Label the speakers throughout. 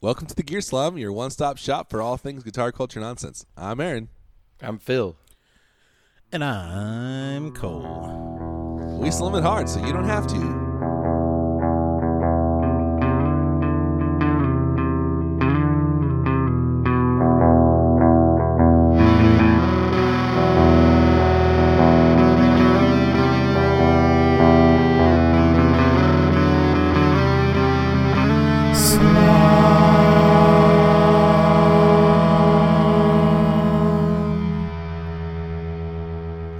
Speaker 1: Welcome to the Gear Slum, your one-stop shop for all things guitar culture nonsense. I'm Aaron.
Speaker 2: I'm Phil.
Speaker 3: And I'm Cole.
Speaker 1: We slum it hard, so you don't have to.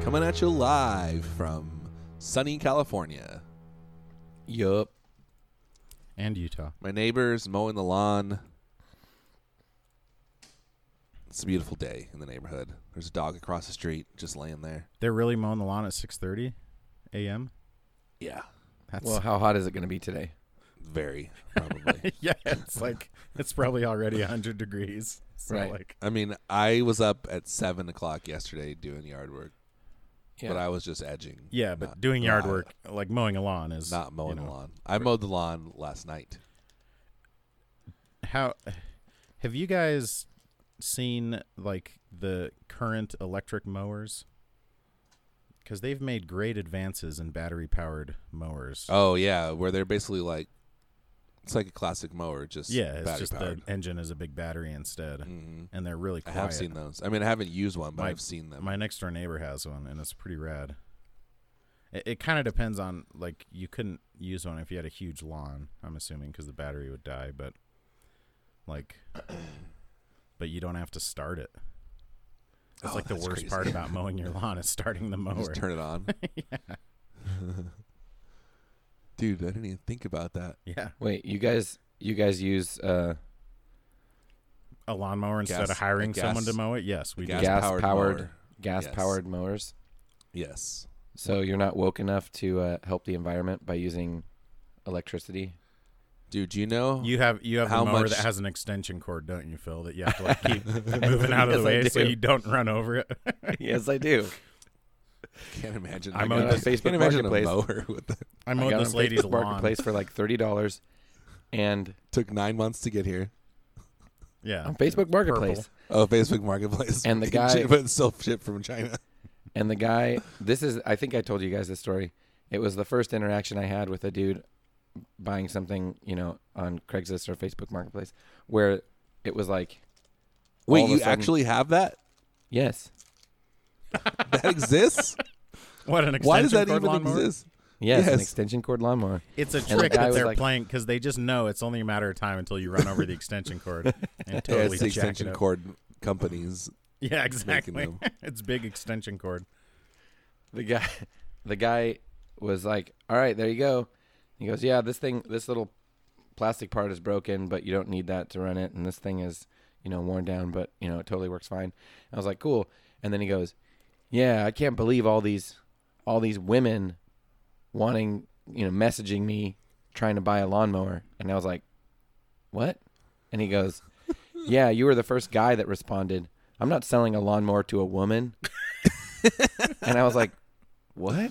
Speaker 1: Coming at you live from sunny California.
Speaker 2: Yup.
Speaker 3: And Utah.
Speaker 1: My neighbor's mowing the lawn. It's a beautiful day in the neighborhood. There's a dog across the street just laying there.
Speaker 3: They're really mowing the lawn at 6:30 a.m.
Speaker 1: Yeah.
Speaker 3: That's
Speaker 2: Well, how hot is it going to be today?
Speaker 1: Very probably.
Speaker 3: yeah. It's like it's probably already 100 degrees. So
Speaker 2: Right.
Speaker 3: like
Speaker 1: I mean, I was up at seven o'clock yesterday doing yard work, but I was just edging.
Speaker 3: yeah, but
Speaker 1: not-
Speaker 3: doing yard
Speaker 1: not-
Speaker 3: work like mowing a lawn is
Speaker 1: not mowing
Speaker 3: you know,
Speaker 1: the lawn. I mowed the lawn last night.
Speaker 3: How have you guys seen like the current electric mowers? Because they've made great advances in battery-powered mowers.
Speaker 1: Oh yeah, where they're basically like, it's like a classic mower, just
Speaker 3: yeah, it's
Speaker 1: battery
Speaker 3: just
Speaker 1: powered.
Speaker 3: the engine is a big battery instead,
Speaker 1: hmm
Speaker 3: and they're really
Speaker 1: I
Speaker 3: quiet.
Speaker 1: have seen those. I mean, I haven't used one, but
Speaker 3: My-
Speaker 1: I've seen them.
Speaker 3: My next door neighbor has one, and it's pretty rad. It, it kind of depends on like you couldn't use one if you had a huge lawn. I'm assuming because the battery would die, but like, but you don't have to start it. That's
Speaker 1: Oh,
Speaker 3: like the
Speaker 1: that's
Speaker 3: worst
Speaker 1: crazy.
Speaker 3: part about mowing your lawn is starting the
Speaker 1: You
Speaker 3: mower.
Speaker 1: just turn it on. Dude, I didn't even think about that.
Speaker 3: yeah,
Speaker 2: Wait, you guys, you guys use uh,
Speaker 3: a lawnmower instead
Speaker 1: Gas-
Speaker 3: of
Speaker 1: a
Speaker 3: hiring someone to
Speaker 1: gas-
Speaker 3: mow it. Yes, we do.
Speaker 1: Gas
Speaker 2: gas-powered
Speaker 1: powered
Speaker 2: mower. gas-powered mowers,
Speaker 1: Yes.
Speaker 2: so you're not woke enough to uh, help the environment by using electricity.
Speaker 1: Dude, you know
Speaker 3: You have you have
Speaker 1: How
Speaker 3: a mower
Speaker 1: much-
Speaker 3: that has an extension cord, don't you, Phil? That you have to like keep moving out
Speaker 2: Yes,
Speaker 3: of
Speaker 2: I
Speaker 3: the way so
Speaker 2: do.
Speaker 3: you don't run over it.
Speaker 2: yes, I do.
Speaker 1: can't imagine.
Speaker 3: I
Speaker 1: like,
Speaker 3: mowed
Speaker 1: a-
Speaker 3: the
Speaker 2: Facebook
Speaker 1: can't imagine a
Speaker 2: Marketplace.
Speaker 1: mower with the,
Speaker 3: I
Speaker 2: I
Speaker 3: mowed
Speaker 2: got
Speaker 3: this
Speaker 2: on
Speaker 3: lady's
Speaker 2: Facebook
Speaker 3: lawn.
Speaker 2: marketplace for like thirty dollars, and
Speaker 1: took nine months to get here.
Speaker 3: Yeah,
Speaker 2: on Facebook Marketplace,
Speaker 1: Oh, Facebook Marketplace.
Speaker 2: And the
Speaker 1: Shit,
Speaker 2: guy-
Speaker 1: but it's still shipped from China.
Speaker 2: and the guy, this is, I think I told you guys this story. It was the first interaction I had with a dude buying something, you know, on Craigslist or Facebook Marketplace, where it was like, all
Speaker 1: Wait,
Speaker 2: of a
Speaker 1: you
Speaker 2: sudden-
Speaker 1: actually have that?
Speaker 2: yes,
Speaker 1: That exists?
Speaker 3: What an extension
Speaker 1: Why does that
Speaker 3: cord
Speaker 1: even
Speaker 3: lawnmower?
Speaker 1: exist?
Speaker 2: yes,
Speaker 1: Yes.
Speaker 2: an extension cord lawnmower.
Speaker 3: It's a
Speaker 2: the
Speaker 3: trick
Speaker 2: guy
Speaker 3: that
Speaker 2: was
Speaker 3: they're
Speaker 2: like-
Speaker 3: playing because they just know it's only a matter of time until you run over the extension cord and
Speaker 1: Yeah,
Speaker 3: totally
Speaker 1: it's the
Speaker 3: jack it
Speaker 1: extension
Speaker 3: up.
Speaker 1: cord companies.
Speaker 3: Yeah,
Speaker 1: making
Speaker 3: exactly.
Speaker 1: them.
Speaker 3: it's big extension cord.
Speaker 2: the guy the guy was like all right there you go he goes yeah this thing this little plastic part is broken but you don't need that to run it and this thing is you know worn down but you know it totally works fine i was like cool and then he goes yeah i can't believe all these all these women wanting you know messaging me trying to buy a lawnmower and i was like what and he goes yeah you were the first guy that responded i'm not selling a lawnmower to a woman and i was like what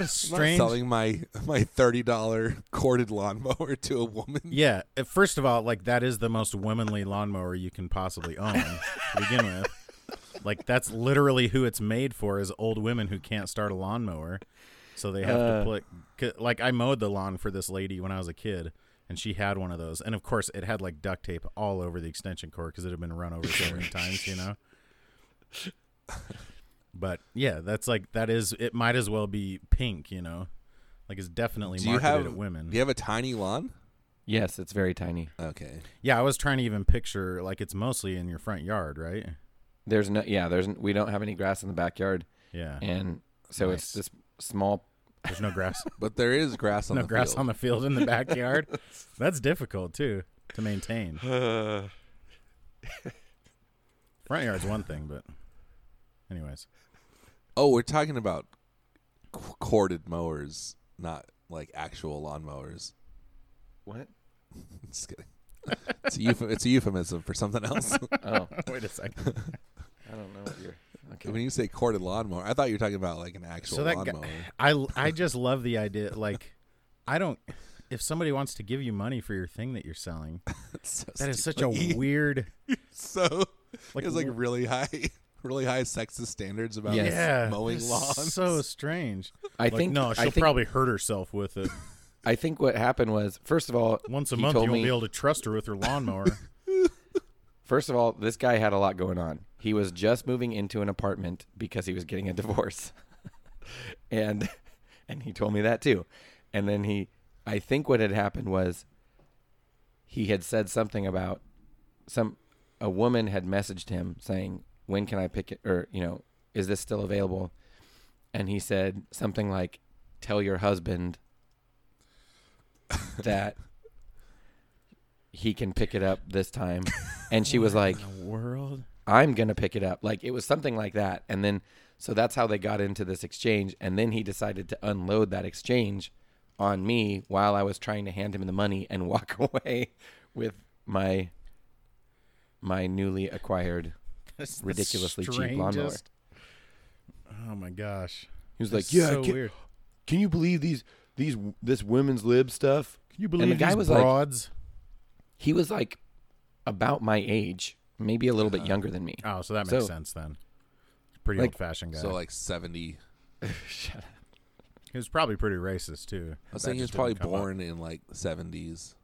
Speaker 1: I'm
Speaker 3: a
Speaker 1: not
Speaker 3: strange.
Speaker 1: selling my my thirty dollar corded lawnmower to a woman.
Speaker 3: Yeah, uh, first of all, like that is the most womanly lawnmower you can possibly own to begin with. Like that's literally who it's made for is old women who can't start a lawnmower, so they have to
Speaker 2: Uh.
Speaker 3: put. c- Like I mowed the lawn for this lady when I was a kid, and she had one of those, and of course it had like duct tape all over the extension cord because it had been run over so many times, you know. But yeah, that's like that is it. Might as well be pink, you know. Like it's definitely
Speaker 1: Do you
Speaker 3: marketed
Speaker 1: have
Speaker 3: at women.
Speaker 1: Do you have a tiny lawn?
Speaker 2: Yes, it's very tiny.
Speaker 1: Okay.
Speaker 3: Yeah, I was trying to even picture like it's mostly in your front yard, right?
Speaker 2: There's no yeah, there's we don't have any grass in the backyard
Speaker 3: Yeah.
Speaker 2: and so it's
Speaker 3: Nice.
Speaker 2: just small
Speaker 3: There's no grass
Speaker 1: But there is grass on
Speaker 3: no
Speaker 1: the
Speaker 3: grass
Speaker 1: field.
Speaker 3: on the field in the backyard. That's difficult too to maintain.
Speaker 1: Uh.
Speaker 3: front yard's one thing, but anyways.
Speaker 1: oh, we're talking about c- corded mowers, not like actual lawnmowers.
Speaker 2: what?
Speaker 1: Just kidding. It's a, euph- it's a euphemism for something else.
Speaker 2: Oh,
Speaker 3: Wait a second.
Speaker 2: I don't know what you're Okay.
Speaker 1: when you say corded lawnmower, I thought you were talking about like an actual
Speaker 3: So that guy-
Speaker 1: lawnmower.
Speaker 3: I I just love the idea like I don't if somebody wants to give you money for your thing that you're selling,
Speaker 1: That's so
Speaker 3: that is
Speaker 1: stupid.
Speaker 3: such a weird.
Speaker 1: so
Speaker 3: Like,
Speaker 1: like it's like
Speaker 3: wh-
Speaker 1: really high really high sexist standards about
Speaker 2: Yes.
Speaker 3: Yeah,
Speaker 1: mowing
Speaker 3: that's
Speaker 1: lawns.
Speaker 3: So strange.
Speaker 2: I
Speaker 3: Like,
Speaker 2: think
Speaker 3: no, she'll
Speaker 2: I think,
Speaker 3: probably hurt herself with it.
Speaker 2: I think what happened was first of all
Speaker 3: Once a
Speaker 2: he
Speaker 3: month, you
Speaker 2: told
Speaker 3: won't
Speaker 2: me-
Speaker 3: be able to trust her with her lawnmower.
Speaker 2: First of all, this guy had a lot going on. He was just moving into an apartment because he was getting a divorce. and and he told me that too. And then he I think what had happened was he had said something about some a woman had messaged him saying, "When can I pick it or, you know, is this still available?" And he said something like, "Tell your husband that he can pick it up this time." And she was like,
Speaker 3: world.
Speaker 2: I'm gonna pick it up. Like it was something like that. And then so that's how they got into this exchange. And then he decided to unload that exchange on me while I was trying to hand him the money and walk away with my my newly acquired.
Speaker 3: That's the
Speaker 2: Ridiculously cheap lawnmower.
Speaker 3: strangest- Oh my gosh.
Speaker 2: He was
Speaker 3: That's
Speaker 2: like, "Yeah,
Speaker 3: so
Speaker 2: can,
Speaker 3: weird.
Speaker 2: can you believe these these this women's lib stuff?"
Speaker 3: Can you
Speaker 2: the
Speaker 3: believe
Speaker 2: guy
Speaker 3: these
Speaker 2: was like-
Speaker 3: broads?
Speaker 2: He was like about my age, maybe a little bit younger than me.
Speaker 3: oh, so that makes
Speaker 2: So-
Speaker 3: sense then. Pretty
Speaker 2: Like-
Speaker 3: old-fashioned guy.
Speaker 1: So like seventy.
Speaker 2: Shut up.
Speaker 3: he was probably pretty racist too.
Speaker 1: I was
Speaker 3: That
Speaker 1: thinking he was
Speaker 3: just
Speaker 1: probably
Speaker 3: didn't come up.
Speaker 1: born in like seventies.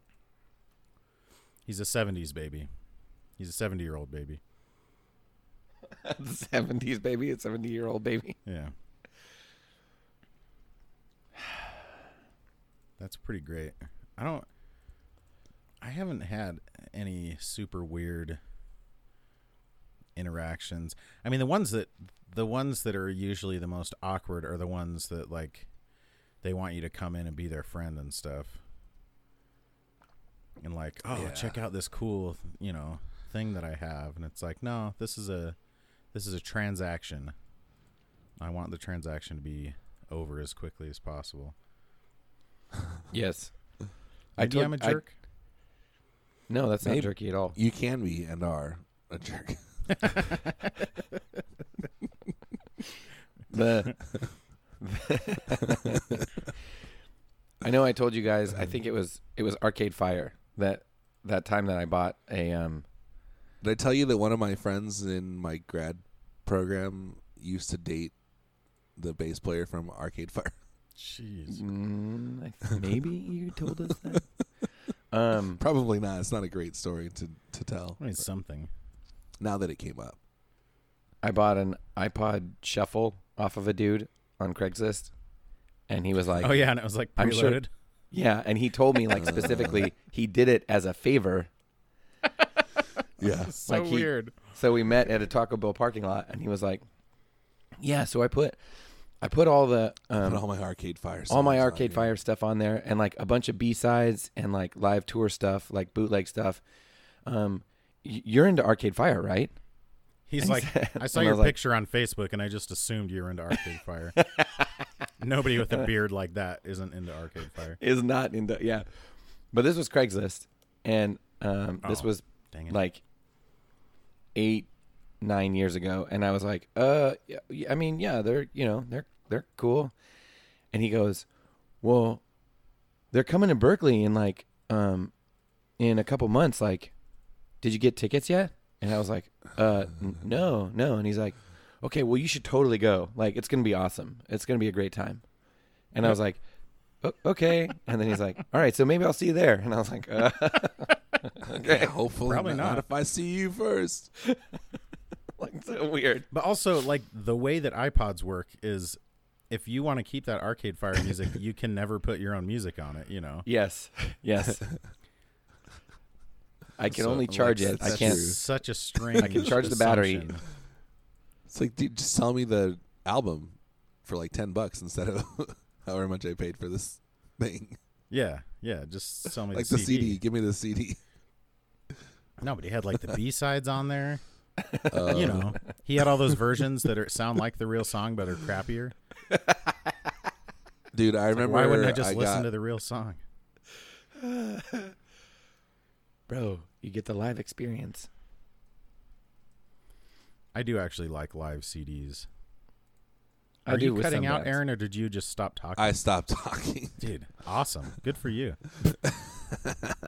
Speaker 3: He's a '70s baby. He's a 70 year old baby.
Speaker 2: 70s baby, a 70 year old baby.
Speaker 3: Yeah. That's pretty great. I don't I haven't had any super weird interactions. I mean the ones that the ones that are usually the most awkward are the ones that like they want you to come in and be their friend and stuff. And like, oh,
Speaker 1: Yeah.
Speaker 3: check out this cool, you know, thing that I have and it's like, no, this is a this is a transaction. I want the transaction to be over as quickly as possible.
Speaker 2: Yes.
Speaker 3: Maybe
Speaker 2: told-
Speaker 3: I'm a
Speaker 2: I-
Speaker 3: jerk.
Speaker 2: no, that's
Speaker 1: Maybe-
Speaker 2: not jerky at all.
Speaker 1: You can be and are a jerk.
Speaker 2: the I know I told you guys I think it was it was Arcade Fire that that time that I bought a um
Speaker 1: Did I tell you that one of my friends in my grad program used to date the bass player from Arcade Fire?
Speaker 3: Jeez.
Speaker 2: mm, I th- maybe you told us that um
Speaker 1: Probably not. It's not a great story to, to tell
Speaker 3: I mean something.
Speaker 1: now that it came up.
Speaker 2: I bought an iPod Shuffle off of a dude on Craigslist and he was like
Speaker 3: oh yeah, and it was like preloaded.
Speaker 2: I'm sure- yeah and he told me like specifically he did it as a favor
Speaker 1: Yeah.
Speaker 3: so
Speaker 2: like he-
Speaker 3: weird.
Speaker 2: So we met at a Taco Bell parking lot, and he was like, "Yeah." So I put, I put all the um,
Speaker 1: Put all my Arcade Fire
Speaker 2: all my
Speaker 1: songs on
Speaker 2: Arcade
Speaker 1: here.
Speaker 2: Fire stuff on there, and like a bunch of B sides and like live tour stuff, like bootleg stuff. Um, y- you're into Arcade Fire, right?
Speaker 3: He's like, I saw
Speaker 2: And I
Speaker 3: your
Speaker 2: was like-
Speaker 3: picture on Facebook, and I just assumed you were into Arcade Fire. Nobody with a beard like that isn't into Arcade Fire.
Speaker 2: Is not into yeah, but this was Craigslist, and um, this
Speaker 3: Oh,
Speaker 2: was
Speaker 3: Dang it!
Speaker 2: like eight nine years ago and i was like uh yeah, yeah, i mean yeah they're you know they're they're cool and he goes well they're coming to berkeley in like um in a couple months like did you get tickets yet and i was like uh n- no no and he's like okay well you should totally go like it's gonna be awesome it's gonna be a great time and i was like "O- okay and then he's like all right so maybe i'll see you there and i was like uh,
Speaker 1: Yeah, hopefully
Speaker 3: Probably
Speaker 1: not.
Speaker 3: not.
Speaker 1: if I see you first.
Speaker 2: like so weird
Speaker 3: but also like the way that iPods work is, if you want to keep that Arcade Fire music, you can never put your own music on it. You know,
Speaker 2: Yes. Yes. I can
Speaker 1: So,
Speaker 2: only
Speaker 1: like,
Speaker 2: charge it.
Speaker 1: that's
Speaker 2: I can't.
Speaker 1: true.
Speaker 3: Such a strange.
Speaker 2: can charge the battery.
Speaker 3: assumption.
Speaker 1: It's like, dude, just sell me the album for like ten bucks instead of however much I paid for this thing.
Speaker 3: Yeah, yeah. Just sell me
Speaker 1: Like
Speaker 3: the,
Speaker 1: the CD. Give me the CD.
Speaker 3: No, but he had like the B sides on there.
Speaker 1: Uh,
Speaker 3: you know, he had all those versions that are sound like the real song but are crappier.
Speaker 1: dude. I
Speaker 3: Like,
Speaker 1: remember.
Speaker 3: why wouldn't I just listen
Speaker 1: got-
Speaker 3: to the real song?
Speaker 2: Bro, you get the live experience.
Speaker 3: I do actually like live CDs.
Speaker 2: I
Speaker 3: Are
Speaker 2: do
Speaker 3: you
Speaker 2: with
Speaker 3: cutting out,
Speaker 2: sunbats.
Speaker 3: Aaron, or did you just stop talking?
Speaker 1: I stopped talking.
Speaker 3: Dude, awesome. Good for you.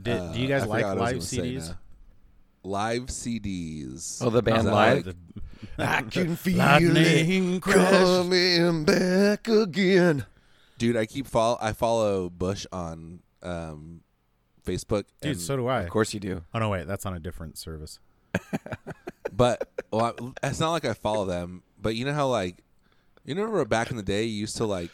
Speaker 3: Did, do you
Speaker 1: Uh,
Speaker 3: guys
Speaker 1: I
Speaker 3: like
Speaker 1: forgot what I
Speaker 3: live
Speaker 1: was gonna say
Speaker 3: CDs?
Speaker 1: now. Live CDs.
Speaker 2: Oh, the band
Speaker 1: Is that
Speaker 2: Live?
Speaker 1: like-
Speaker 2: I can feel
Speaker 3: Lightning crash.
Speaker 2: coming back again.
Speaker 1: dude, I keep follow. I follow Bush on um, Facebook.
Speaker 3: Dude,
Speaker 1: and-
Speaker 3: so do I.
Speaker 2: Of course you do.
Speaker 3: Oh no, wait, that's on a different service.
Speaker 1: but well, I- it's not like I follow them. But you know how like, you remember back in the day, you used to like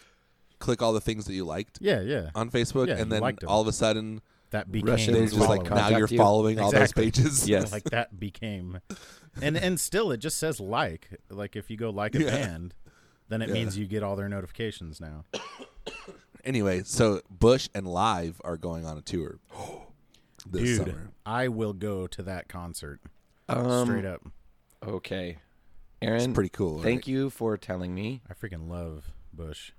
Speaker 1: click all the things that you liked
Speaker 3: Yeah, yeah.
Speaker 1: on Facebook,
Speaker 3: Yeah,
Speaker 1: and
Speaker 3: you
Speaker 1: then
Speaker 3: liked 'em.
Speaker 1: all of a sudden,
Speaker 3: That became
Speaker 2: Russians
Speaker 1: they
Speaker 2: They
Speaker 1: were just like,
Speaker 2: follow.
Speaker 1: now
Speaker 2: Contact
Speaker 1: you're
Speaker 2: you.
Speaker 1: following all those
Speaker 3: Exactly.
Speaker 1: pages.
Speaker 2: Yes.
Speaker 3: like that became, and and still it just says like. Like if you go like a
Speaker 1: Yeah.
Speaker 3: band, then it
Speaker 1: Yeah.
Speaker 3: means you get all their notifications now.
Speaker 1: Anyway, so Bush and Live are going on a tour this
Speaker 3: Dude,
Speaker 1: summer.
Speaker 3: I will go to that concert
Speaker 2: Um,
Speaker 3: straight up.
Speaker 2: Okay, Aaron.
Speaker 1: It's pretty cool.
Speaker 2: Thank
Speaker 1: right?
Speaker 2: you for telling me.
Speaker 3: I freaking love Bush.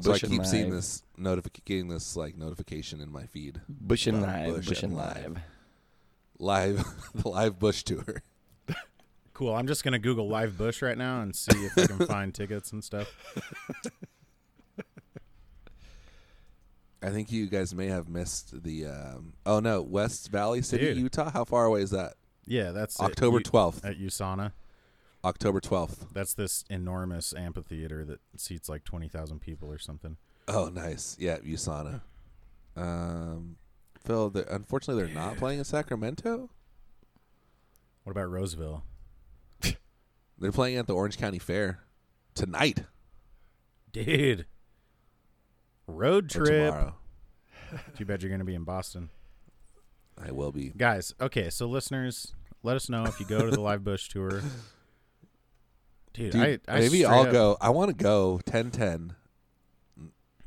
Speaker 1: So I
Speaker 2: Bush and
Speaker 1: keep seeing
Speaker 2: Live.
Speaker 1: this notific getting this like notification in my feed.
Speaker 2: Bush and
Speaker 1: about
Speaker 2: live.
Speaker 1: Bush
Speaker 2: Bush, and
Speaker 1: and
Speaker 2: live.
Speaker 1: Live the live Bush tour.
Speaker 3: Cool. I'm just gonna Google live Bush right now and see if I can find tickets and stuff.
Speaker 1: I think you guys may have missed the. Um, oh no, West Valley City,
Speaker 3: Dude. uh,
Speaker 1: Utah. How far away is that?
Speaker 3: Yeah, that's at
Speaker 1: October
Speaker 3: U-
Speaker 1: twelfth.
Speaker 3: at USANA.
Speaker 1: October twelfth.
Speaker 3: That's this enormous amphitheater that seats like twenty thousand people or something.
Speaker 1: Oh, nice. Yeah, USANA. Um, Phil, they're, unfortunately, they're not playing in Sacramento.
Speaker 3: What about Roseville?
Speaker 1: They're playing at the Orange County Fair tonight
Speaker 3: Dude. Road
Speaker 1: or
Speaker 3: trip.
Speaker 1: tomorrow.
Speaker 3: Too bad you're going to be in Boston.
Speaker 1: I will be.
Speaker 3: Guys, okay, so listeners, let us know if you go to the Live Bush tour. Dude,
Speaker 1: Dude,
Speaker 3: I, I
Speaker 1: maybe
Speaker 3: straight
Speaker 1: I'll
Speaker 3: up-
Speaker 1: go. I want to go. Ten ten.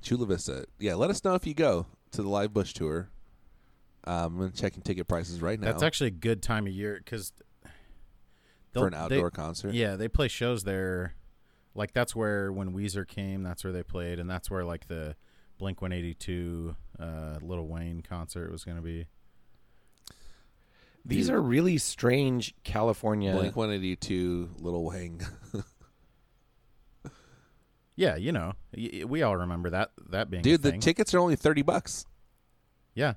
Speaker 1: Chula Vista. Yeah, let us know if you go to the Live Bush tour. Um, I'm checking ticket prices right now
Speaker 3: That's actually a good time of year because
Speaker 1: for an outdoor concert.
Speaker 3: Yeah, they play shows there. Like that's where when Weezer came, that's where they played, and that's where like the Blink One Eighty Two, uh, Little Wayne concert was going to be.
Speaker 2: These are really strange California.
Speaker 1: Blink 182, Little Wang.
Speaker 3: Yeah, you know, y- y- we all remember that that being a
Speaker 1: Dude, the
Speaker 3: thing.
Speaker 1: tickets are only 30 bucks.
Speaker 3: Yeah,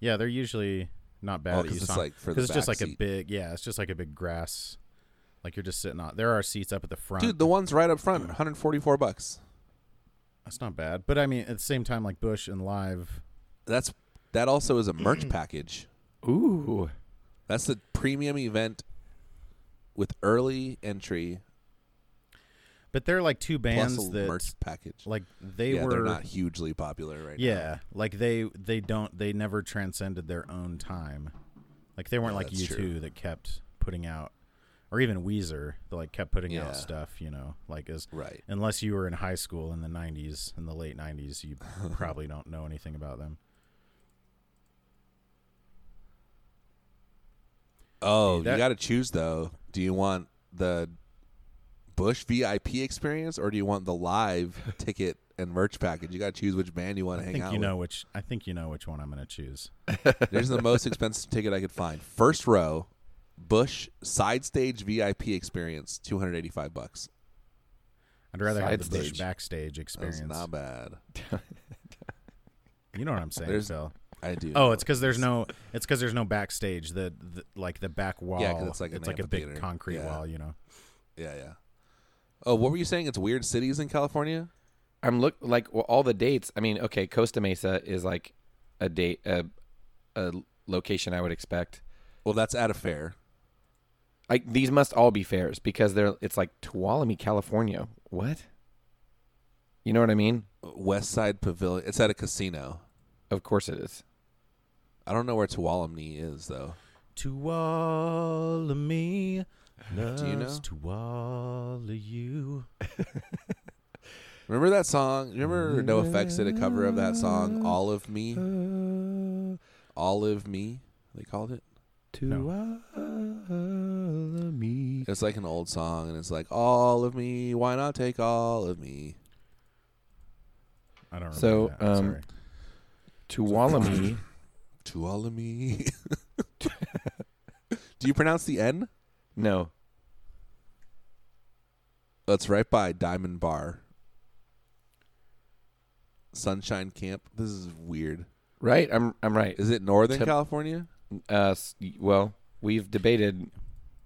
Speaker 3: yeah, they're usually not bad.
Speaker 1: Oh,
Speaker 3: at
Speaker 1: 'cause it's
Speaker 3: USANA.
Speaker 1: like for the
Speaker 3: 'Cause it's just
Speaker 1: back
Speaker 3: like a
Speaker 1: seat.
Speaker 3: big yeah, it's just like a big grass. Like you're just sitting on. There are seats up at the front.
Speaker 1: Dude, the one's right up front, 144 bucks.
Speaker 3: that's not bad. But I mean, at the same time, like Bush and Live.
Speaker 1: That's that also is a merch package.
Speaker 2: Ooh.
Speaker 1: That's the premium event with early entry
Speaker 3: But they're like two
Speaker 1: plus
Speaker 3: bands
Speaker 1: a
Speaker 3: that
Speaker 1: merch package.
Speaker 3: like they
Speaker 1: yeah,
Speaker 3: were
Speaker 1: they're not hugely popular right now.
Speaker 3: Yeah, like they they don't they never transcended their own time. Like they weren't
Speaker 1: Yeah,
Speaker 3: like
Speaker 1: that's
Speaker 3: U2
Speaker 1: true.
Speaker 3: that kept putting out or even Weezer that like kept putting
Speaker 1: Yeah.
Speaker 3: out stuff, you know, like as
Speaker 1: Right.
Speaker 3: unless you were in high school in the 90s in the late 90s, you probably don't know anything about them.
Speaker 1: Oh,
Speaker 3: that-
Speaker 1: you got to choose though. Do you want the Bush VIP experience or do you want the live ticket and merch package? You got to choose which band you want
Speaker 3: I
Speaker 1: to hang
Speaker 3: think
Speaker 1: out
Speaker 3: you
Speaker 1: with.
Speaker 3: know which I think you know which one I'm going to choose.
Speaker 1: There's the most expensive ticket I could find. First row, Bush side stage VIP experience, two hundred eighty-five bucks.
Speaker 3: I'd rather have the
Speaker 2: Side
Speaker 3: Bush
Speaker 2: stage.
Speaker 3: backstage
Speaker 1: That's
Speaker 3: experience.
Speaker 1: not bad.
Speaker 3: you know what I'm saying,
Speaker 1: There's-
Speaker 3: Phil.
Speaker 1: I do.
Speaker 3: Oh, it's because there's no it's because there's no backstage. The, the like the back wall.
Speaker 1: 'cause it's like an
Speaker 3: a big
Speaker 1: amphitheater.
Speaker 3: concrete
Speaker 1: Yeah.
Speaker 3: wall, you know.
Speaker 1: yeah, yeah. Oh, what were you saying? It's weird cities in California.
Speaker 2: I'm look like well, all the dates. I mean, okay, Costa Mesa is like a date, a, a location I would expect.
Speaker 1: Well, that's at a fair.
Speaker 2: Like these must all be fairs because they're it's like Tuolumne, California. What? You know what I mean?
Speaker 1: West Side Pavilion. It's at a casino.
Speaker 2: Of course it is.
Speaker 1: I don't know where Tuolumne is though.
Speaker 3: To all of me, loves
Speaker 1: you know?
Speaker 3: to all of you.
Speaker 1: Remember that song? Remember No Effects did a cover of that song, "All of Me." Uh, All of me, they called it. uh,
Speaker 2: Tuolumne.
Speaker 1: It's like an old song, and it's like all of me. Why not take all of me?
Speaker 3: I don't remember
Speaker 2: So,
Speaker 3: that. I'm
Speaker 2: um,
Speaker 3: sorry.
Speaker 2: Tuolumne.
Speaker 1: To all of me. Do you pronounce the N?
Speaker 2: No.
Speaker 1: That's right by Diamond Bar. Sunshine Camp. This is weird.
Speaker 2: Right? I'm I'm right.
Speaker 1: Is it Northern
Speaker 2: Tip-
Speaker 1: California?
Speaker 2: Uh, s- well, we've debated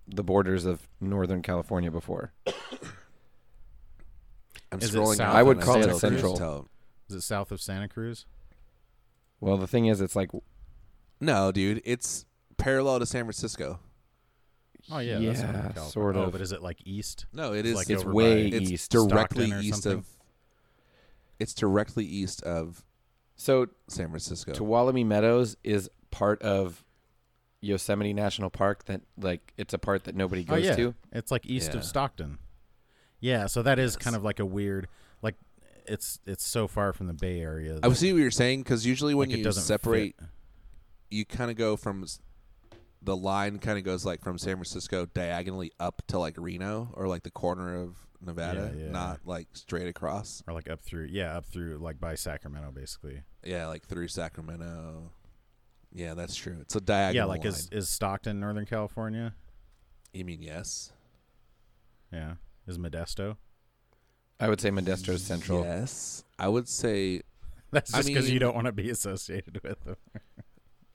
Speaker 2: the borders of Northern California before.
Speaker 1: I'm
Speaker 3: Is it
Speaker 1: scrolling.
Speaker 3: south
Speaker 1: out
Speaker 2: I would
Speaker 1: and
Speaker 2: call it
Speaker 1: still can't
Speaker 2: central.
Speaker 1: tell.
Speaker 3: Is it south of Santa Cruz?
Speaker 2: Well, the thing is, it's like
Speaker 1: No, dude, it's parallel to San Francisco.
Speaker 3: Oh yeah,
Speaker 2: yeah,
Speaker 3: that's Southern California.
Speaker 2: sort
Speaker 3: Oh,
Speaker 2: of.
Speaker 3: but is it like east?
Speaker 1: No, it is.
Speaker 3: like
Speaker 2: it's
Speaker 3: over
Speaker 2: way
Speaker 3: by-
Speaker 1: it's
Speaker 2: east.
Speaker 1: directly
Speaker 3: Stockton or
Speaker 1: east
Speaker 3: something?
Speaker 1: of. It's directly east of
Speaker 2: so
Speaker 1: San Francisco.
Speaker 2: Tuolumne Meadows is part of Yosemite National Park. That like it's a part that nobody
Speaker 3: Oh
Speaker 2: goes
Speaker 3: yeah,
Speaker 2: to.
Speaker 3: it's like east
Speaker 1: Yeah.
Speaker 3: of Stockton. Yeah, so that is
Speaker 1: Yes.
Speaker 3: kind of like a weird, like it's it's so far from the Bay Area.
Speaker 1: I
Speaker 3: that,
Speaker 1: see what you're saying because usually when
Speaker 3: like, it
Speaker 1: you
Speaker 3: doesn't fit.
Speaker 1: separate, you kind of go from s- the line kind of goes like from San Francisco diagonally up to like Reno or like the corner of Nevada,
Speaker 3: Yeah, yeah.
Speaker 1: not like straight across.
Speaker 3: or like up through yeah up through like by Sacramento basically.
Speaker 1: Yeah, like through Sacramento. Yeah, that's true. It's a diagonal.
Speaker 3: yeah, like
Speaker 1: line.
Speaker 3: is is Stockton Northern California?
Speaker 1: you mean yes?
Speaker 3: Yeah, is Modesto?
Speaker 2: I would say Modesto is
Speaker 3: Oh.
Speaker 2: central.
Speaker 1: Yes, I would say
Speaker 3: That's
Speaker 1: I
Speaker 3: just because
Speaker 1: mean-
Speaker 3: you don't want to be associated with them.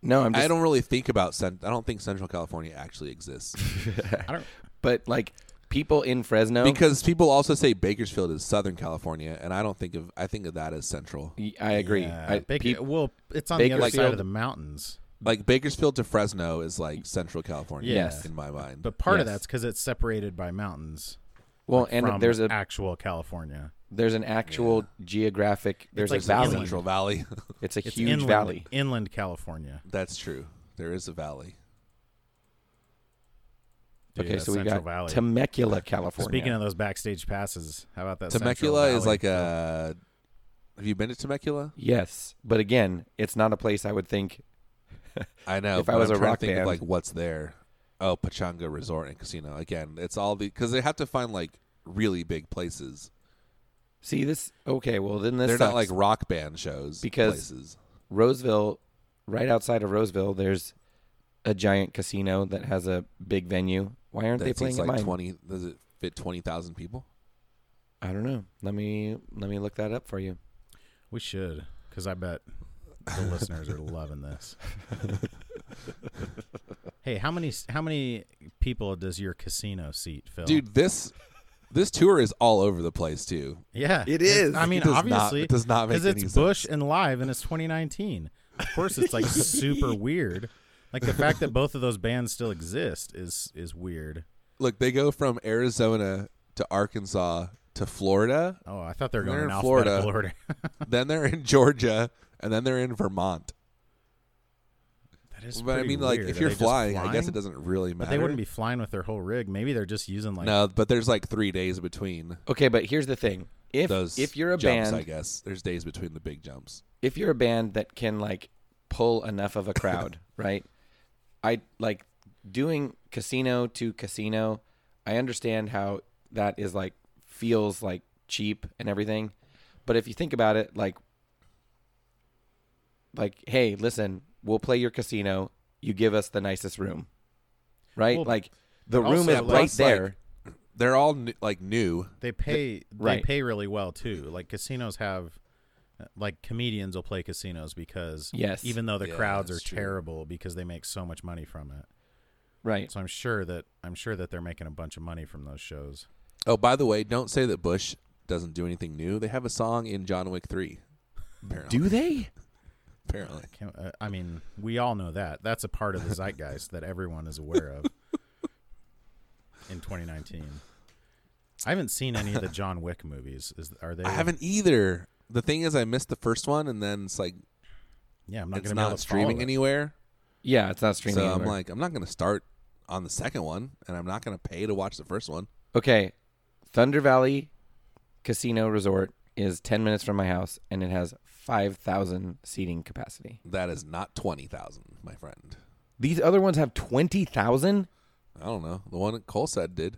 Speaker 2: No, I'm just.
Speaker 1: I don't really think about. Cent- I don't think Central California actually exists
Speaker 3: I don't.
Speaker 2: but like people in Fresno,
Speaker 1: because people also say Bakersfield is Southern California, and I don't think of. I think of that as central.
Speaker 2: Y- I agree.
Speaker 3: Yeah, uh,
Speaker 2: I,
Speaker 3: Baker-
Speaker 2: peop-
Speaker 3: well, it's on the other side
Speaker 2: Bakersfield-
Speaker 3: of the mountains,
Speaker 1: Like Bakersfield to Fresno is like Central California.
Speaker 2: Yes.
Speaker 1: in my mind.
Speaker 3: but part of
Speaker 2: Yes.
Speaker 3: that's because it's separated by mountains.
Speaker 2: well,
Speaker 3: like,
Speaker 2: and
Speaker 3: from
Speaker 2: there's a
Speaker 3: actual California.
Speaker 2: there's an actual geographic. There's
Speaker 3: like
Speaker 2: a
Speaker 3: the
Speaker 2: valley.
Speaker 3: inland.
Speaker 1: Central Valley.
Speaker 2: It's a
Speaker 3: It's
Speaker 2: huge
Speaker 3: inland,
Speaker 2: valley.
Speaker 3: inland California.
Speaker 1: That's true. There is a valley.
Speaker 3: Dude,
Speaker 2: okay,
Speaker 3: that's
Speaker 2: so we
Speaker 3: Central
Speaker 2: got
Speaker 3: Valley.
Speaker 2: Temecula, California.
Speaker 3: Speaking of those backstage passes, how about that? Central
Speaker 1: Temecula is
Speaker 3: Valley?
Speaker 1: like a. Have you been to Temecula?
Speaker 2: yes, but again, it's not a place I would think.
Speaker 1: I know.
Speaker 2: If I
Speaker 1: but
Speaker 2: was
Speaker 1: I'm
Speaker 2: a
Speaker 1: trying
Speaker 2: rock
Speaker 1: to think
Speaker 2: band-
Speaker 1: of like what's there. Oh, Pachanga Resort and Casino. Again, it's all the because they have to find like really big places.
Speaker 2: See this? Okay, well then this
Speaker 1: They're
Speaker 2: sucks.
Speaker 1: not like rock band shows
Speaker 2: Because-
Speaker 1: places.
Speaker 2: Roseville. Right outside of Roseville, there's a giant casino that has a big venue. Why aren't
Speaker 1: That
Speaker 2: they
Speaker 1: seats
Speaker 2: playing at
Speaker 1: like
Speaker 2: mine?
Speaker 1: twenty. Does it fit twenty thousand people?
Speaker 2: I don't know. Let me let me look that up for you.
Speaker 3: we should, because I bet the listeners are loving this. hey, how many how many people does your casino seat fill?
Speaker 1: Dude, this this tour is all over the place too.
Speaker 3: yeah,
Speaker 2: It
Speaker 3: It's-
Speaker 2: is.
Speaker 3: I
Speaker 1: It
Speaker 3: mean,
Speaker 1: does not-
Speaker 3: obviously,
Speaker 1: it does not make
Speaker 3: because it's
Speaker 1: any
Speaker 3: Bush
Speaker 1: sense.
Speaker 3: and live, and it's 2019. Of course, it's like super weird. Like the fact that both of those bands still exist is is weird.
Speaker 1: Look, they go from Arizona to Arkansas to Florida,
Speaker 3: Oh, I thought they were
Speaker 1: They're
Speaker 3: going in
Speaker 1: in Florida.
Speaker 3: alphabetical order.
Speaker 1: then they're in Georgia, and then they're in Vermont.
Speaker 3: that is.
Speaker 1: but I
Speaker 3: pretty
Speaker 1: mean, like,
Speaker 3: weird.
Speaker 1: if
Speaker 3: Are
Speaker 1: you're
Speaker 3: they just
Speaker 1: flying, I guess
Speaker 3: flying?
Speaker 1: it doesn't really matter.
Speaker 3: But they wouldn't be flying with their whole rig. Maybe they're just using like
Speaker 1: no, but there's like three days between
Speaker 2: Okay, but here's the thing. If
Speaker 1: those.
Speaker 2: if you're a
Speaker 1: jumps,
Speaker 2: band,
Speaker 1: I guess there's days between the big jumps.
Speaker 2: if you're a band that can like pull enough of a crowd, right? I like doing casino to casino. I understand how that is like feels like cheap and everything. But if you think about it like like hey, listen, we'll play your casino. You give us the nicest room. Right?
Speaker 3: Well,
Speaker 2: like the room
Speaker 3: also,
Speaker 2: is
Speaker 3: like-
Speaker 2: right
Speaker 1: Plus, like-
Speaker 2: there.
Speaker 1: They're all n- like new.
Speaker 3: they pay
Speaker 2: right.
Speaker 3: they pay really well too. Like casinos have like comedians will play casinos because
Speaker 2: Yes.
Speaker 3: even though the
Speaker 1: Yeah,
Speaker 3: crowds are
Speaker 1: that's true.
Speaker 3: terrible because they make so much money from it.
Speaker 2: right.
Speaker 3: So I'm sure that I'm sure that they're making a bunch of money from those shows.
Speaker 1: Oh, by the way, don't say that Bush doesn't do anything new. They have a song in John Wick Three. Apparently,
Speaker 2: Do they?
Speaker 1: apparently.
Speaker 3: Can, uh, I mean, we all know that. That's a part of the zeitgeist that everyone is aware of in 2019. I haven't seen any of the John Wick movies. Is are they
Speaker 1: I haven't either. The thing is, I missed the first one, and then it's like
Speaker 3: Yeah, I'm not
Speaker 1: it's
Speaker 3: going to be able
Speaker 1: not
Speaker 3: to
Speaker 1: streaming
Speaker 3: follow it.
Speaker 1: anywhere.
Speaker 2: Yeah, it's not streaming.
Speaker 1: so um, I'm
Speaker 2: anywhere.
Speaker 1: like, I'm not going to start on the second one, and I'm not going to pay to watch the first one.
Speaker 2: Okay, Thunder Valley Casino Resort is ten minutes from my house, and it has five thousand seating capacity.
Speaker 1: That is not twenty thousand, my friend.
Speaker 2: These other ones have twenty thousand.
Speaker 1: I don't know. The one that Cole said did.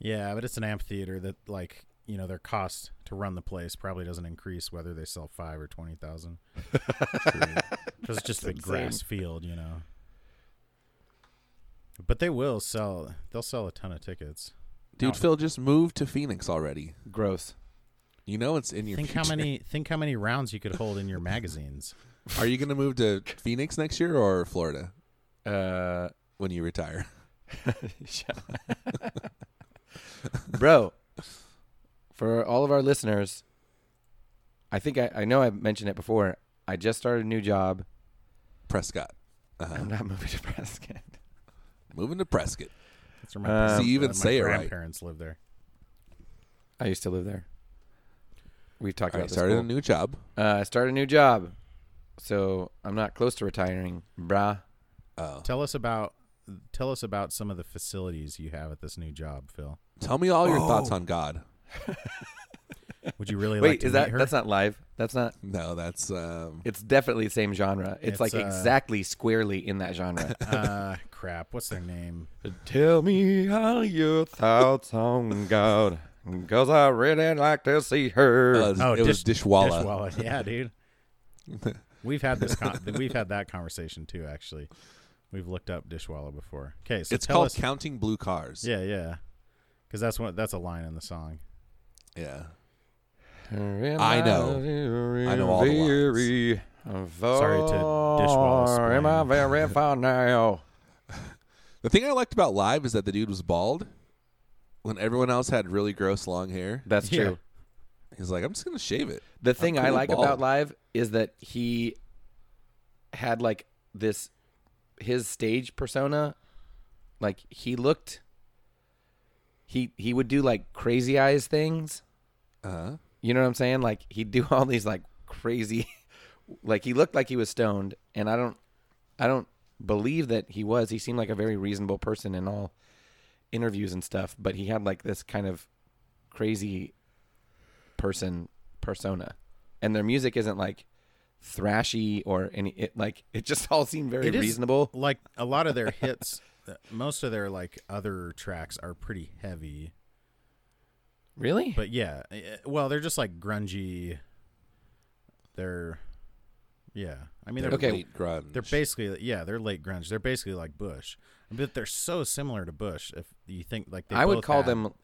Speaker 3: Yeah, but it's an amphitheater that like you know their cost to run the place probably doesn't increase whether they sell five or twenty thousand. Because it's just a big grass field, you know. But they will sell. They'll sell a ton of tickets.
Speaker 1: Dude,
Speaker 3: No.
Speaker 1: Phil just moved to Phoenix already.
Speaker 2: Gross.
Speaker 1: You know it's in your
Speaker 3: think how
Speaker 1: future.
Speaker 3: many think how many rounds you could hold in your magazines.
Speaker 1: Are you going to move to Phoenix next year or Florida
Speaker 2: Uh,
Speaker 1: when you retire?
Speaker 2: shut up. bro. For all of our listeners, I think I, I know I mentioned it before. I just started a new job.
Speaker 1: Prescott. Uh-huh.
Speaker 2: I'm not moving to Prescott.
Speaker 1: Moving to Prescott.
Speaker 3: That's where my,
Speaker 2: Um,
Speaker 3: parents-
Speaker 1: See, you even
Speaker 3: uh, my
Speaker 1: say it right.
Speaker 3: grandparents live there.
Speaker 2: I used to live there. We've talked
Speaker 1: All
Speaker 2: about
Speaker 1: right,
Speaker 2: this.
Speaker 1: started a
Speaker 2: before.
Speaker 1: new job.
Speaker 2: Uh, I started a new job, so I'm not close to retiring, brah.
Speaker 1: Oh.
Speaker 3: Tell us about tell us about some of the facilities you have at this new job, Phil.
Speaker 1: Tell me all your
Speaker 2: Oh.
Speaker 1: thoughts on God.
Speaker 3: Would you really
Speaker 2: Wait,
Speaker 3: like to
Speaker 2: is
Speaker 3: meet
Speaker 2: that
Speaker 3: her?
Speaker 2: that's not live? That's not.
Speaker 1: No, that's um,
Speaker 2: It's definitely the same genre. It's,
Speaker 3: It's,
Speaker 2: like
Speaker 3: uh,
Speaker 2: exactly squarely in that genre.
Speaker 3: uh, crap. What's their name?
Speaker 2: Uh, Tell me how your thoughts on God, because I really like to see her.
Speaker 1: uh,
Speaker 3: Oh,
Speaker 1: it was
Speaker 3: Dish-
Speaker 1: Dishwalla.
Speaker 3: Dishwalla. Yeah, dude. We've had this. Con- we've had that conversation too. Actually, we've looked up Dishwalla before. Okay, so
Speaker 1: It's
Speaker 3: tell
Speaker 1: called
Speaker 3: us.
Speaker 1: Counting Blue Cars.
Speaker 3: yeah, yeah. Because that's what that's a line in the song.
Speaker 1: Yeah.
Speaker 2: I
Speaker 1: know. I know all the
Speaker 2: very
Speaker 3: Sorry to Dishwalla
Speaker 2: far Am I
Speaker 3: spoil.
Speaker 2: very far now?
Speaker 1: The thing I liked about Live is that the dude was bald when everyone else had really gross long hair.
Speaker 2: That's
Speaker 3: Yeah.
Speaker 2: true.
Speaker 1: He's like, I'm just going to shave it.
Speaker 2: The thing I
Speaker 1: cool
Speaker 2: like
Speaker 1: bald.
Speaker 2: about Live is that he had like this his stage persona. Like he looked he he would do like crazy eyes things.
Speaker 1: Uh-huh.
Speaker 2: You know what I'm saying? Like he'd do all these like crazy like he looked like he was stoned and I don't I don't believe that he was. He seemed like a very reasonable person in all interviews and stuff, but he had like this kind of crazy person persona. And their music isn't like thrashy or any it like it just all seemed very
Speaker 3: It is-
Speaker 2: reasonable.
Speaker 3: Like a lot of their hits, uh, most of their like other tracks are pretty heavy.
Speaker 2: Really?
Speaker 3: But yeah, uh, well, they're just like grungy. They're, yeah. I mean, they're
Speaker 2: Okay.
Speaker 1: late grunge.
Speaker 3: They're basically yeah, they're late grunge. They're basically like Bush, but they're so similar to Bush. If you think like they
Speaker 2: I would
Speaker 3: both
Speaker 2: call
Speaker 3: had-
Speaker 2: them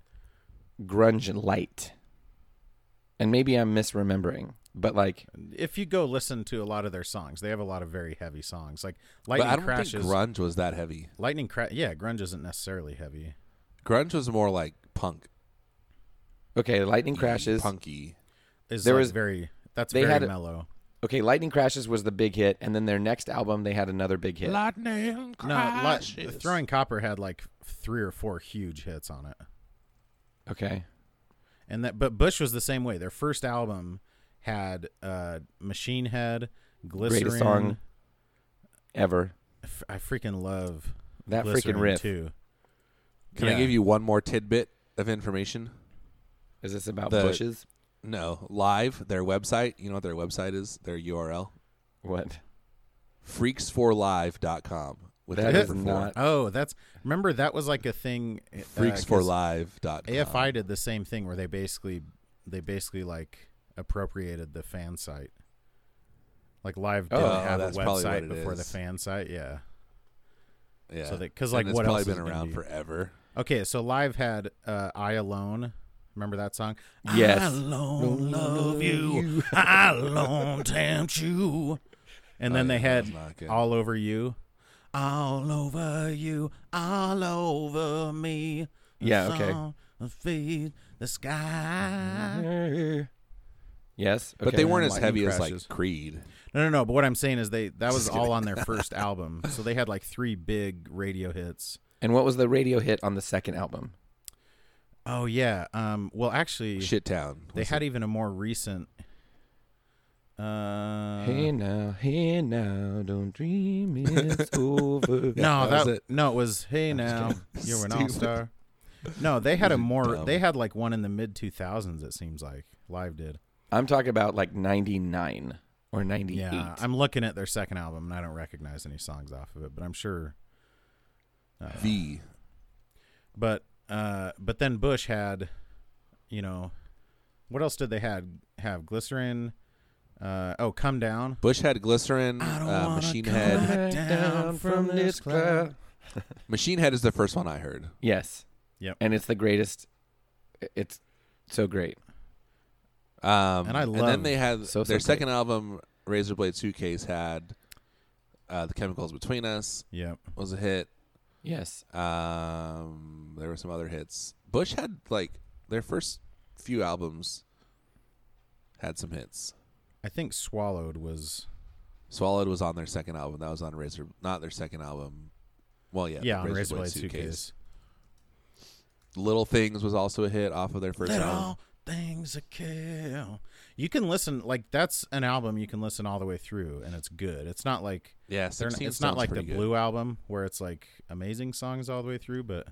Speaker 2: grunge light. And maybe I'm misremembering, but like
Speaker 3: If you go listen to a lot of their songs, they have a lot of very heavy songs. Like
Speaker 1: but
Speaker 3: Lightning
Speaker 1: I don't
Speaker 3: Crashes.
Speaker 1: think grunge was that heavy.
Speaker 3: Lightning Crash. Yeah, grunge isn't necessarily heavy.
Speaker 1: Grunge was more like punk.
Speaker 2: Okay, lightning crashes.
Speaker 1: Punky.
Speaker 3: Is
Speaker 2: There
Speaker 3: like
Speaker 2: was-
Speaker 3: very that's
Speaker 2: they
Speaker 3: very
Speaker 2: had a-
Speaker 3: mellow.
Speaker 2: Okay, lightning crashes was the big hit, and then their next album they had another big hit.
Speaker 1: Lightning
Speaker 3: No, like, Throwing Copper had like three or four huge hits on it.
Speaker 2: Okay,
Speaker 3: and that but bush was the same way their first album had uh machine head glycerin
Speaker 2: greatest song ever.
Speaker 3: F- i freaking love
Speaker 2: That
Speaker 3: Glycerin
Speaker 2: freaking riff.
Speaker 3: too
Speaker 1: Can I
Speaker 3: Yeah.
Speaker 1: give you one more tidbit of information?
Speaker 2: Is this about
Speaker 1: The-
Speaker 2: bushes?
Speaker 1: No. Live, their website. You know what their website is? Their URL?
Speaker 2: What?
Speaker 1: Freaks4live.com. With
Speaker 2: That
Speaker 1: the
Speaker 2: is
Speaker 1: number four.
Speaker 2: not-
Speaker 3: oh that's remember that was like a thing uh, cause
Speaker 1: Freaks4live.com.
Speaker 3: afi did the same thing where they basically they basically like appropriated the fan site like live didn't
Speaker 1: Oh,
Speaker 3: have a
Speaker 1: that's probably what
Speaker 3: website
Speaker 1: it
Speaker 3: before the
Speaker 1: is.
Speaker 3: fan site yeah
Speaker 1: Yeah.
Speaker 3: So they- 'cause,
Speaker 1: And
Speaker 3: like,
Speaker 1: it's
Speaker 3: what
Speaker 1: probably
Speaker 3: else is
Speaker 1: been
Speaker 3: it gonna
Speaker 1: around
Speaker 3: be?
Speaker 1: forever.
Speaker 3: okay so live had uh i alone remember that song
Speaker 2: Yes.
Speaker 3: i alone love you i alone tempt you and then
Speaker 1: yeah,
Speaker 3: they
Speaker 1: that
Speaker 3: had
Speaker 1: was not good.
Speaker 3: all over you all over you all over me The
Speaker 2: Yeah, okay.
Speaker 3: song, the feed the sky
Speaker 2: Yes,
Speaker 1: But
Speaker 2: okay.
Speaker 1: they weren't as
Speaker 3: Lightning
Speaker 1: heavy as
Speaker 3: crashes.
Speaker 1: like Creed.
Speaker 3: no no no but what i'm saying is they that was all on their first album so they had like three big radio hits
Speaker 2: And what was the radio hit on the second album?
Speaker 3: oh yeah um well actually
Speaker 1: Shit Town.
Speaker 3: They had even a more recent. Uh,
Speaker 2: hey now, hey now, don't dream it's over.
Speaker 3: no,
Speaker 1: that was
Speaker 3: that,
Speaker 1: it.
Speaker 3: no, it was hey now you're an all star. No, they had a more.
Speaker 1: dumb.
Speaker 3: They had like one in the mid two thousands. It seems like live did.
Speaker 2: I'm talking about like '99 or '98.
Speaker 3: Yeah, I'm looking at their second album and I don't recognize any songs off of it, but I'm sure. uh,
Speaker 1: V.
Speaker 3: But uh, but then Bush had, you know, what else did they had have glycerin? Uh, oh, come down.
Speaker 1: Bush had Glycerin, uh, Machine Head.
Speaker 3: back down from this cloud.
Speaker 1: Machine Head is the first one I heard.
Speaker 2: Yes.
Speaker 3: Yep.
Speaker 2: And it's the greatest. It's so great.
Speaker 1: Um,
Speaker 3: And I
Speaker 1: And then
Speaker 3: love
Speaker 1: they had
Speaker 2: So, so
Speaker 1: their
Speaker 2: great.
Speaker 1: second album, Razorblade Suitcase, had uh, the Chemicals Between Us
Speaker 3: Yep.
Speaker 1: was a hit.
Speaker 2: Yes.
Speaker 1: Um, there were some other hits. Bush had like their first few albums had some hits.
Speaker 3: I think Swallowed was
Speaker 1: Swallowed was on their second album. That was on Razor, not their second album. Well, yeah,
Speaker 3: yeah, on Razorblade Suitcase.
Speaker 1: Little Things was also a hit off of their first album.
Speaker 3: Little things a kill. You can listen like that's an album you can listen all the way through and it's good. It's not like
Speaker 1: Yeah,
Speaker 3: they're,
Speaker 1: 16
Speaker 3: it's not
Speaker 1: Stone's
Speaker 3: like the
Speaker 1: pretty good.
Speaker 3: Blue album where it's like amazing songs all the way through. But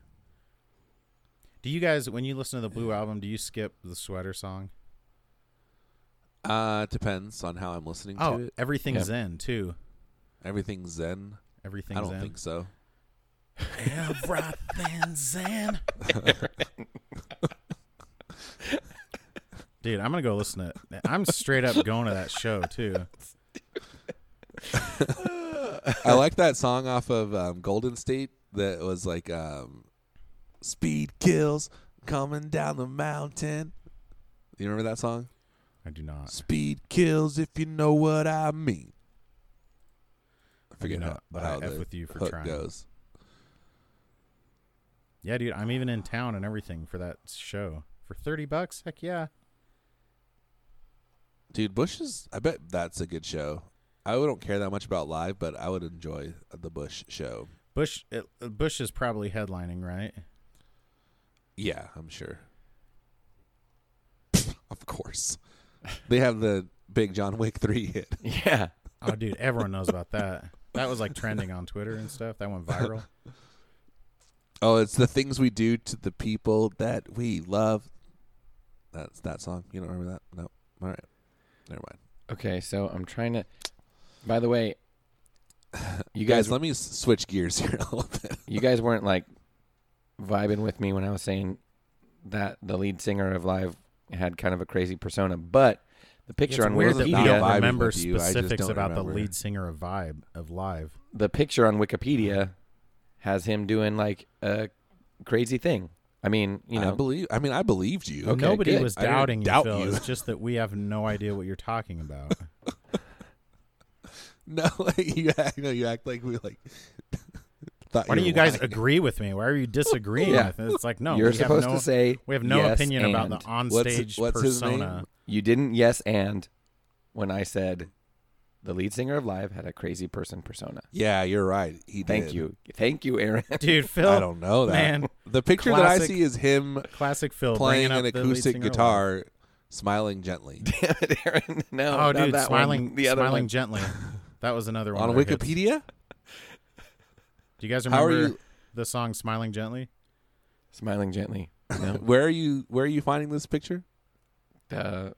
Speaker 3: do you guys when you listen to the Blue album, do you skip the sweater song?
Speaker 1: Uh, it depends on how I'm listening to
Speaker 3: Oh,
Speaker 1: it.
Speaker 3: everything's in too.
Speaker 1: Everything's Zen.
Speaker 3: Everything's
Speaker 1: I don't
Speaker 3: in.
Speaker 1: think so.
Speaker 3: Everything's in. Dude, I'm gonna go listen to it. I'm straight up going to that show too.
Speaker 1: I like that song off of um, Golden State that was like um, "Speed Kills Coming Down the Mountain." You remember that song?
Speaker 3: I do not.
Speaker 1: Speed kills if you know what I mean. I forget
Speaker 3: know,
Speaker 1: how,
Speaker 3: but
Speaker 1: how
Speaker 3: I F
Speaker 1: the
Speaker 3: with you for
Speaker 1: hook
Speaker 3: trying.
Speaker 1: goes.
Speaker 3: Yeah, dude, I'm even in town and everything for that show for thirty bucks. Heck yeah.
Speaker 1: Dude, Bush is. I bet that's a good show. I don't care that much about live, but I would enjoy the Bush show.
Speaker 3: Bush it, Bush is probably headlining, right?
Speaker 1: Yeah, I'm sure. of course, they have the big John Wick three hit.
Speaker 2: Yeah.
Speaker 3: Oh, dude, everyone knows about that. That was like trending on Twitter and stuff. That went viral.
Speaker 1: Oh, it's the things we do to the people that we love. That's that song. You don't remember that? No. All right. Never mind.
Speaker 2: Okay. So I'm trying to. By the way, you
Speaker 1: Guys,
Speaker 2: guys,
Speaker 1: let me s- switch gears here a little bit.
Speaker 2: you guys weren't like vibing with me when I was saying that the lead singer of Live had kind of a crazy persona, but the picture
Speaker 3: it's
Speaker 2: on
Speaker 3: weird that we
Speaker 1: Not vibing
Speaker 3: don't
Speaker 2: Wikipedia,
Speaker 3: remember
Speaker 1: with you, I just
Speaker 3: specifics
Speaker 1: don't
Speaker 3: about
Speaker 1: remember.
Speaker 3: the lead singer of Vibe of Live.
Speaker 2: the picture on Wikipedia has him doing like a crazy thing. I mean, you
Speaker 1: I
Speaker 2: know,
Speaker 1: believe. I mean, I believed you.
Speaker 2: Okay,
Speaker 3: Nobody
Speaker 2: good.
Speaker 3: was
Speaker 1: I didn't
Speaker 3: doubting you,
Speaker 1: doubt
Speaker 3: Phil.
Speaker 1: you.
Speaker 3: It's just that we have no idea what you're talking about.
Speaker 1: No, you act. No, you act like we like. thought
Speaker 3: Why don't
Speaker 1: were
Speaker 3: you guys
Speaker 1: lying.
Speaker 3: agree with me? Why are you disagreeing
Speaker 2: Yeah.
Speaker 3: with me? It's like no,
Speaker 2: you're
Speaker 3: we
Speaker 2: supposed
Speaker 3: have no,
Speaker 2: to say
Speaker 3: we have no
Speaker 2: yes
Speaker 3: opinion about the
Speaker 2: and.
Speaker 1: What's-
Speaker 3: onstage
Speaker 1: what's his name?
Speaker 3: persona.
Speaker 2: You didn't yes and when I said the lead singer of Live had a crazy person persona.
Speaker 1: Yeah, you're right. He.
Speaker 2: Thank
Speaker 1: did.
Speaker 2: you. Thank you, Aaron.
Speaker 3: Dude, Phil,
Speaker 1: I don't know that.
Speaker 3: man,
Speaker 1: the picture that I
Speaker 3: classic-
Speaker 1: see is him
Speaker 3: classic Phil
Speaker 1: playing
Speaker 3: bringing up
Speaker 1: an
Speaker 3: the lead
Speaker 1: acoustic
Speaker 3: singer of Live.
Speaker 1: guitar, smiling gently.
Speaker 2: Damn it, Aaron. No.
Speaker 3: Oh,
Speaker 2: not
Speaker 3: dude,
Speaker 2: that
Speaker 3: smiling,
Speaker 2: one. The other
Speaker 3: smiling
Speaker 2: one.
Speaker 3: gently. That was another one
Speaker 1: On
Speaker 3: of their hits.
Speaker 1: Wikipedia?
Speaker 3: Do you guys
Speaker 1: How are
Speaker 3: remember
Speaker 1: you-
Speaker 3: the song "Smiling Gently"?
Speaker 2: Smiling gently. No.
Speaker 1: Where are you? Where are you finding this picture?
Speaker 2: uh,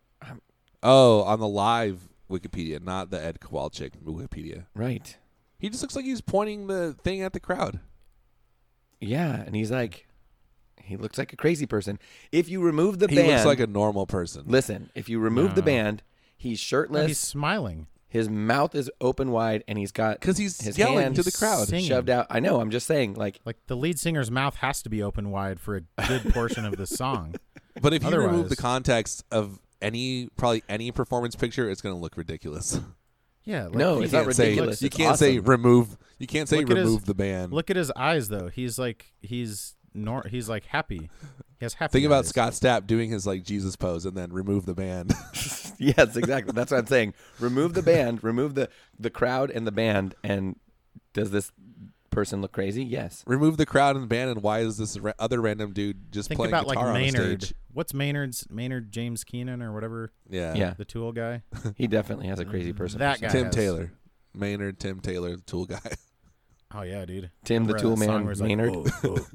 Speaker 1: Oh, on the live Wikipedia, not the Ed Kowalczyk Wikipedia.
Speaker 2: right.
Speaker 1: He just looks like he's pointing the thing at the crowd.
Speaker 2: Yeah, and he's like, he looks like a crazy person. If you remove the
Speaker 1: He
Speaker 2: band,
Speaker 1: looks like a normal person.
Speaker 2: listen. If you remove the
Speaker 3: No.
Speaker 2: band, he's
Speaker 3: No, he's
Speaker 2: shirtless.
Speaker 3: smiling.
Speaker 2: his mouth is open wide, and he's got
Speaker 1: Because he's
Speaker 2: his
Speaker 1: yelling
Speaker 2: hand
Speaker 1: to the crowd.
Speaker 3: singing.
Speaker 2: shoved out. I know. I'm just saying, like,
Speaker 3: Like the lead singer's mouth has to be open wide for a good portion of the song.
Speaker 1: But if you remove the
Speaker 3: Otherwise-
Speaker 1: context of any, probably any performance picture, it's going to look ridiculous.
Speaker 3: Yeah, like
Speaker 2: No,
Speaker 3: he-
Speaker 2: it's
Speaker 1: You
Speaker 2: not
Speaker 1: can't
Speaker 2: ridiculous.
Speaker 1: Say, you
Speaker 2: It's
Speaker 1: can't say
Speaker 2: awesome.
Speaker 1: remove. You can't say
Speaker 3: Look at his-
Speaker 1: remove the band.
Speaker 3: Look at his eyes though. He's like he's nor he's like happy. He has happy.
Speaker 1: Think about
Speaker 3: eyes.
Speaker 1: Scott Stapp doing his like Jesus pose and then remove the band.
Speaker 2: yes, exactly. That's what I'm saying. Remove the band, remove the the crowd and the band, and does this person look crazy? Yes.
Speaker 1: remove the crowd and the band. And why is this ra- other random dude just
Speaker 3: Think
Speaker 1: playing
Speaker 3: about like
Speaker 1: guitar on a
Speaker 3: Maynard.
Speaker 1: stage?
Speaker 3: What's Maynard's Maynard James Keenan or whatever
Speaker 1: Yeah,
Speaker 2: Yeah,
Speaker 3: the Tool guy?
Speaker 2: he definitely has a crazy person.
Speaker 3: That
Speaker 2: persona.
Speaker 3: guy.
Speaker 1: Tim
Speaker 3: has-
Speaker 1: Taylor, Maynard, Tim Taylor, the Tool guy.
Speaker 3: Oh yeah, dude.
Speaker 2: Tim the
Speaker 3: Remember
Speaker 2: Tool
Speaker 3: that song
Speaker 2: Man
Speaker 3: where it's like,
Speaker 2: Maynard.
Speaker 3: "Whoa, whoa."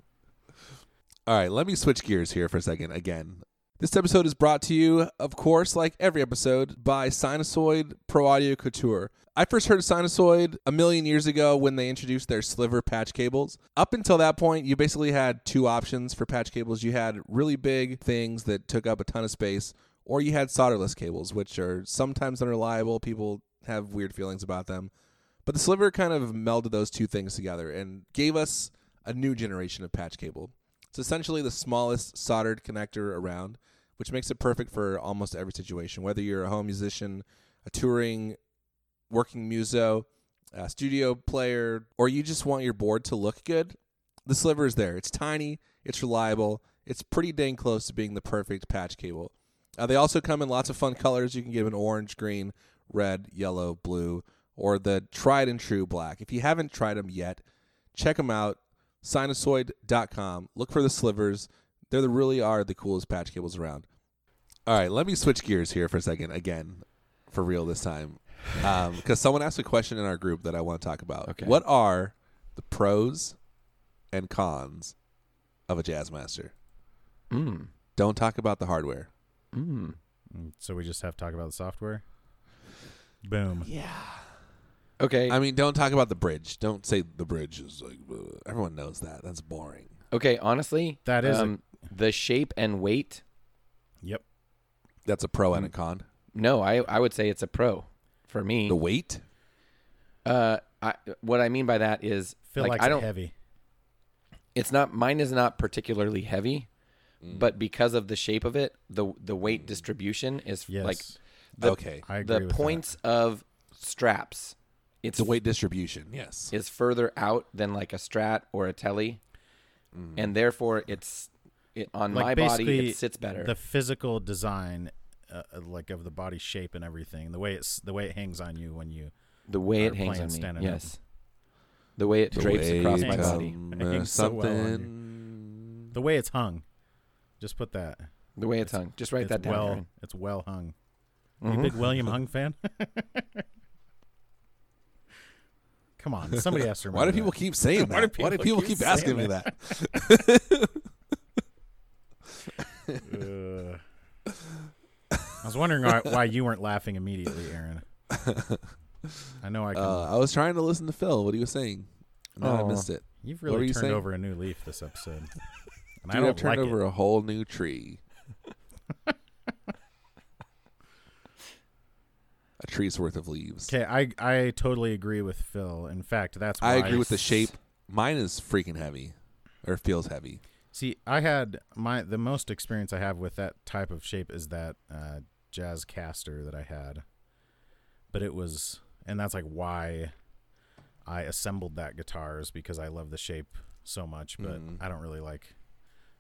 Speaker 1: All right, let me switch gears here for a second again. This episode is brought to you, of course, like every episode, by Sinusoid Pro Audio Couture. I first heard of Sinusoid a million years ago when they introduced their sliver patch cables. Up until that point, you basically had two options for patch cables. You had really big things that took up a ton of space, or you had solderless cables, which are sometimes unreliable. People have weird feelings about them. But the sliver kind of melded those two things together and gave us a new generation of patch cable. It's essentially the smallest soldered connector around, which makes it perfect for almost every situation, whether you're a home musician, a touring, working muso, a studio player, or you just want your board to look good. The sliver is there. It's tiny, it's reliable, it's pretty dang close to being the perfect patch cable. Uh, they also come in lots of fun colors. You can give an orange, green, red, yellow, blue, or the tried and true black. If you haven't tried them yet, check them out. Sinusoid.com. Look for the slivers. They are really are the coolest patch cables around. All right, let me switch gears here for a second again, for real this time, because someone asked a question in our group that I want to talk about.
Speaker 2: Okay.
Speaker 1: What are the pros and cons of a Jazzmaster?
Speaker 2: Mm.
Speaker 1: Don't talk about the hardware.
Speaker 2: Mm.
Speaker 3: Mm, So we just have to talk about the software. Boom.
Speaker 1: Yeah.
Speaker 2: Okay.
Speaker 1: I mean, don't talk about the bridge. Don't say the bridge is like uh, everyone knows that. That's boring.
Speaker 2: okay. Honestly, um,
Speaker 3: That is a-
Speaker 2: the shape and weight.
Speaker 3: Yep.
Speaker 1: That's a pro
Speaker 2: Mm.
Speaker 1: and a con.
Speaker 2: No, I I would say it's a pro for me.
Speaker 1: The weight.
Speaker 2: Uh, I what I mean by that is
Speaker 3: Feel
Speaker 2: like
Speaker 3: like
Speaker 2: I don't.
Speaker 3: heavy.
Speaker 2: It's not mine is not particularly heavy, but because of the shape of it, the the weight distribution is
Speaker 3: Yes.
Speaker 2: like the,
Speaker 1: Okay.
Speaker 3: I agree
Speaker 2: the
Speaker 3: with that.
Speaker 2: points of straps. It's
Speaker 1: The weight distribution. Yes.
Speaker 2: is further out than like a strat or a telly, and therefore it's it, on
Speaker 3: Like
Speaker 2: my body
Speaker 3: basically,
Speaker 2: it sits better.
Speaker 3: The physical design, uh, uh, like of the body shape and everything, the way it's the way it hangs on you when you.
Speaker 2: the way
Speaker 3: or
Speaker 2: it hangs
Speaker 3: playing
Speaker 2: on me,
Speaker 3: standing up.
Speaker 2: yes. The way it
Speaker 1: The
Speaker 2: drapes across
Speaker 1: weight
Speaker 2: my
Speaker 3: it
Speaker 2: body,
Speaker 1: um,
Speaker 3: It
Speaker 1: uh,
Speaker 3: hangs so well on you.
Speaker 1: something.
Speaker 3: The way it's hung. Just put that.
Speaker 2: the way it's hung. Just write
Speaker 3: it's
Speaker 2: that down.
Speaker 3: well.
Speaker 2: Aaron.
Speaker 3: It's well hung.
Speaker 1: Mm-hmm.
Speaker 3: You big William Hung fan? Come on, somebody asked her.
Speaker 1: Why do people keep saying that? Why do people, keep, asking me that?
Speaker 3: Uh, I was wondering why, why you weren't laughing immediately, Aaron. I know I can.
Speaker 1: Uh, I was trying to listen to Phil. What he was saying. No, I
Speaker 3: Oh,
Speaker 2: Aw.
Speaker 1: missed it.
Speaker 3: You've
Speaker 1: were
Speaker 3: really
Speaker 1: you
Speaker 3: turned
Speaker 1: saying?
Speaker 3: over a new leaf this episode, and I
Speaker 1: Dude,
Speaker 3: don't
Speaker 1: I've turned
Speaker 3: like
Speaker 1: over
Speaker 3: it.
Speaker 1: a whole new tree. a tree's worth of leaves.
Speaker 3: Okay, I I totally agree with Phil. In fact, that's why
Speaker 1: I agree with the
Speaker 3: s-
Speaker 1: shape. Mine is freaking heavy, or feels heavy.
Speaker 3: See, I had my the most experience I have with that type of shape is that uh, jazz caster that I had, but it was, and that's like why I assembled that guitar is because I love the shape so much, but
Speaker 1: Mhm.
Speaker 3: I don't really like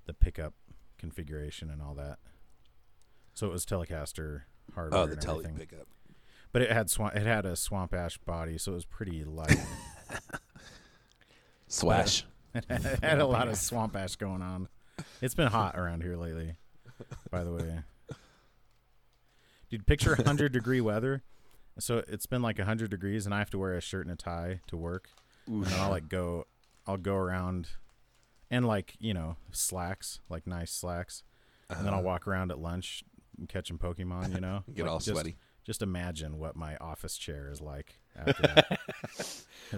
Speaker 3: the pickup configuration and all that. So it was Telecaster hardware.
Speaker 1: Oh, the
Speaker 3: and
Speaker 1: telly
Speaker 3: everything.
Speaker 1: pickup.
Speaker 3: but it had swamp, it had a swamp ash body, so it was pretty light.
Speaker 1: Swash.
Speaker 3: it had a lot of swamp ash going on. It's been hot around here lately, by the way. Dude, picture 100 degree weather. So it's been like 100 degrees, and I have to wear a shirt and a tie to work. And I'll like go, I'll go around, and like you know slacks, like nice slacks, and then I'll walk around at lunch catching Pokemon. You know,
Speaker 1: Uh-huh. Get
Speaker 3: Like,
Speaker 1: all
Speaker 3: just-
Speaker 1: sweaty.
Speaker 3: Just imagine what my office chair is like. After that.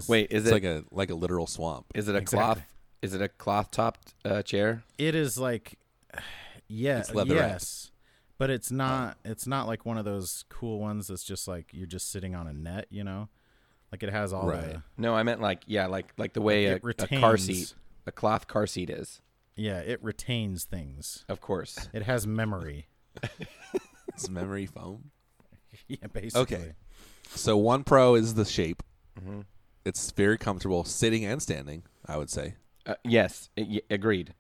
Speaker 2: Wait, is
Speaker 1: It's
Speaker 2: it
Speaker 1: like a like a literal swamp.
Speaker 2: is it a
Speaker 3: Exactly.
Speaker 2: cloth? Is it a cloth topped uh, chair?
Speaker 3: it is like yeah,
Speaker 1: It's leatherette. Oh.
Speaker 3: yes but it's not it's not like one of those cool ones that's just like you're just sitting on a net you know like it has all
Speaker 1: Right.
Speaker 3: the
Speaker 2: No, I meant like yeah, like like the way a,
Speaker 3: it
Speaker 2: a car
Speaker 3: retains-
Speaker 2: seat, a cloth car seat is,
Speaker 3: yeah it retains things
Speaker 2: of course.
Speaker 3: it has memory
Speaker 1: It's memory foam.
Speaker 3: yeah basically
Speaker 1: So one pro is the shape.
Speaker 3: Mm-hmm.
Speaker 1: It's very comfortable sitting and standing. I would say.
Speaker 2: Uh, yes, a- y- agreed.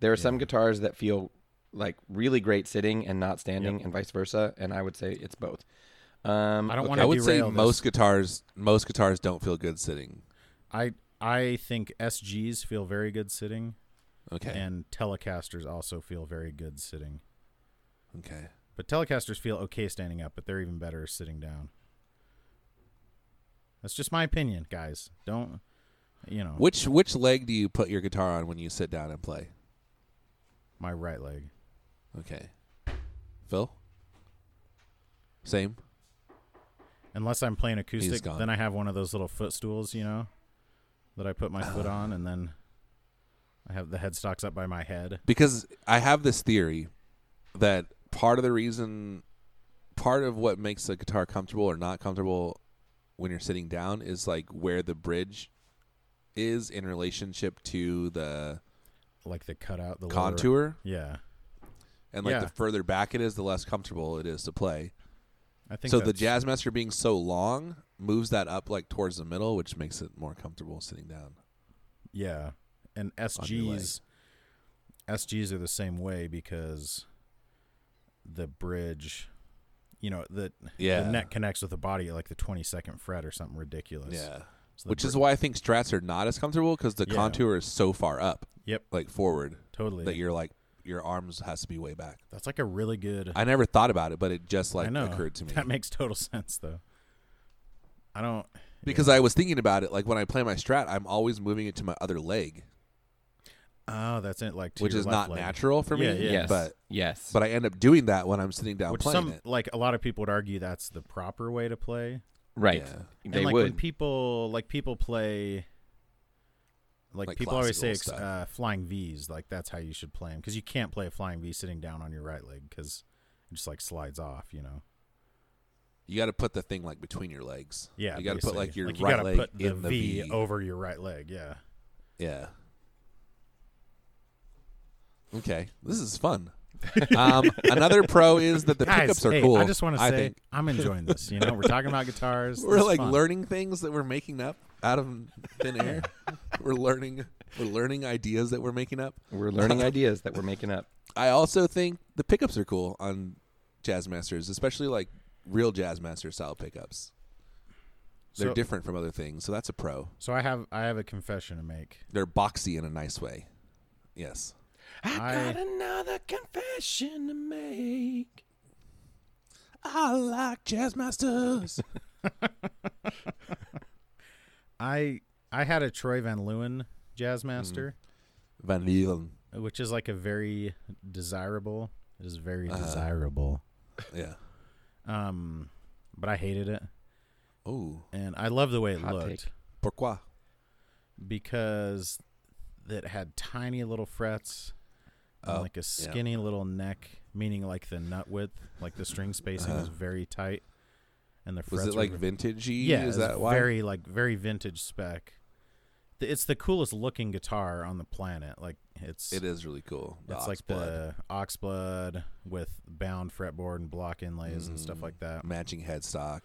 Speaker 2: There are some guitars that feel like really great sitting and not standing, and vice versa. And I would say it's both. Um,
Speaker 3: i don't
Speaker 1: I
Speaker 3: want
Speaker 1: would
Speaker 3: to
Speaker 1: say
Speaker 3: derail this.
Speaker 1: most guitars most guitars don't feel good sitting.
Speaker 3: i i think sgs feel very good sitting
Speaker 1: Okay.
Speaker 3: and telecasters also feel very good sitting
Speaker 1: okay.
Speaker 3: but telecasters feel okay standing up but they're even better sitting down that's just my opinion guys don't you know
Speaker 1: Which which leg do you put your guitar on when you sit down and play?
Speaker 3: my right leg.
Speaker 1: Okay. Phil. Same.
Speaker 3: Unless I'm playing
Speaker 1: He's
Speaker 3: acoustic,
Speaker 1: gone.
Speaker 3: then I have one of those little footstools, you know, that I put my foot
Speaker 1: Ah.
Speaker 3: on, and then I have the headstocks up by my head.
Speaker 1: because I have this theory that part of the reason, part of what makes a guitar comfortable or not comfortable when you're sitting down is like where the bridge is in relationship to the
Speaker 3: like the cutout, the lower-
Speaker 1: contour,
Speaker 3: yeah,
Speaker 1: and like
Speaker 3: Yeah.
Speaker 1: the further back it is, the less comfortable it is to play.
Speaker 3: I think
Speaker 1: So the
Speaker 3: that's-
Speaker 1: Jazzmaster being so long moves that up like towards the middle, which makes it more comfortable sitting down.
Speaker 3: Yeah, and
Speaker 1: your leg.
Speaker 3: SGs, SGs are the same way because the bridge, you know, the
Speaker 1: Yeah.
Speaker 3: the neck connects with the body at like the twenty second fret or something ridiculous.
Speaker 1: Yeah.
Speaker 3: So the
Speaker 1: Which is
Speaker 3: bri-
Speaker 1: why I think strats are not as comfortable because the
Speaker 3: Yeah.
Speaker 1: contour is so far up,
Speaker 3: Yep,
Speaker 1: like forward,
Speaker 3: totally.
Speaker 1: that you're like your arms has to be way back.
Speaker 3: That's like a really good.
Speaker 1: I never thought about it, but it just like
Speaker 3: I know
Speaker 1: occurred to me
Speaker 3: that makes total sense though. I don't
Speaker 1: because I was thinking about it. Like when I play my strat, I'm always moving it to my other leg,
Speaker 3: Oh, that's it. Like to
Speaker 1: which
Speaker 3: your
Speaker 1: is
Speaker 3: left
Speaker 1: not
Speaker 3: leg.
Speaker 1: natural for me.
Speaker 3: Yeah, yeah.
Speaker 2: Yes.
Speaker 1: But
Speaker 2: yes.
Speaker 1: but I end up doing that when I'm sitting down
Speaker 3: Which
Speaker 1: playing
Speaker 3: some
Speaker 1: it.
Speaker 3: like a lot of people would argue that's the proper way to play.
Speaker 2: right.
Speaker 1: Yeah.
Speaker 2: They
Speaker 3: and like when
Speaker 2: would.
Speaker 3: people like people play like,
Speaker 1: Like
Speaker 3: people always say ex-
Speaker 1: classical stuff.
Speaker 3: uh, flying v's like that's how you should play them because you can't play a flying v sitting down on your right leg because it just like slides off you know
Speaker 1: You got to put the thing like between your legs.
Speaker 3: yeah
Speaker 1: you got to put
Speaker 3: basically.
Speaker 1: like your
Speaker 3: you
Speaker 1: right
Speaker 3: gotta
Speaker 1: leg
Speaker 3: put the
Speaker 1: in the
Speaker 3: v,
Speaker 1: V.
Speaker 3: over your right leg yeah
Speaker 1: Yeah. Okay, this is fun. um, another pro is that the
Speaker 3: Guys,
Speaker 1: pickups are
Speaker 3: hey,
Speaker 1: cool.
Speaker 3: i just want to say
Speaker 1: think.
Speaker 3: i'm enjoying this you know we're talking about guitars
Speaker 1: we're
Speaker 3: This is
Speaker 1: like
Speaker 3: fun.
Speaker 1: learning things that we're making up out of thin air. we're learning we're learning ideas that we're making up.
Speaker 2: We're learning ideas that we're making up.
Speaker 1: I also think the pickups are cool on Jazzmasters, especially like real Jazzmaster style pickups. They're
Speaker 3: so,
Speaker 1: different from other things, so that's a pro.
Speaker 3: so i have i have a confession to make
Speaker 1: They're boxy in a nice way. Yes.
Speaker 3: I- got
Speaker 2: another confession to make.
Speaker 1: I like Jazzmasters.
Speaker 3: i i had a troy van leeuwen jazzmaster
Speaker 1: Hmm. Van Leeuwen.
Speaker 3: which is like a very desirable. It is
Speaker 1: Uh.
Speaker 3: very desirable.
Speaker 1: Yeah.
Speaker 3: Um, but I hated it,
Speaker 1: Oh.
Speaker 3: and I love the way it
Speaker 2: Hot
Speaker 3: looked
Speaker 2: take.
Speaker 1: Pourquoi?
Speaker 3: because it had tiny little frets, and
Speaker 1: Oh,
Speaker 3: like a skinny little neck, meaning like the nut width, like the string spacing was very tight, and the
Speaker 1: Uh-huh. Was
Speaker 3: frets
Speaker 1: it like
Speaker 3: were,
Speaker 1: vintagey?
Speaker 3: yeah,
Speaker 1: Is
Speaker 3: it was
Speaker 1: that why?
Speaker 3: very like very vintage spec. Th- It's the coolest looking guitar on the planet. Like it's
Speaker 1: it is really cool. The
Speaker 3: It's like
Speaker 1: Oxblood.
Speaker 3: the oxblood with bound fretboard and block inlays and
Speaker 1: Mm.
Speaker 3: stuff like that.
Speaker 1: matching headstock.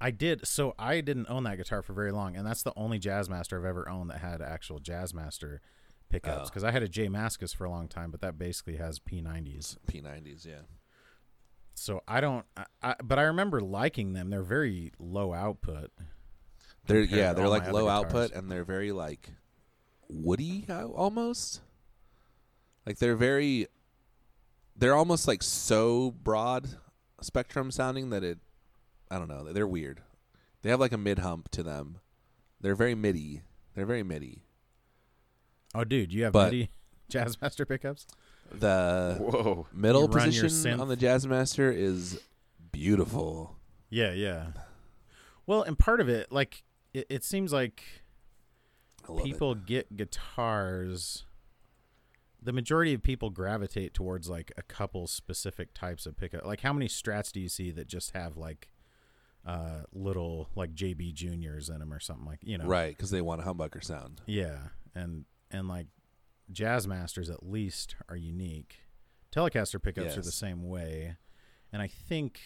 Speaker 3: I did so I didn't own that guitar for very long, and that's the only Jazzmaster I've ever owned that had actual Jazzmaster pickups.
Speaker 1: Oh.
Speaker 3: Because I had a J Mascus for a long time, but that basically has P90s.
Speaker 1: P90s, yeah.
Speaker 3: So I don't, I, I, but I remember liking them. They're very low output.
Speaker 1: They're
Speaker 3: compared
Speaker 1: yeah,
Speaker 3: to
Speaker 1: they're
Speaker 3: all my
Speaker 1: like
Speaker 3: other
Speaker 1: low output
Speaker 3: guitars.
Speaker 1: and they're very like woody uh, almost. Like they're very they're almost like so broad spectrum sounding that it I don't know, they're weird. They have like a mid hump to them. They're very midi. They're very midi.
Speaker 3: Oh, dude, you have
Speaker 1: But-
Speaker 3: MIDI Jazzmaster pickups?
Speaker 1: The
Speaker 2: Whoa.
Speaker 1: middle
Speaker 3: You run your
Speaker 1: position
Speaker 3: synth.
Speaker 1: on the Jazzmaster is beautiful.
Speaker 3: Yeah, yeah. Well, and part of it, like it, it seems like
Speaker 1: I love
Speaker 3: people get guitars the majority of people gravitate towards like a couple specific types of pickup like how many strats do you see that just have like uh little like jb juniors in them or something like you
Speaker 1: it.
Speaker 3: know
Speaker 1: Right, because they want a humbucker sound.
Speaker 3: yeah and and like jazz masters at least are unique telecaster pickups are the
Speaker 1: Yes.
Speaker 3: same way and i think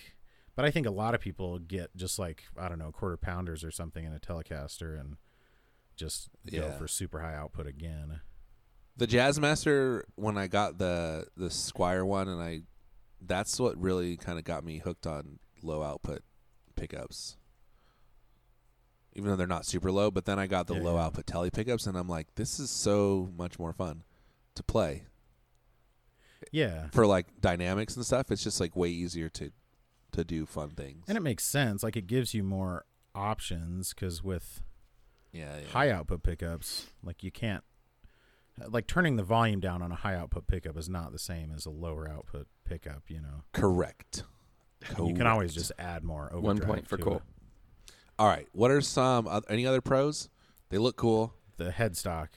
Speaker 3: but i think a lot of people get just like i don't know quarter pounders or something in a telecaster and just go
Speaker 1: Yeah.
Speaker 3: for super high output again
Speaker 1: The Jazzmaster, when I got the the Squire one, and I, that's what really kind of got me hooked on low output pickups. Even though they're not super low, but then I got the
Speaker 3: Yeah,
Speaker 1: low
Speaker 3: yeah.
Speaker 1: output tele pickups, and I'm like, this is so much more fun to play
Speaker 3: yeah
Speaker 1: for like dynamics and stuff. It's just like way easier to to do fun things.
Speaker 3: and it makes sense like it gives you more options because with
Speaker 1: yeah, yeah.
Speaker 3: high output pickups like you can't like turning the volume down on a high output pickup is not the same as a lower output pickup you know
Speaker 1: correct.
Speaker 3: you can always
Speaker 1: Correct.
Speaker 3: just add more overdrive
Speaker 2: One point for
Speaker 3: to
Speaker 2: Cole.
Speaker 3: it.
Speaker 1: All right, what are some oth- any other pros? They look cool.
Speaker 3: the headstock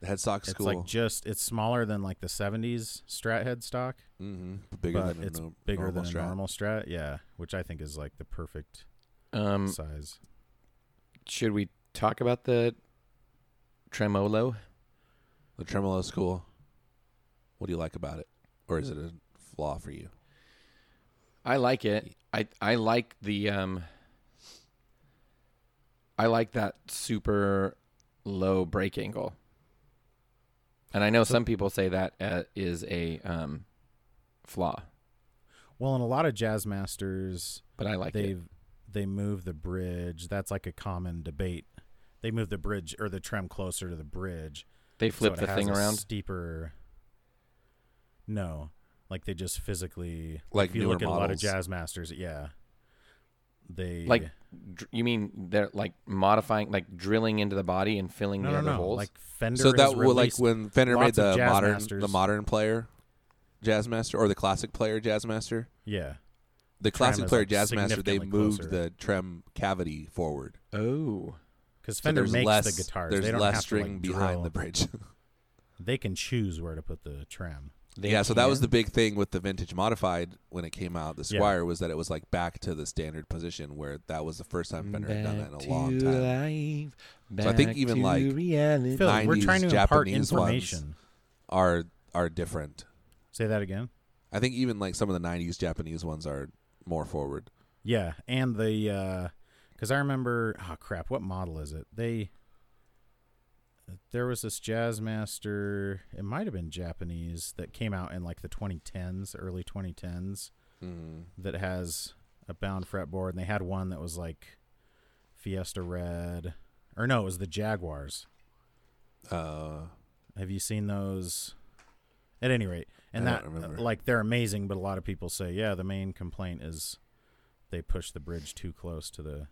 Speaker 1: The headstock's
Speaker 3: it's
Speaker 1: cool.
Speaker 3: like just it's smaller than like the 70s strat headstock
Speaker 1: mm-hmm. Bigger
Speaker 3: but
Speaker 1: than a
Speaker 3: it's
Speaker 1: no-
Speaker 3: bigger
Speaker 1: normal
Speaker 3: than
Speaker 1: Strat.
Speaker 3: a normal strat yeah which i think is like the perfect
Speaker 2: Um,
Speaker 3: size
Speaker 2: should we talk about the tremolo?
Speaker 1: The tremolo's cool. What do you like about it, or is it a flaw for you?
Speaker 2: I like it. I I like the um I like that super low break angle. And I know some people say that uh, is a um flaw,
Speaker 3: Well, in a lot of jazz masters,
Speaker 2: but I like it.
Speaker 3: they've they move the bridge. That's like a common debate. They move the bridge or the trem closer to the bridge.
Speaker 2: They
Speaker 3: so
Speaker 2: flip
Speaker 3: it
Speaker 2: the
Speaker 3: has
Speaker 2: thing
Speaker 3: a
Speaker 2: around.
Speaker 3: Steeper. No, like they just physically.
Speaker 1: Like
Speaker 3: if you
Speaker 1: newer
Speaker 3: look at a lot of
Speaker 1: models.
Speaker 3: jazz masters, yeah. They
Speaker 2: Like dr- you mean they're like modifying like drilling into the body and filling
Speaker 3: no
Speaker 2: the
Speaker 3: no
Speaker 2: other
Speaker 3: no
Speaker 2: holes?
Speaker 3: like Fender.
Speaker 1: so that
Speaker 3: has
Speaker 1: w- like
Speaker 3: released-
Speaker 1: when Fender made
Speaker 3: lots of
Speaker 1: the
Speaker 3: jazz
Speaker 1: modern the
Speaker 3: masters.
Speaker 1: modern player jazz master or the classic player jazz master.
Speaker 3: yeah
Speaker 1: The
Speaker 3: Trem
Speaker 1: classic
Speaker 3: is,
Speaker 1: player
Speaker 3: like,
Speaker 1: jazz master they
Speaker 3: significantly
Speaker 1: moved
Speaker 3: closer.
Speaker 1: the trem cavity forward.
Speaker 2: oh.
Speaker 3: because
Speaker 1: So
Speaker 3: Fender
Speaker 1: there's
Speaker 3: makes
Speaker 1: less
Speaker 3: the guitars.
Speaker 1: there's
Speaker 3: they don't
Speaker 1: less
Speaker 3: have
Speaker 1: string
Speaker 3: to, like,
Speaker 1: behind
Speaker 3: drill.
Speaker 1: the bridge.
Speaker 3: They can choose where to put the trem.
Speaker 2: They
Speaker 1: yeah, so that was
Speaker 2: can?
Speaker 1: the big thing with the vintage modified when it came out. The
Speaker 3: Yeah.
Speaker 1: Squire was that it was like back to the standard position where that was the first time Fender had done that in a
Speaker 2: Back
Speaker 1: long
Speaker 2: to
Speaker 1: time.
Speaker 2: life,
Speaker 1: So I think
Speaker 2: back
Speaker 1: even,
Speaker 2: to
Speaker 1: like,
Speaker 2: reality.
Speaker 3: Phil, we're
Speaker 1: 90s
Speaker 3: trying to impart
Speaker 1: Japanese ones.
Speaker 3: information.
Speaker 1: Are are different.
Speaker 3: Say that again.
Speaker 1: I think even like some of the '90s Japanese ones are more forward.
Speaker 3: Yeah, and the because I remember. Oh crap! What model is it? They there was this jazz master. It might have been Japanese that came out in like the 2010s, early 2010s.
Speaker 1: Mm.
Speaker 3: That has a bound fretboard, and they had one that was like Fiesta Red, or no, it was the Jaguars.
Speaker 1: Uh,
Speaker 3: Have you seen those? At any rate, and
Speaker 1: I
Speaker 3: that
Speaker 1: don't remember.
Speaker 3: like they're amazing, but a lot of people say, yeah, the main complaint is they push the bridge too close to the,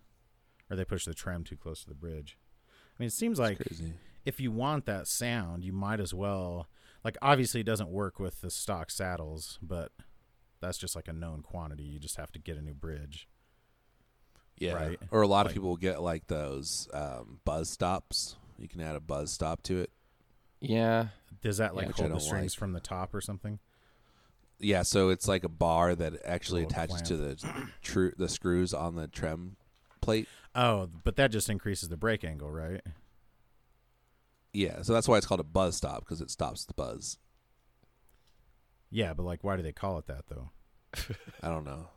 Speaker 3: or they push the tram too close to the bridge. I mean, it seems like
Speaker 1: it's crazy.
Speaker 3: if you want that sound, you might as well. Like, obviously, it doesn't work with the stock saddles, but that's just like a known quantity. You just have to get a new bridge.
Speaker 1: Yeah.
Speaker 3: Right.
Speaker 1: Or a lot
Speaker 3: Like-
Speaker 1: of people will get like those um, buzz stops. You can add a buzz stop to it.
Speaker 2: yeah.
Speaker 3: Does that like
Speaker 1: Which I
Speaker 3: hold the
Speaker 1: don't
Speaker 3: strings
Speaker 1: like.
Speaker 3: from the top or something?
Speaker 1: Yeah, so it's like a bar that actually
Speaker 3: Little
Speaker 1: attaches to the tru- the screws on the trem plate.
Speaker 3: Oh, but that just increases the break angle, right?
Speaker 1: Yeah, so that's why it's called a buzz stop because it stops the buzz.
Speaker 3: Yeah, but like, why do they call it that though?
Speaker 1: I don't know.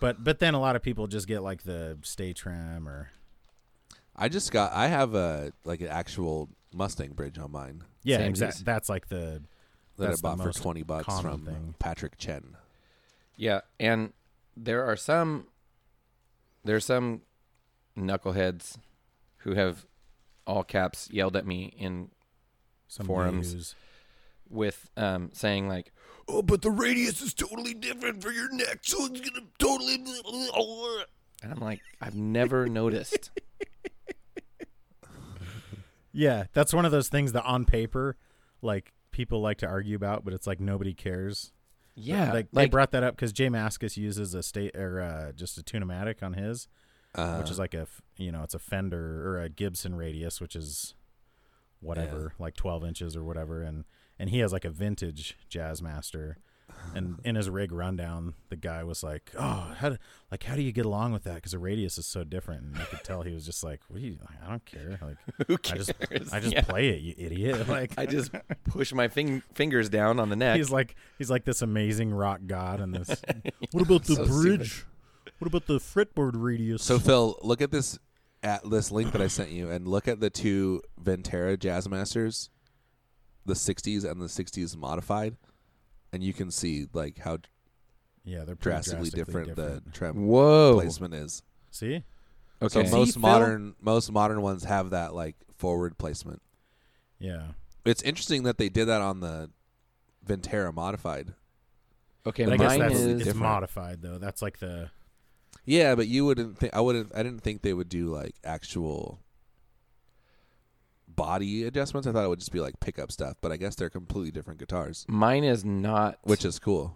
Speaker 3: But but then a lot of people just get like the stay trim or
Speaker 1: I just got I have a like an actual Mustang bridge on mine
Speaker 3: yeah,
Speaker 2: Same
Speaker 3: exactly.
Speaker 2: piece.
Speaker 3: That's like the
Speaker 1: that
Speaker 3: That's
Speaker 1: I
Speaker 3: the
Speaker 1: bought for
Speaker 3: most
Speaker 1: twenty bucks
Speaker 3: common
Speaker 1: from
Speaker 3: thing.
Speaker 1: Patrick Chen.
Speaker 2: Yeah, and there are some there are some knuckleheads who have all caps yelled at me in
Speaker 3: some
Speaker 2: Forums.
Speaker 3: news.
Speaker 2: with um saying like
Speaker 1: Oh, but the radius is totally different for your neck, so it's gonna totally.
Speaker 2: and I'm like I've never noticed.
Speaker 3: Yeah, that's one of those things that on paper, like people like to argue about, but it's like nobody cares.
Speaker 2: Yeah,
Speaker 3: like,
Speaker 2: like,
Speaker 3: they brought that up because Jay Maskus uses a state or uh, just a tunematic on his,
Speaker 1: Uh,
Speaker 3: which is like a f- you know it's a Fender or a Gibson radius, which is whatever like twelve inches or whatever, and and he has like a vintage Jazzmaster, and in his rig rundown, the guy was like, oh, how do, like how do you get along with that? Because the radius is so different, and I could tell he was just like, what do you, I don't care, like
Speaker 2: who
Speaker 3: I
Speaker 2: cares?
Speaker 3: just I just
Speaker 2: Yeah.
Speaker 3: play it, you idiot, like.
Speaker 2: I just push my fing- fingers down on the neck.
Speaker 3: He's like he's like this amazing rock god and this. what about the
Speaker 2: So
Speaker 3: bridge? What about the fretboard radius?
Speaker 1: So Phil, look at this at this link that I sent you, and look at the two Ventera Jazzmasters, the '60s and the '60s modified, and you can see like how
Speaker 3: yeah, they're pretty
Speaker 1: drastically, different, the trem
Speaker 2: Whoa.
Speaker 1: placement is.
Speaker 3: See,
Speaker 2: Okay.
Speaker 1: So most
Speaker 3: See, Phil?
Speaker 1: modern most modern ones have that like forward placement.
Speaker 3: yeah,
Speaker 1: It's interesting that they did that on the Ventera modified.
Speaker 2: okay,
Speaker 3: But I guess
Speaker 2: mine
Speaker 3: that's
Speaker 2: is
Speaker 3: it's
Speaker 1: different.
Speaker 3: modified though. That's like the
Speaker 1: Yeah, but you wouldn't think I wouldn't I didn't think they would do like actual body adjustments. I thought it would just be like pickup stuff, but I guess they're completely different guitars,
Speaker 2: mine is not
Speaker 1: which is cool.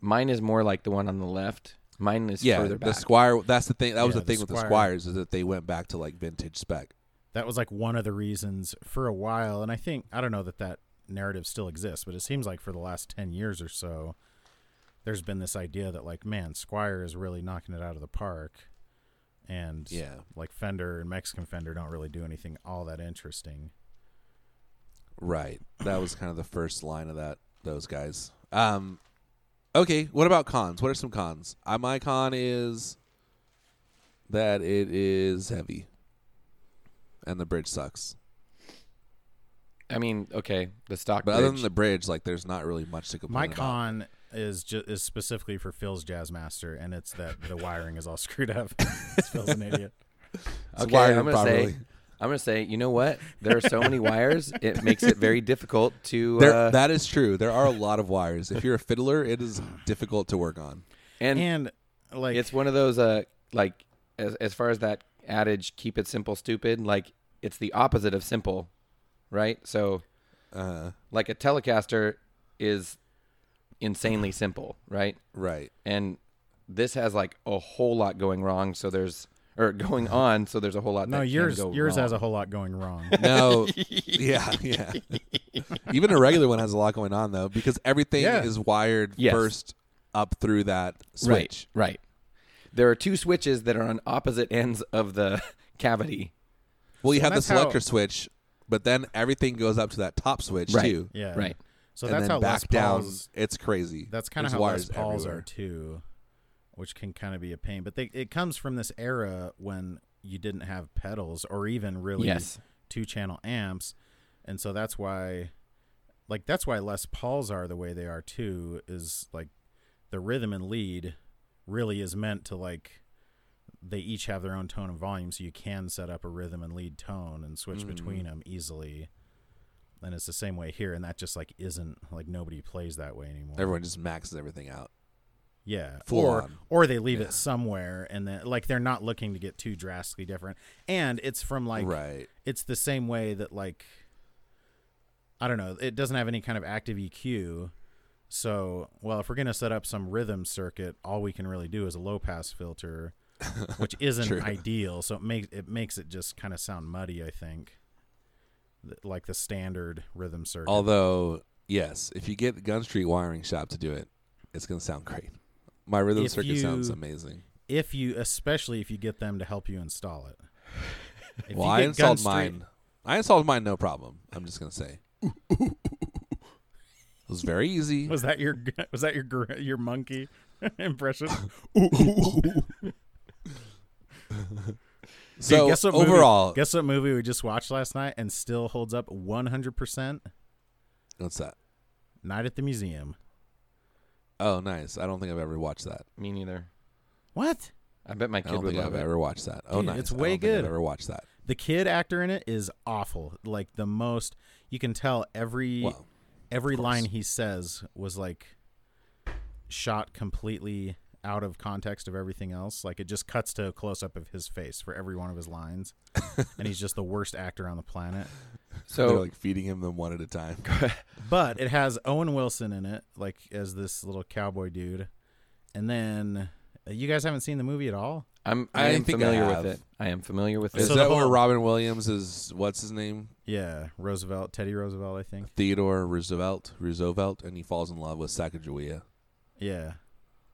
Speaker 2: mine is more like the one on the left. Mine is
Speaker 1: yeah,
Speaker 2: further back.
Speaker 1: the Squire that's the thing that was
Speaker 3: Yeah,
Speaker 1: the
Speaker 3: the
Speaker 1: thing with the
Speaker 3: Squire.
Speaker 1: Squires is that they went back to like vintage spec.
Speaker 3: that was like one of the reasons for a while, and I think I don't know that that narrative still exists, but it seems like for the last ten years or so, there's been this idea that like, man, Squire is really knocking it out of the park. and
Speaker 1: Yeah.
Speaker 3: like Fender and Mexican Fender don't really do anything all that interesting.
Speaker 1: Right. That was kind of the first line of that those guys. Um okay, what about cons? What are some cons? Uh, my con is that it is heavy. And the bridge sucks.
Speaker 2: I mean, okay, the stock.
Speaker 1: But other
Speaker 2: bridge.
Speaker 1: than the bridge, like there's not really much to complain
Speaker 3: My
Speaker 1: about.
Speaker 3: con is ju- is specifically for Phil's Jazzmaster, and it's that the wiring is all screwed up. Phil's an idiot.
Speaker 1: It's
Speaker 2: Okay,
Speaker 1: wired
Speaker 2: I'm gonna say,
Speaker 1: properly.
Speaker 2: I'm gonna say, you know what? There are so many wires, it makes it very difficult to.
Speaker 1: There,
Speaker 2: Uh,
Speaker 1: that is true. There are a lot of wires. If you're a fiddler, it is difficult to work on.
Speaker 2: and
Speaker 3: And like
Speaker 2: it's one of those, uh, like as as far as that adage, keep it simple, stupid. Like it's the opposite of simple, right? So,
Speaker 1: Uh,
Speaker 2: like a Telecaster is insanely simple, right?
Speaker 1: right.
Speaker 2: And this has like a whole lot going wrong. So there's or going on. So there's a whole lot.
Speaker 3: no
Speaker 2: that can
Speaker 3: yours
Speaker 2: go
Speaker 3: yours
Speaker 2: wrong.
Speaker 3: has a whole lot going wrong.
Speaker 1: No. yeah, yeah. Even a regular one has a lot going on though, because everything
Speaker 3: Yeah.
Speaker 1: is wired
Speaker 2: Yes.
Speaker 1: first up through that
Speaker 2: Right,
Speaker 1: switch.
Speaker 2: right. There are two switches that are on opposite ends of the cavity.
Speaker 1: Well, you have the
Speaker 3: that's how-
Speaker 1: selector switch, but then everything goes up to that top switch
Speaker 2: Right.
Speaker 1: too.
Speaker 3: yeah,
Speaker 2: Right.
Speaker 3: So
Speaker 1: and
Speaker 3: that's
Speaker 1: then
Speaker 3: how
Speaker 1: back
Speaker 3: Les Pauls
Speaker 1: down. It's crazy.
Speaker 3: That's kind of
Speaker 1: There's
Speaker 3: how Les
Speaker 1: wires
Speaker 3: Pauls
Speaker 1: everywhere.
Speaker 3: are too, which can kind of be a pain. But they, it comes from this era when you didn't have pedals or even really
Speaker 2: Yes.
Speaker 3: two-channel amps, and so that's why, like that's why Les Pauls are the way they are too. Is like the rhythm and lead really is meant to like they each have their own tone and volume, so you can set up a rhythm and lead tone and switch
Speaker 1: Mm-hmm.
Speaker 3: between them easily. And it's the same way here, and that just like isn't like nobody plays that way anymore.
Speaker 1: Everyone just maxes everything out.
Speaker 3: Yeah,
Speaker 1: Full
Speaker 3: or
Speaker 1: on.
Speaker 3: or they leave it somewhere, and then like they're not looking to get too drastically different. And it's from like
Speaker 1: right.
Speaker 3: it's the same way that like I don't know, it doesn't have any kind of active EQ. So well, if we're gonna set up some rhythm circuit, all we can really do is a low pass filter, which
Speaker 1: True.
Speaker 3: isn't ideal. So it makes it makes it just kind of sound muddy. I think, Th- like the standard rhythm circuit.
Speaker 1: Although, yes, if you get Gun Street Wiring Shop to do it, it's going to sound great. My rhythm
Speaker 3: If
Speaker 1: circuit sounds
Speaker 3: you-
Speaker 1: amazing.
Speaker 3: if you, especially if you get them to help you install it. If you
Speaker 1: Well, I
Speaker 3: get
Speaker 1: installed
Speaker 3: Gun Street-
Speaker 1: mine. I installed mine, no problem. I'm just going to say. it was very easy.
Speaker 3: Was that your was that your gor- your monkey impression?
Speaker 1: so
Speaker 3: Dude, guess what movie-
Speaker 1: overall,
Speaker 3: guess what movie we just watched last night and still holds up 100%?
Speaker 1: what's that?
Speaker 3: Night at the Museum.
Speaker 1: Oh, nice. I don't think I've ever watched that.
Speaker 2: Me neither.
Speaker 3: What?
Speaker 2: I bet my
Speaker 1: I
Speaker 2: kid
Speaker 1: don't
Speaker 2: would
Speaker 1: think
Speaker 2: love
Speaker 1: I've
Speaker 2: it.
Speaker 1: ever watched that. Oh,
Speaker 3: Dude,
Speaker 1: nice.
Speaker 3: it's
Speaker 1: I
Speaker 3: way
Speaker 1: don't think I've
Speaker 3: good.
Speaker 1: ever watched that.
Speaker 3: The kid actor in it is awful. Like the most you can tell every
Speaker 1: Wow.
Speaker 3: every
Speaker 1: course.
Speaker 3: line he says was like shot completely out of context of everything else. Like it just cuts to a close up of his face for every one of his lines. and he's just the worst actor on the planet.
Speaker 1: They're
Speaker 2: So
Speaker 1: like feeding him them one at a time.
Speaker 3: But it has Owen Wilson in it, like as this little cowboy dude. And then uh, you guys haven't seen the movie at all?
Speaker 2: I'm
Speaker 1: I
Speaker 2: I am
Speaker 1: think I
Speaker 2: familiar
Speaker 1: have.
Speaker 2: with it. I am familiar with
Speaker 1: Is
Speaker 2: this.
Speaker 3: So
Speaker 1: that
Speaker 3: the
Speaker 1: where
Speaker 3: whole-
Speaker 1: Robin Williams is? What's his name?
Speaker 3: Yeah, Roosevelt, Teddy Roosevelt, I think.
Speaker 1: Theodore Roosevelt. Roosevelt, and he falls in love with Sacagawea.
Speaker 3: Yeah,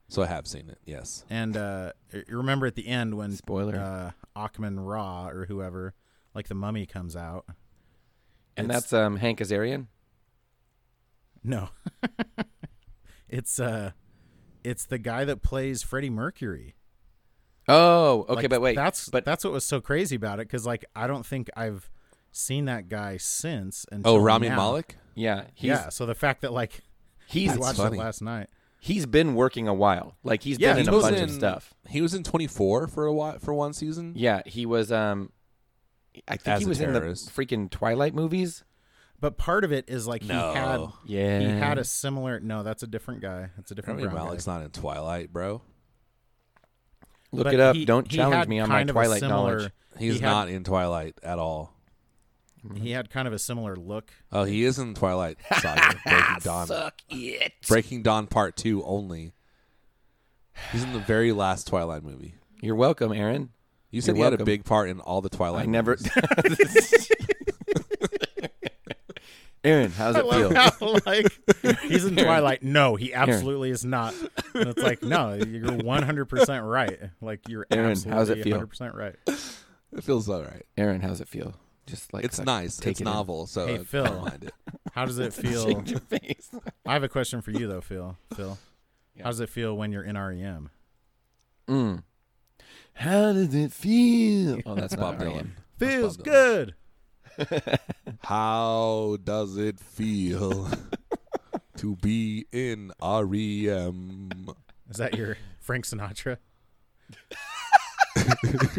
Speaker 1: So I have seen it. Yes.
Speaker 3: and uh, y- you remember at the end when
Speaker 2: Spoiler.
Speaker 3: uh, Achman Ra or whoever, like the mummy comes out.
Speaker 2: and
Speaker 3: it's-
Speaker 2: that's um, Hank Azarian.
Speaker 3: No, it's uh, it's the guy that plays Freddie Mercury.
Speaker 2: Oh, okay,
Speaker 3: Like,
Speaker 2: but wait.
Speaker 3: that's
Speaker 2: but
Speaker 3: that's what was so crazy about it because like I don't think I've seen that guy since. Until
Speaker 1: Oh, Rami
Speaker 3: now.
Speaker 1: Malek.
Speaker 2: yeah, he's
Speaker 3: yeah, so the fact that like
Speaker 2: he's
Speaker 3: I watched
Speaker 1: funny.
Speaker 3: it last night.
Speaker 2: he's been working a while. Like he's
Speaker 3: Yeah,
Speaker 2: been
Speaker 3: he
Speaker 2: in a
Speaker 1: was
Speaker 2: bunch of
Speaker 1: in-
Speaker 2: stuff.
Speaker 1: He was in 24 for a while, for one season.
Speaker 2: Yeah, he was um I think
Speaker 1: As
Speaker 2: he
Speaker 1: a
Speaker 2: was in the
Speaker 1: terrorist.
Speaker 2: freaking Twilight movies.
Speaker 3: But part of it is like
Speaker 1: No.
Speaker 3: he had
Speaker 2: Yeah.
Speaker 3: he had a similar. No, that's a different guy. That's a different
Speaker 1: Rami
Speaker 3: brown guy.
Speaker 1: Malek's not in Twilight, bro.
Speaker 2: Look
Speaker 3: But
Speaker 2: it up.
Speaker 3: he-
Speaker 2: Don't
Speaker 3: he
Speaker 2: challenge
Speaker 3: had
Speaker 2: me on my
Speaker 3: kind of a
Speaker 2: Twilight
Speaker 3: similar-
Speaker 2: knowledge.
Speaker 1: He's
Speaker 3: he had-
Speaker 1: not in Twilight at all.
Speaker 3: He had kind of a similar look.
Speaker 1: Oh, he is in Twilight Saga. Breaking Dawn.
Speaker 2: it.
Speaker 1: Breaking Dawn Part Two only. He's in the very last Twilight movie.
Speaker 2: You're welcome, Aaron.
Speaker 1: You said
Speaker 2: You're
Speaker 1: he had a
Speaker 2: welcome.
Speaker 1: big part in all the Twilight.
Speaker 2: I never.
Speaker 1: movies.
Speaker 2: Aaron, how's it feel?
Speaker 3: How, like he's in Twilight. No, he absolutely is not. And it's like, no, you're 100% right. Like, you're
Speaker 2: Aaron,
Speaker 3: absolutely
Speaker 2: how's it feel?
Speaker 3: 100% right.
Speaker 1: It feels all right.
Speaker 2: Aaron, how's it feel? Just like
Speaker 1: It's
Speaker 2: suck-
Speaker 1: nice.
Speaker 2: take
Speaker 1: It's
Speaker 2: it in.
Speaker 1: novel. So
Speaker 3: Hey,
Speaker 1: I
Speaker 3: Phil.
Speaker 1: don't mind it.
Speaker 3: How does it feel?
Speaker 2: Shake your face.
Speaker 3: I have a question for you, though, Phil. Phil,
Speaker 2: Yeah.
Speaker 3: how does it feel when you're in E REM?
Speaker 2: Mm. How does it feel? Oh, that's
Speaker 1: Bob
Speaker 2: not
Speaker 1: Dylan.
Speaker 2: REM.
Speaker 3: Feels
Speaker 1: Dylan.
Speaker 3: good.
Speaker 1: How does it feel to be in E REM?
Speaker 3: Is that your Frank Sinatra?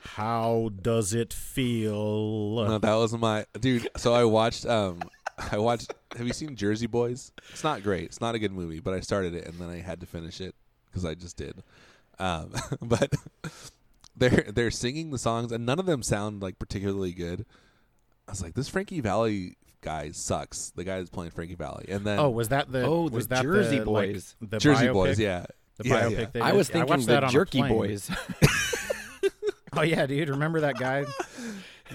Speaker 3: how does it feel?
Speaker 1: No, that was my dude. So I watched. Um, I watched. Have you seen Jersey Boys? It's not great. It's not a good movie, but I started it and then I had to finish it because I just did. Um, but they're they're singing the songs and none of them sound like particularly good. I was like, this Frankie Valley guy sucks. The guy that's playing Frankie Valley, and then
Speaker 3: Oh, was that the
Speaker 2: Oh, the
Speaker 3: was that
Speaker 2: Jersey
Speaker 3: the,
Speaker 2: Boys.
Speaker 3: Like, the
Speaker 1: Jersey
Speaker 3: biopic?
Speaker 1: Boys, yeah,
Speaker 3: The
Speaker 1: Yeah,
Speaker 3: biopic
Speaker 1: yeah.
Speaker 3: they
Speaker 2: I
Speaker 3: did?
Speaker 2: was
Speaker 3: I
Speaker 2: thinking
Speaker 3: watched
Speaker 2: the
Speaker 3: that on a
Speaker 2: Jerky
Speaker 3: plane.
Speaker 2: Boys.
Speaker 3: Oh yeah, dude, remember that guy?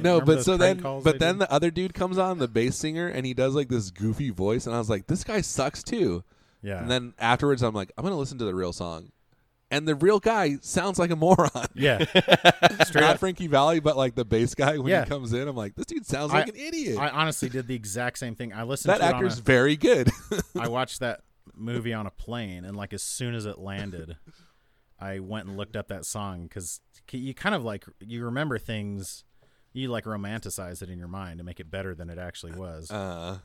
Speaker 1: No,
Speaker 3: Remember
Speaker 1: but
Speaker 3: those
Speaker 1: so
Speaker 3: prank
Speaker 1: then,
Speaker 3: calls
Speaker 1: but
Speaker 3: they
Speaker 1: then
Speaker 3: did?
Speaker 1: the other dude comes on, the bass singer, and he does like this goofy voice, and I was like, this guy sucks too.
Speaker 3: Yeah.
Speaker 1: And then afterwards, I'm like, I'm gonna listen to the real song, and the real guy sounds like a moron.
Speaker 3: yeah. Straight
Speaker 1: Not
Speaker 3: up.
Speaker 1: Frankie Valley, but like the bass guy when
Speaker 3: Yeah.
Speaker 1: he comes in, I'm like, this dude sounds
Speaker 3: I-
Speaker 1: like an idiot.
Speaker 3: I honestly did the exact same thing. I listened
Speaker 1: that
Speaker 3: to it on a-
Speaker 1: actor's very good.
Speaker 3: I watched that movie on a plane, and like as soon as it landed, I went and looked up that song because you kind of like you remember things, you like romanticize it in your mind to make it better than it actually was.
Speaker 1: uh,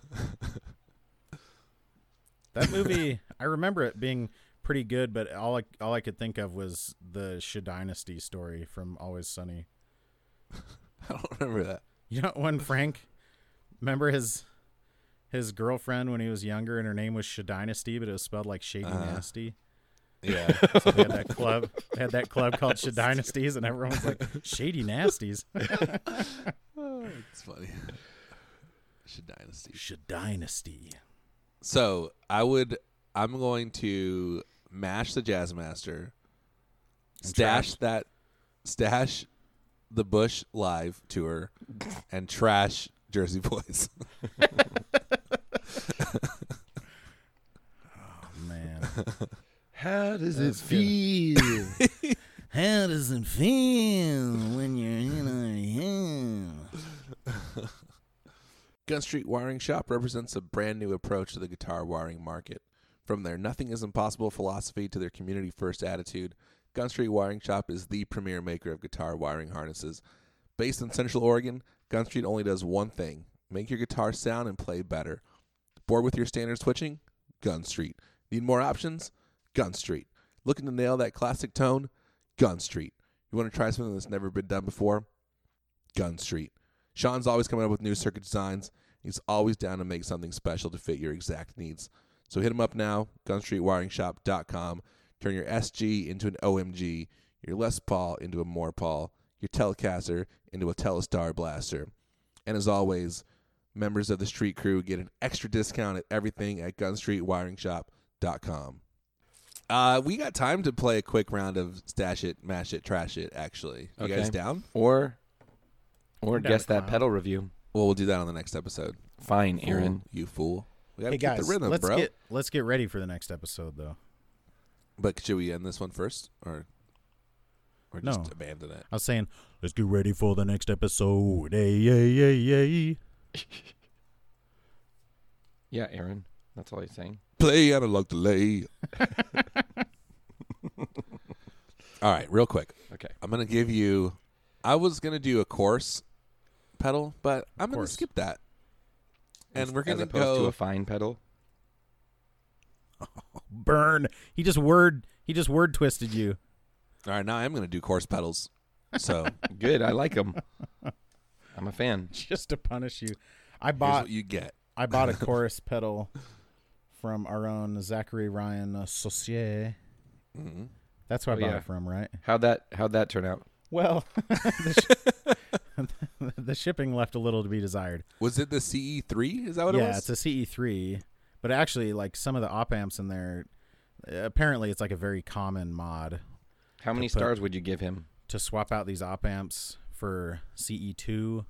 Speaker 3: that movie, I remember it being pretty good, but all I, all I could think of was the Shah Dynasty story from Always Sunny.
Speaker 1: I don't remember that.
Speaker 3: You know when Frank, remember his his girlfriend when he was younger, and her name was Shah Dynasty, but it was spelled like Shady
Speaker 1: Uh-huh.
Speaker 3: Nasty.
Speaker 1: Yeah,
Speaker 3: So they had that club. They had that club called Shady Dynasties, and everyone's like Shady Nasties.
Speaker 1: it's funny. Should dynasty.
Speaker 3: Shady Dynasty.
Speaker 1: So I would. I'm going to mash the jazz master, stash that, stash the Bush live tour, and trash Jersey Boys.
Speaker 3: Oh, Man,
Speaker 2: How does it feel?
Speaker 3: how does it feel when you're in REM?
Speaker 1: Gun Street Wiring Shop represents a brand new approach to the guitar wiring market. From their nothing is impossible philosophy to their community first attitude, Gun Street Wiring Shop is the premier maker of guitar wiring harnesses. Based in Central Oregon, Gun Street only does one thing make your guitar sound and play better. Bored with your standard switching? Gun Street. Need more options? Gun Street. Looking to nail that classic tone? Gun Street. You want to try something that's never been done before? Gun Street. Sean's always coming up with new circuit designs. He's always down to make something special to fit your exact needs. So hit him up now, gunstreetwiringshop.com. Turn your SG into an OMG, your Les Paul into a more Paul, your Telecaster into a Telestar Blaster. And as always, members of the street crew get an extra discount at everything at gunstreetwiringshop.com. Uh, we got time to play a quick round of stash it, mash it, trash it, actually. You
Speaker 2: Okay.
Speaker 1: guys down?
Speaker 2: or or
Speaker 3: I'm down
Speaker 2: guess
Speaker 3: to
Speaker 2: that
Speaker 3: clown.
Speaker 2: pedal review.
Speaker 1: Well, we'll do that on the next episode.
Speaker 2: Fine,
Speaker 1: Fool,
Speaker 2: Aaron.
Speaker 1: you fool. We gotta
Speaker 3: Hey
Speaker 1: keep
Speaker 3: guys,
Speaker 1: the rhythm,
Speaker 3: let's
Speaker 1: bro.
Speaker 3: get let's get ready for the next episode, though.
Speaker 1: But should we end this one first, or or just
Speaker 3: No.
Speaker 1: abandon it?
Speaker 3: I was saying, let's get ready for the next episode. Hey, yay, yay, yay.
Speaker 2: Yeah, Aaron. That's all he's saying.
Speaker 1: Play analog delay. All right, real quick.
Speaker 2: Okay.
Speaker 1: I'm gonna give you. I was gonna do a chorus pedal, but I'm gonna
Speaker 3: Chorus.
Speaker 1: skip that. And we're
Speaker 2: As
Speaker 1: gonna
Speaker 2: opposed to
Speaker 1: go.
Speaker 2: a fine pedal.
Speaker 3: Burn. He just word he just word twisted you.
Speaker 1: All right, now I'm gonna do chorus pedals. So here's
Speaker 2: Good. I like him. I'm a fan.
Speaker 3: just to punish you. I bought
Speaker 1: what you get.
Speaker 3: I bought a chorus pedal from our own Zachary Ryan Associé.
Speaker 1: Mhm.
Speaker 3: That's where I
Speaker 2: Oh,
Speaker 3: bought
Speaker 2: yeah.
Speaker 3: it from, right?
Speaker 2: How'd that how'd that turn out?
Speaker 3: Well, the, sh- the shipping left a little to be desired.
Speaker 1: Was it the CE3? Is that what it
Speaker 3: yeah,
Speaker 1: was?
Speaker 3: it's a CE3, but actually, like some of the op amps in there, uh, apparently it's like a very common mod
Speaker 2: How many
Speaker 3: To put-
Speaker 2: stars would you give him?
Speaker 3: to swap out these op amps for CE2,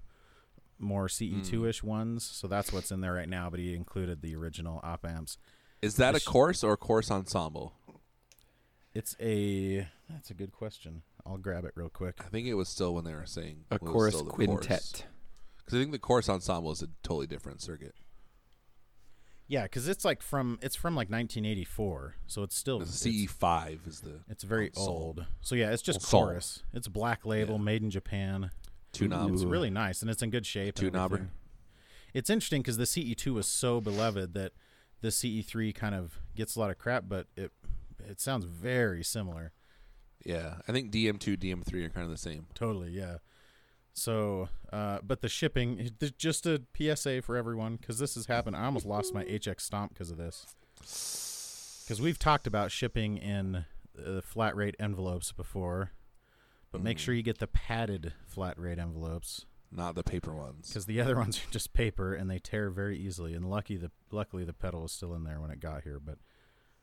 Speaker 3: more CE2 ish ones. So that's what's in there right now. But he included the original op amps.
Speaker 1: Is that a
Speaker 3: Which-
Speaker 1: course or a course ensemble?
Speaker 3: It's a that's a good question. I'll grab it real quick.
Speaker 1: I think it was still when they were saying
Speaker 2: A chorus quintet.
Speaker 1: Because I think the chorus ensemble is a totally different circuit.
Speaker 3: Yeah, because it's like from it's from like 1984, so it's still it's,
Speaker 1: CE E five is the
Speaker 3: it's very
Speaker 1: Soul.
Speaker 3: old. So yeah, it's just
Speaker 1: Soul.
Speaker 3: chorus. It's Black Label,
Speaker 1: Yeah.
Speaker 3: made in Japan.
Speaker 1: two
Speaker 3: It's
Speaker 1: knobs.
Speaker 3: really nice and it's in good shape.
Speaker 1: Two
Speaker 3: and
Speaker 1: knobber.
Speaker 3: everything. It's interesting because the CE2 was so beloved that the CE3 kind of gets a lot of crap, but it it sounds very similar.
Speaker 1: Yeah, I think DM two, DM three are kind of the same.
Speaker 3: Totally, yeah. So, uh, but the shipping, there's just a PSA for everyone because this has happened. I almost lost my HX stomp because of this. Because we've talked about shipping in uh, flat rate envelopes before, but make sure you get the padded flat rate envelopes
Speaker 1: Not the paper ones.
Speaker 3: because the other ones are just paper and they tear very easily. And lucky the luckily the pedal was still in there when it got here. But,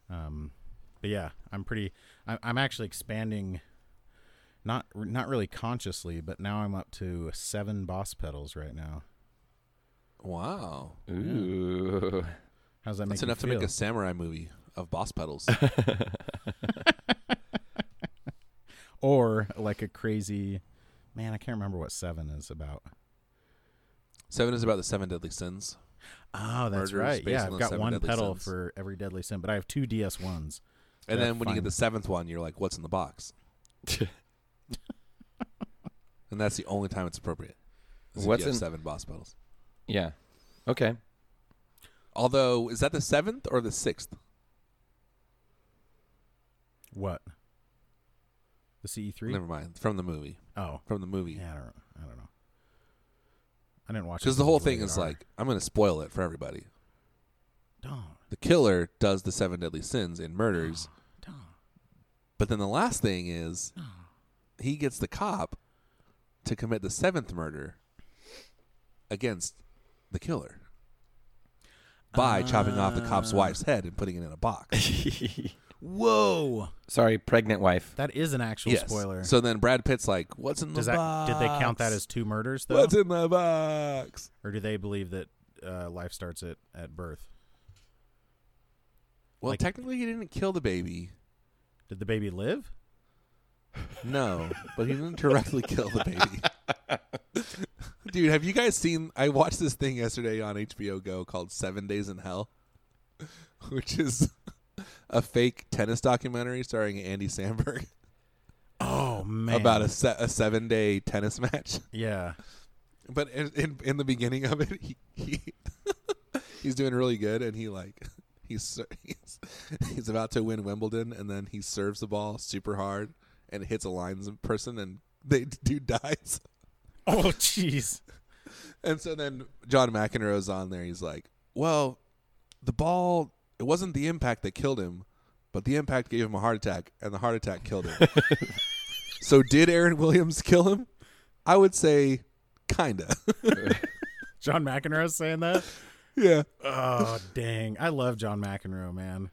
Speaker 3: um, but yeah, I'm pretty. I, I'm actually expanding, not not really consciously, but now I'm up to seven boss pedals right now.
Speaker 1: Wow,
Speaker 2: Ooh.
Speaker 3: How's that
Speaker 1: that's
Speaker 3: make
Speaker 1: enough
Speaker 3: you
Speaker 1: to
Speaker 3: feel?
Speaker 1: make a samurai movie of boss pedals.
Speaker 3: or like a crazy man. I can't remember what seven is about.
Speaker 1: seven is about the seven deadly sins.
Speaker 3: Oh, that's
Speaker 1: Murders
Speaker 3: right.
Speaker 1: based
Speaker 3: Yeah,
Speaker 1: on
Speaker 3: I've
Speaker 1: the
Speaker 3: got
Speaker 1: seven
Speaker 3: one
Speaker 1: deadly
Speaker 3: pedal
Speaker 1: sins.
Speaker 3: for every deadly sin, but I have two DS ones.
Speaker 1: And
Speaker 3: Yeah,
Speaker 1: then when you
Speaker 3: fine.
Speaker 1: get the seventh one, you're like, "What's in the box?" and that's the only time it's appropriate. is if
Speaker 2: What's
Speaker 1: you have
Speaker 2: in-
Speaker 1: seven boss pedals?
Speaker 2: yeah. Okay.
Speaker 1: Although, is that the seventh or the sixth?
Speaker 3: What? The CE3.
Speaker 1: Never mind. From the movie.
Speaker 3: Oh,
Speaker 1: From the movie.
Speaker 3: yeah. I don't. I don't know. I didn't watch it
Speaker 1: Because the whole
Speaker 3: it was
Speaker 1: thing
Speaker 3: rated
Speaker 1: is
Speaker 3: R.
Speaker 1: like, I'm going to spoil it for everybody.
Speaker 3: Don't,
Speaker 1: The killer does the seven deadly sins and murders.
Speaker 3: don't.
Speaker 1: But then the last thing is he gets the cop to commit the seventh murder against the killer by chopping off the cop's
Speaker 3: Ah.
Speaker 1: wife's head and putting it in a box.
Speaker 3: Whoa,
Speaker 2: Sorry, pregnant wife.
Speaker 3: that is an actual
Speaker 1: yes.
Speaker 3: spoiler.
Speaker 1: So then Brad Pitt's like, "What's in the
Speaker 3: Does that
Speaker 1: box?"
Speaker 3: did they count that as two murders though,
Speaker 1: "What's in the box?"
Speaker 3: or do they believe that uh, life starts at at birth?
Speaker 1: Well,
Speaker 3: Like-
Speaker 1: technically, he didn't kill the baby.
Speaker 3: Did the baby live?
Speaker 1: No, but he didn't directly kill the baby. Dude, have you guys seen? I watched this thing yesterday on HBO Go called Seven Days in Hell, which is a fake tennis documentary starring Andy Samberg
Speaker 3: Oh man,
Speaker 1: about a, se- a seven day tennis match.
Speaker 3: yeah.
Speaker 1: But in, in in the beginning of it, he, he he's doing really good, and he like he's ser- he's he's about to win Wimbledon, and then he serves the ball super hard and hits a lines person, and they dude dies.
Speaker 3: Oh jeez.
Speaker 1: And so then John McEnroe's on there. He's like, "Well, the ball. It wasn't the impact that killed him, but the impact gave him a heart attack, and the heart attack killed him. so did Aaron Williams kill him? I would say, kinda.
Speaker 3: John McEnroe's saying that.
Speaker 1: yeah.
Speaker 3: Oh dang, I love John McEnroe, man.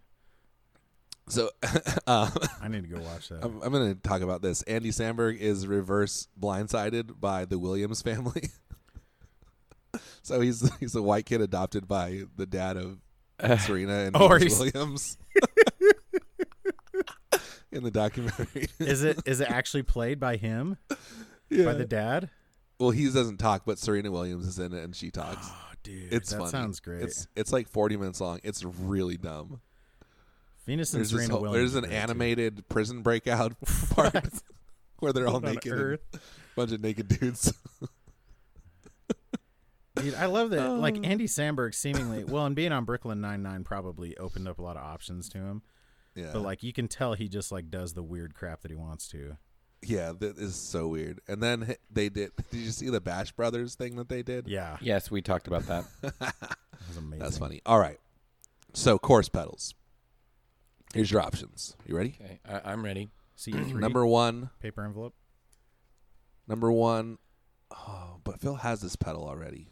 Speaker 1: So uh,
Speaker 3: I need to go watch that.
Speaker 1: I'm, I'm going to talk about this. Andy Samberg is reverse blindsided by the Williams family. so he's he's a white kid adopted by the dad of Serena and
Speaker 3: Or
Speaker 1: Venus
Speaker 3: he's-
Speaker 1: Williams. In the documentary,
Speaker 3: Is it is it actually played by him
Speaker 1: yeah.
Speaker 3: by the dad?
Speaker 1: well, he doesn't talk, but Serena Williams is in it and she talks.
Speaker 3: Oh dude,
Speaker 1: It's
Speaker 3: that
Speaker 1: funny.
Speaker 3: sounds great.
Speaker 1: It's it's like 40 minutes long. It's really dumb.
Speaker 3: Venus and
Speaker 1: There's this
Speaker 3: Serena
Speaker 1: whole-
Speaker 3: Williams.
Speaker 1: there's
Speaker 3: are
Speaker 1: an
Speaker 3: great, too.
Speaker 1: animated prison breakout part where they're all
Speaker 3: What on
Speaker 1: naked, and
Speaker 3: earth?
Speaker 1: bunch of naked dudes.
Speaker 3: Dude, I love that.
Speaker 1: Um,
Speaker 3: Like Andy Samberg, seemingly well, and being on Brooklyn Nine Nine probably opened up a lot of options to him.
Speaker 1: yeah,
Speaker 3: But like, you can tell he just like does the weird crap that he wants to.
Speaker 1: Yeah, that is so weird. And then h- they did. Did you see the Bash Brothers thing that they did?
Speaker 3: Yeah, it
Speaker 2: Yes, we talked about that.
Speaker 3: was amazing.
Speaker 1: that's funny. All right, so course pedals. Here's your options. You ready?
Speaker 2: Okay, I, I'm ready.
Speaker 3: CE three
Speaker 1: Number one,
Speaker 3: paper envelope.
Speaker 1: number one. Oh, but Phil has this pedal already.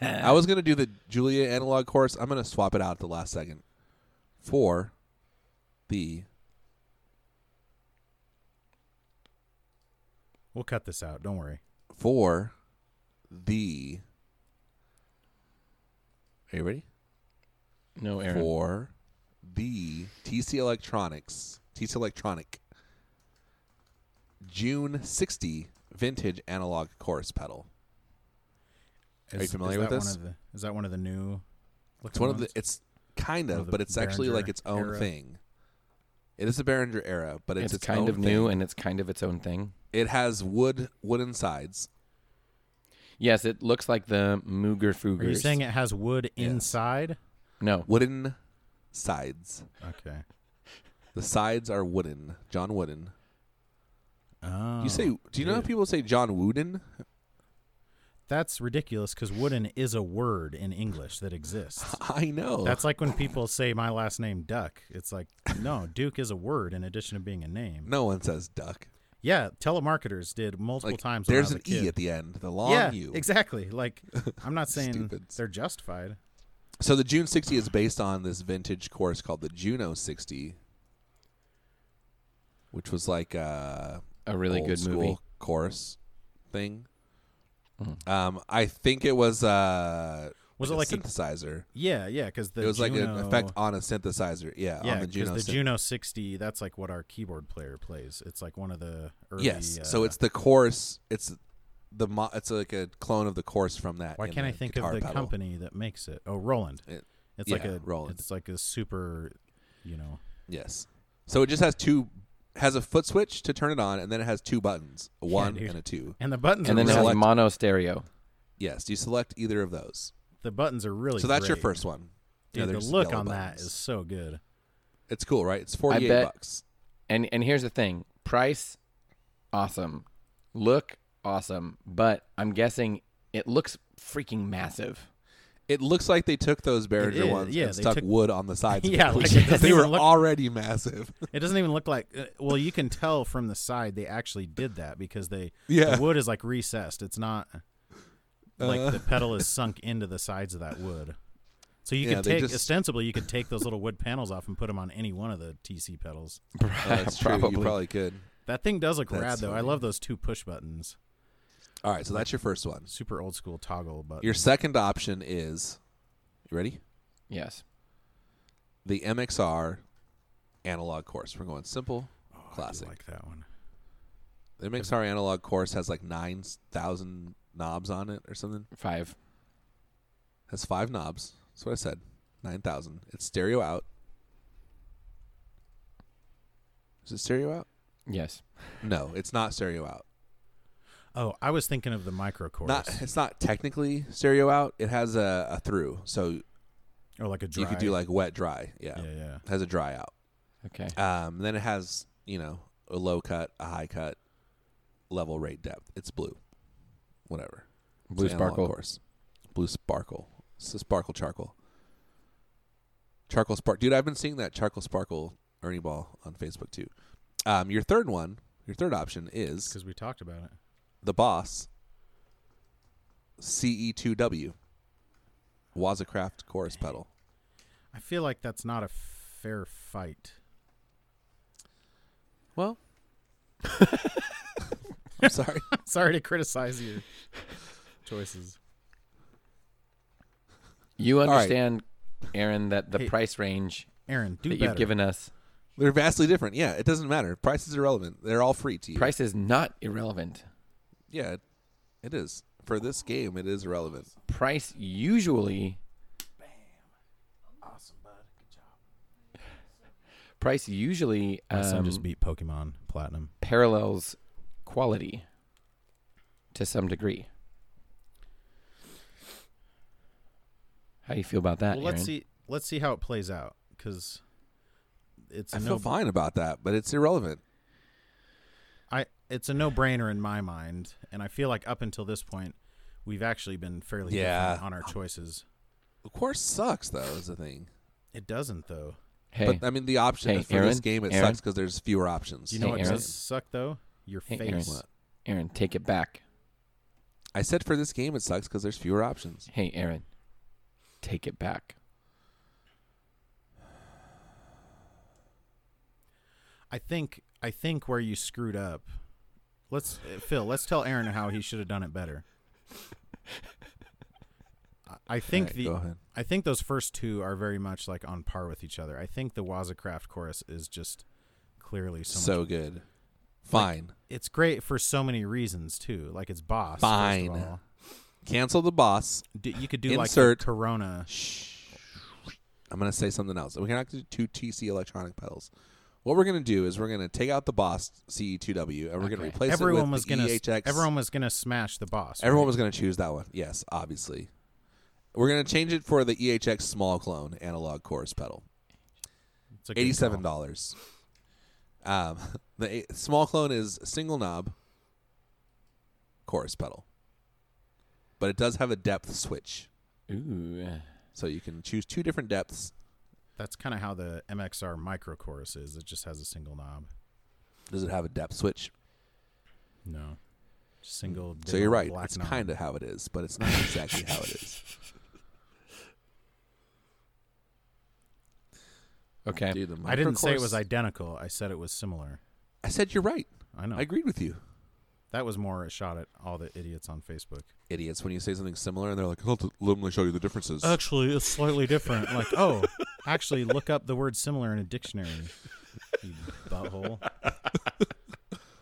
Speaker 1: I was gonna do the Julia analog course. I'm gonna swap it out at the last second for the
Speaker 3: We'll cut this out. Don't worry.
Speaker 1: for the. Are you ready?
Speaker 2: No, Aaron.
Speaker 1: for the TC Electronics Teach Electronic. June 60 vintage analog chorus pedal. Are you familiar with
Speaker 3: that
Speaker 1: this?
Speaker 3: One of the, is that one of the new?
Speaker 1: It's one of the. It's kind
Speaker 3: One
Speaker 1: of,
Speaker 3: of the
Speaker 1: but it's actually
Speaker 3: Behringer
Speaker 1: like its own
Speaker 3: era?
Speaker 1: thing. It is a Behringer era, but it's,
Speaker 2: It's, kind
Speaker 1: own
Speaker 2: of new
Speaker 1: thing.
Speaker 2: and it's kind of its own thing.
Speaker 1: It has wood wooden sides.
Speaker 2: Yes, it looks like the Mooger Foogers.
Speaker 3: Are you saying it has wood
Speaker 1: Yes.
Speaker 3: inside?
Speaker 2: No.
Speaker 1: Wooden sides.
Speaker 3: Okay.
Speaker 1: The sides are wooden. John Wooden.
Speaker 3: Oh,
Speaker 1: you say? Do you know how
Speaker 3: dude.
Speaker 1: people say John Wooden?
Speaker 3: that's ridiculous because wooden is a word in English that exists.
Speaker 1: I know.
Speaker 3: That's like when people say my last name Duck. It's like no, Duke is a word in addition to being a name.
Speaker 1: no one says duck.
Speaker 3: Yeah, telemarketers did multiple
Speaker 1: Like
Speaker 3: times.
Speaker 1: there's
Speaker 3: when I
Speaker 1: an
Speaker 3: was a
Speaker 1: e
Speaker 3: kid.
Speaker 1: at the end. The long
Speaker 3: yeah,
Speaker 1: u.
Speaker 3: exactly. Like I'm not saying
Speaker 1: Stupids.
Speaker 3: they're justified.
Speaker 1: So the June 60 is based on this vintage course called the Juno 60, which was like a
Speaker 2: A really
Speaker 1: old
Speaker 2: good
Speaker 1: school
Speaker 2: movie. Hmm.
Speaker 1: course thing. Um, I think it was uh,
Speaker 3: Was
Speaker 1: a
Speaker 3: it like a,
Speaker 1: synthesizer?
Speaker 3: yeah, yeah? Because the
Speaker 1: it was like an
Speaker 3: Juno-
Speaker 1: effect on a synthesizer. Yeah,
Speaker 3: Yeah,
Speaker 1: on the
Speaker 3: 'cause
Speaker 1: Juno.
Speaker 3: the
Speaker 1: syn-
Speaker 3: Juno 60, that's like what our keyboard player plays. It's like one of the early.
Speaker 1: yes.
Speaker 3: uh,
Speaker 1: so it's the chorus. It's the mo- it's like a clone of the chorus from that.
Speaker 3: Why
Speaker 1: in
Speaker 3: can't I
Speaker 1: the
Speaker 3: think
Speaker 1: guitar
Speaker 3: of the
Speaker 1: pedal.
Speaker 3: company that makes it? Oh, Roland.
Speaker 1: It-
Speaker 3: it's like
Speaker 1: yeah,
Speaker 3: a
Speaker 1: Roland.
Speaker 3: It's like a super, you know.
Speaker 1: Yes. So it just has two has a foot switch to turn it on, and then it has two buttons, a one
Speaker 3: dude.
Speaker 1: and a two.
Speaker 3: And the buttons
Speaker 2: And
Speaker 3: are
Speaker 2: then it
Speaker 3: really,
Speaker 2: has
Speaker 1: Select-
Speaker 2: mono stereo.
Speaker 1: Yes, you select either of those.
Speaker 3: the buttons are really.
Speaker 1: so that's your
Speaker 3: great.
Speaker 1: first one.
Speaker 3: Dude,
Speaker 1: they're
Speaker 3: the
Speaker 1: just
Speaker 3: look
Speaker 1: yellow
Speaker 3: on
Speaker 1: buttons.
Speaker 3: that is so good.
Speaker 1: it's cool, right? It's forty eight
Speaker 2: bet-
Speaker 1: bucks.
Speaker 2: And and here's the thing. Price awesome. Look awesome, but I'm guessing it looks freaking massive.
Speaker 1: It looks like they took those Behringer
Speaker 3: is,
Speaker 1: ones
Speaker 3: yeah,
Speaker 1: and
Speaker 3: they
Speaker 1: stuck
Speaker 3: took-
Speaker 1: wood on the sides. of
Speaker 3: Yeah,
Speaker 1: it,
Speaker 3: like,
Speaker 1: which-
Speaker 3: it doesn't
Speaker 1: they were
Speaker 3: even look-
Speaker 1: already massive.
Speaker 3: It doesn't even look like. Uh, well, you can tell from the side they actually did that because they
Speaker 1: Yeah.
Speaker 3: the wood is like recessed. It's not like
Speaker 1: Uh.
Speaker 3: the pedal is sunk into the sides of that wood. So you
Speaker 1: Yeah,
Speaker 3: could
Speaker 1: they
Speaker 3: take
Speaker 1: just-
Speaker 3: ostensibly you could take those little wood panels off and put them on any one of the TC pedals.
Speaker 1: Uh, that's true. You probably could.
Speaker 3: That thing does look
Speaker 1: That's
Speaker 3: rad though. I
Speaker 1: funny.
Speaker 3: love those two push buttons.
Speaker 1: All right, so that's your first one.
Speaker 3: Super old school toggle button.
Speaker 1: Your second option is, you ready?
Speaker 2: Yes.
Speaker 1: The MXR analog course. We're going simple,
Speaker 3: Oh, I do
Speaker 1: classic.
Speaker 3: like that one.
Speaker 1: The MXR analog course has like 9,000 knobs on it or something.
Speaker 2: Five.
Speaker 1: Has five knobs. That's what I said. 9,000. It's stereo out. Is it stereo out?
Speaker 2: Yes.
Speaker 1: No, it's not stereo out.
Speaker 3: Oh, I was thinking of the micro chorus
Speaker 1: Not. It's not technically stereo out. It has a, a through. So
Speaker 3: or like a dry.
Speaker 1: you could do like wet, dry. Yeah.
Speaker 3: yeah, yeah.
Speaker 1: Has a dry out.
Speaker 2: Okay.
Speaker 1: Um, then it has, you know, a low cut, a high cut, level rate depth. It's blue. Whatever.
Speaker 2: Blue
Speaker 1: It's analog
Speaker 2: sparkle.
Speaker 1: course. Blue sparkle. It's a sparkle charcoal. Charcoal spark. Dude, I've been seeing that charcoal sparkle Ernie Ball on Facebook too. Um, your third one, your third option is
Speaker 3: Because we talked about it.
Speaker 1: the Boss E CE2W Wazacraft chorus pedal.
Speaker 3: I feel like that's not a fair fight.
Speaker 1: Well, I'm sorry.
Speaker 3: Sorry to criticize your choices.
Speaker 2: You
Speaker 1: right.
Speaker 2: understand, Aaron, that the
Speaker 3: Hey.
Speaker 2: price range
Speaker 3: Aaron, do
Speaker 2: that
Speaker 3: better.
Speaker 2: you've given us
Speaker 1: They're vastly different. Yeah, it doesn't matter. Price is irrelevant. They're all free to you.
Speaker 2: price is not irrelevant.
Speaker 1: Yeah, it, it is. For this game, it is irrelevant.
Speaker 2: Price usually price usually
Speaker 3: My son
Speaker 2: um,
Speaker 3: just beat Pokemon Platinum.
Speaker 2: parallels quality to some degree. How do you feel about that?
Speaker 3: Well, let's
Speaker 2: uh, Aaron?
Speaker 3: see. Let's see how it plays out because it's
Speaker 1: I
Speaker 3: a
Speaker 1: feel
Speaker 3: no.
Speaker 1: fine about that, but it's irrelevant.
Speaker 3: I it's a no-brainer in my mind, and I feel like up until this point, we've actually been fairly
Speaker 1: Yeah.
Speaker 3: different on our choices.
Speaker 1: The course sucks, though, is the thing.
Speaker 3: It doesn't though.
Speaker 2: Hey,
Speaker 1: But I mean, the option
Speaker 2: Hey,
Speaker 1: for this
Speaker 2: Aaron?
Speaker 1: game it
Speaker 2: Aaron?
Speaker 1: sucks because there's fewer options.
Speaker 3: Do you know
Speaker 2: Hey,
Speaker 3: what
Speaker 2: Aaron.
Speaker 3: does suck though? Your
Speaker 2: Hey, Aaron.
Speaker 3: face.
Speaker 1: What?
Speaker 2: Aaron, take it back.
Speaker 1: I said for this game it sucks because there's fewer options.
Speaker 2: Hey, Aaron, take it back.
Speaker 3: I think I think where you screwed up. Let's uh, Phil. Let's tell Aaron how he should have done it better. I- I think
Speaker 1: All right,
Speaker 3: the
Speaker 1: go ahead.
Speaker 3: I think those first two are very much like on par with each other. I think the Wazacraft chorus is just clearly so, much.
Speaker 1: so good. Fine.
Speaker 3: It's great for so many reasons too. Like it's boss. first of
Speaker 1: Fine.
Speaker 3: all.
Speaker 1: Cancel the boss.
Speaker 3: D- you could do like
Speaker 1: Insert.
Speaker 3: the Corona.
Speaker 1: Shh. I'm gonna say something else. We're not gonna do two TC electronic pedals. What we're gonna do is we're gonna take out the boss CE2W and we're gonna
Speaker 2: Okay.
Speaker 1: replace it
Speaker 3: everyone
Speaker 1: with
Speaker 3: was
Speaker 1: the
Speaker 3: gonna
Speaker 1: EHX.
Speaker 3: everyone was gonna smash the boss.
Speaker 1: Everyone
Speaker 3: right?
Speaker 1: was going to choose that one. Yes, obviously. We're going to change it for the EHX small clone analog chorus pedal.
Speaker 3: It's a good
Speaker 1: Eighty-seven
Speaker 3: call.
Speaker 1: dollars. Um, the eight, small clone is single knob chorus pedal, but it does have a depth switch,
Speaker 2: Ooh.
Speaker 1: so you can choose two different depths.
Speaker 3: That's kind of how the MXR micro chorus is. It just has a single knob.
Speaker 1: Does it have a depth switch?
Speaker 3: No, single.
Speaker 1: Mm. so
Speaker 3: digital
Speaker 1: you're right.
Speaker 3: black
Speaker 1: It's
Speaker 3: knob.
Speaker 1: kind of how it is, but it's not exactly how it is.
Speaker 2: Okay.
Speaker 1: Dude, the
Speaker 3: I didn't say it
Speaker 1: microchorus-
Speaker 3: was identical. I said it was similar.
Speaker 1: I said you're right.
Speaker 3: I know.
Speaker 1: I agreed with you.
Speaker 3: that was more a shot at all the idiots on Facebook.
Speaker 1: Idiots, when you say something similar and they're like, I'll literally show you the differences.
Speaker 3: Actually, it's slightly different. like, oh, actually, look up the word similar in a dictionary. You butthole.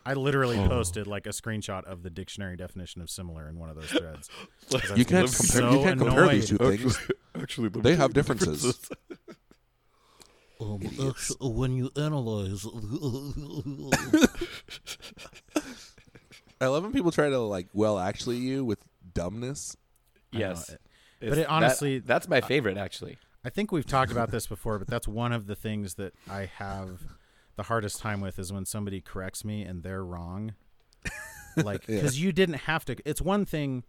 Speaker 3: I literally
Speaker 1: Oh.
Speaker 3: posted like a screenshot of the dictionary definition of similar in one of those threads. 'Cause I was
Speaker 1: You can't compare.
Speaker 3: so
Speaker 1: you can't compare these two
Speaker 3: annoyed.
Speaker 1: things.
Speaker 2: Actually,
Speaker 1: They have differences.
Speaker 4: Um, actu- when you analyze,
Speaker 1: I love when people try to like, well, actually, you with dumbness.
Speaker 3: I know
Speaker 2: Yes.
Speaker 3: it.
Speaker 2: It's-
Speaker 3: But it
Speaker 2: that-
Speaker 3: honestly-
Speaker 2: that's my favorite actually.
Speaker 3: I think we've talked about this before, but that's one of the things that I have the hardest time with is when somebody corrects me and they're wrong. Like,
Speaker 1: Yeah.
Speaker 3: because you didn't have to. It's one thing,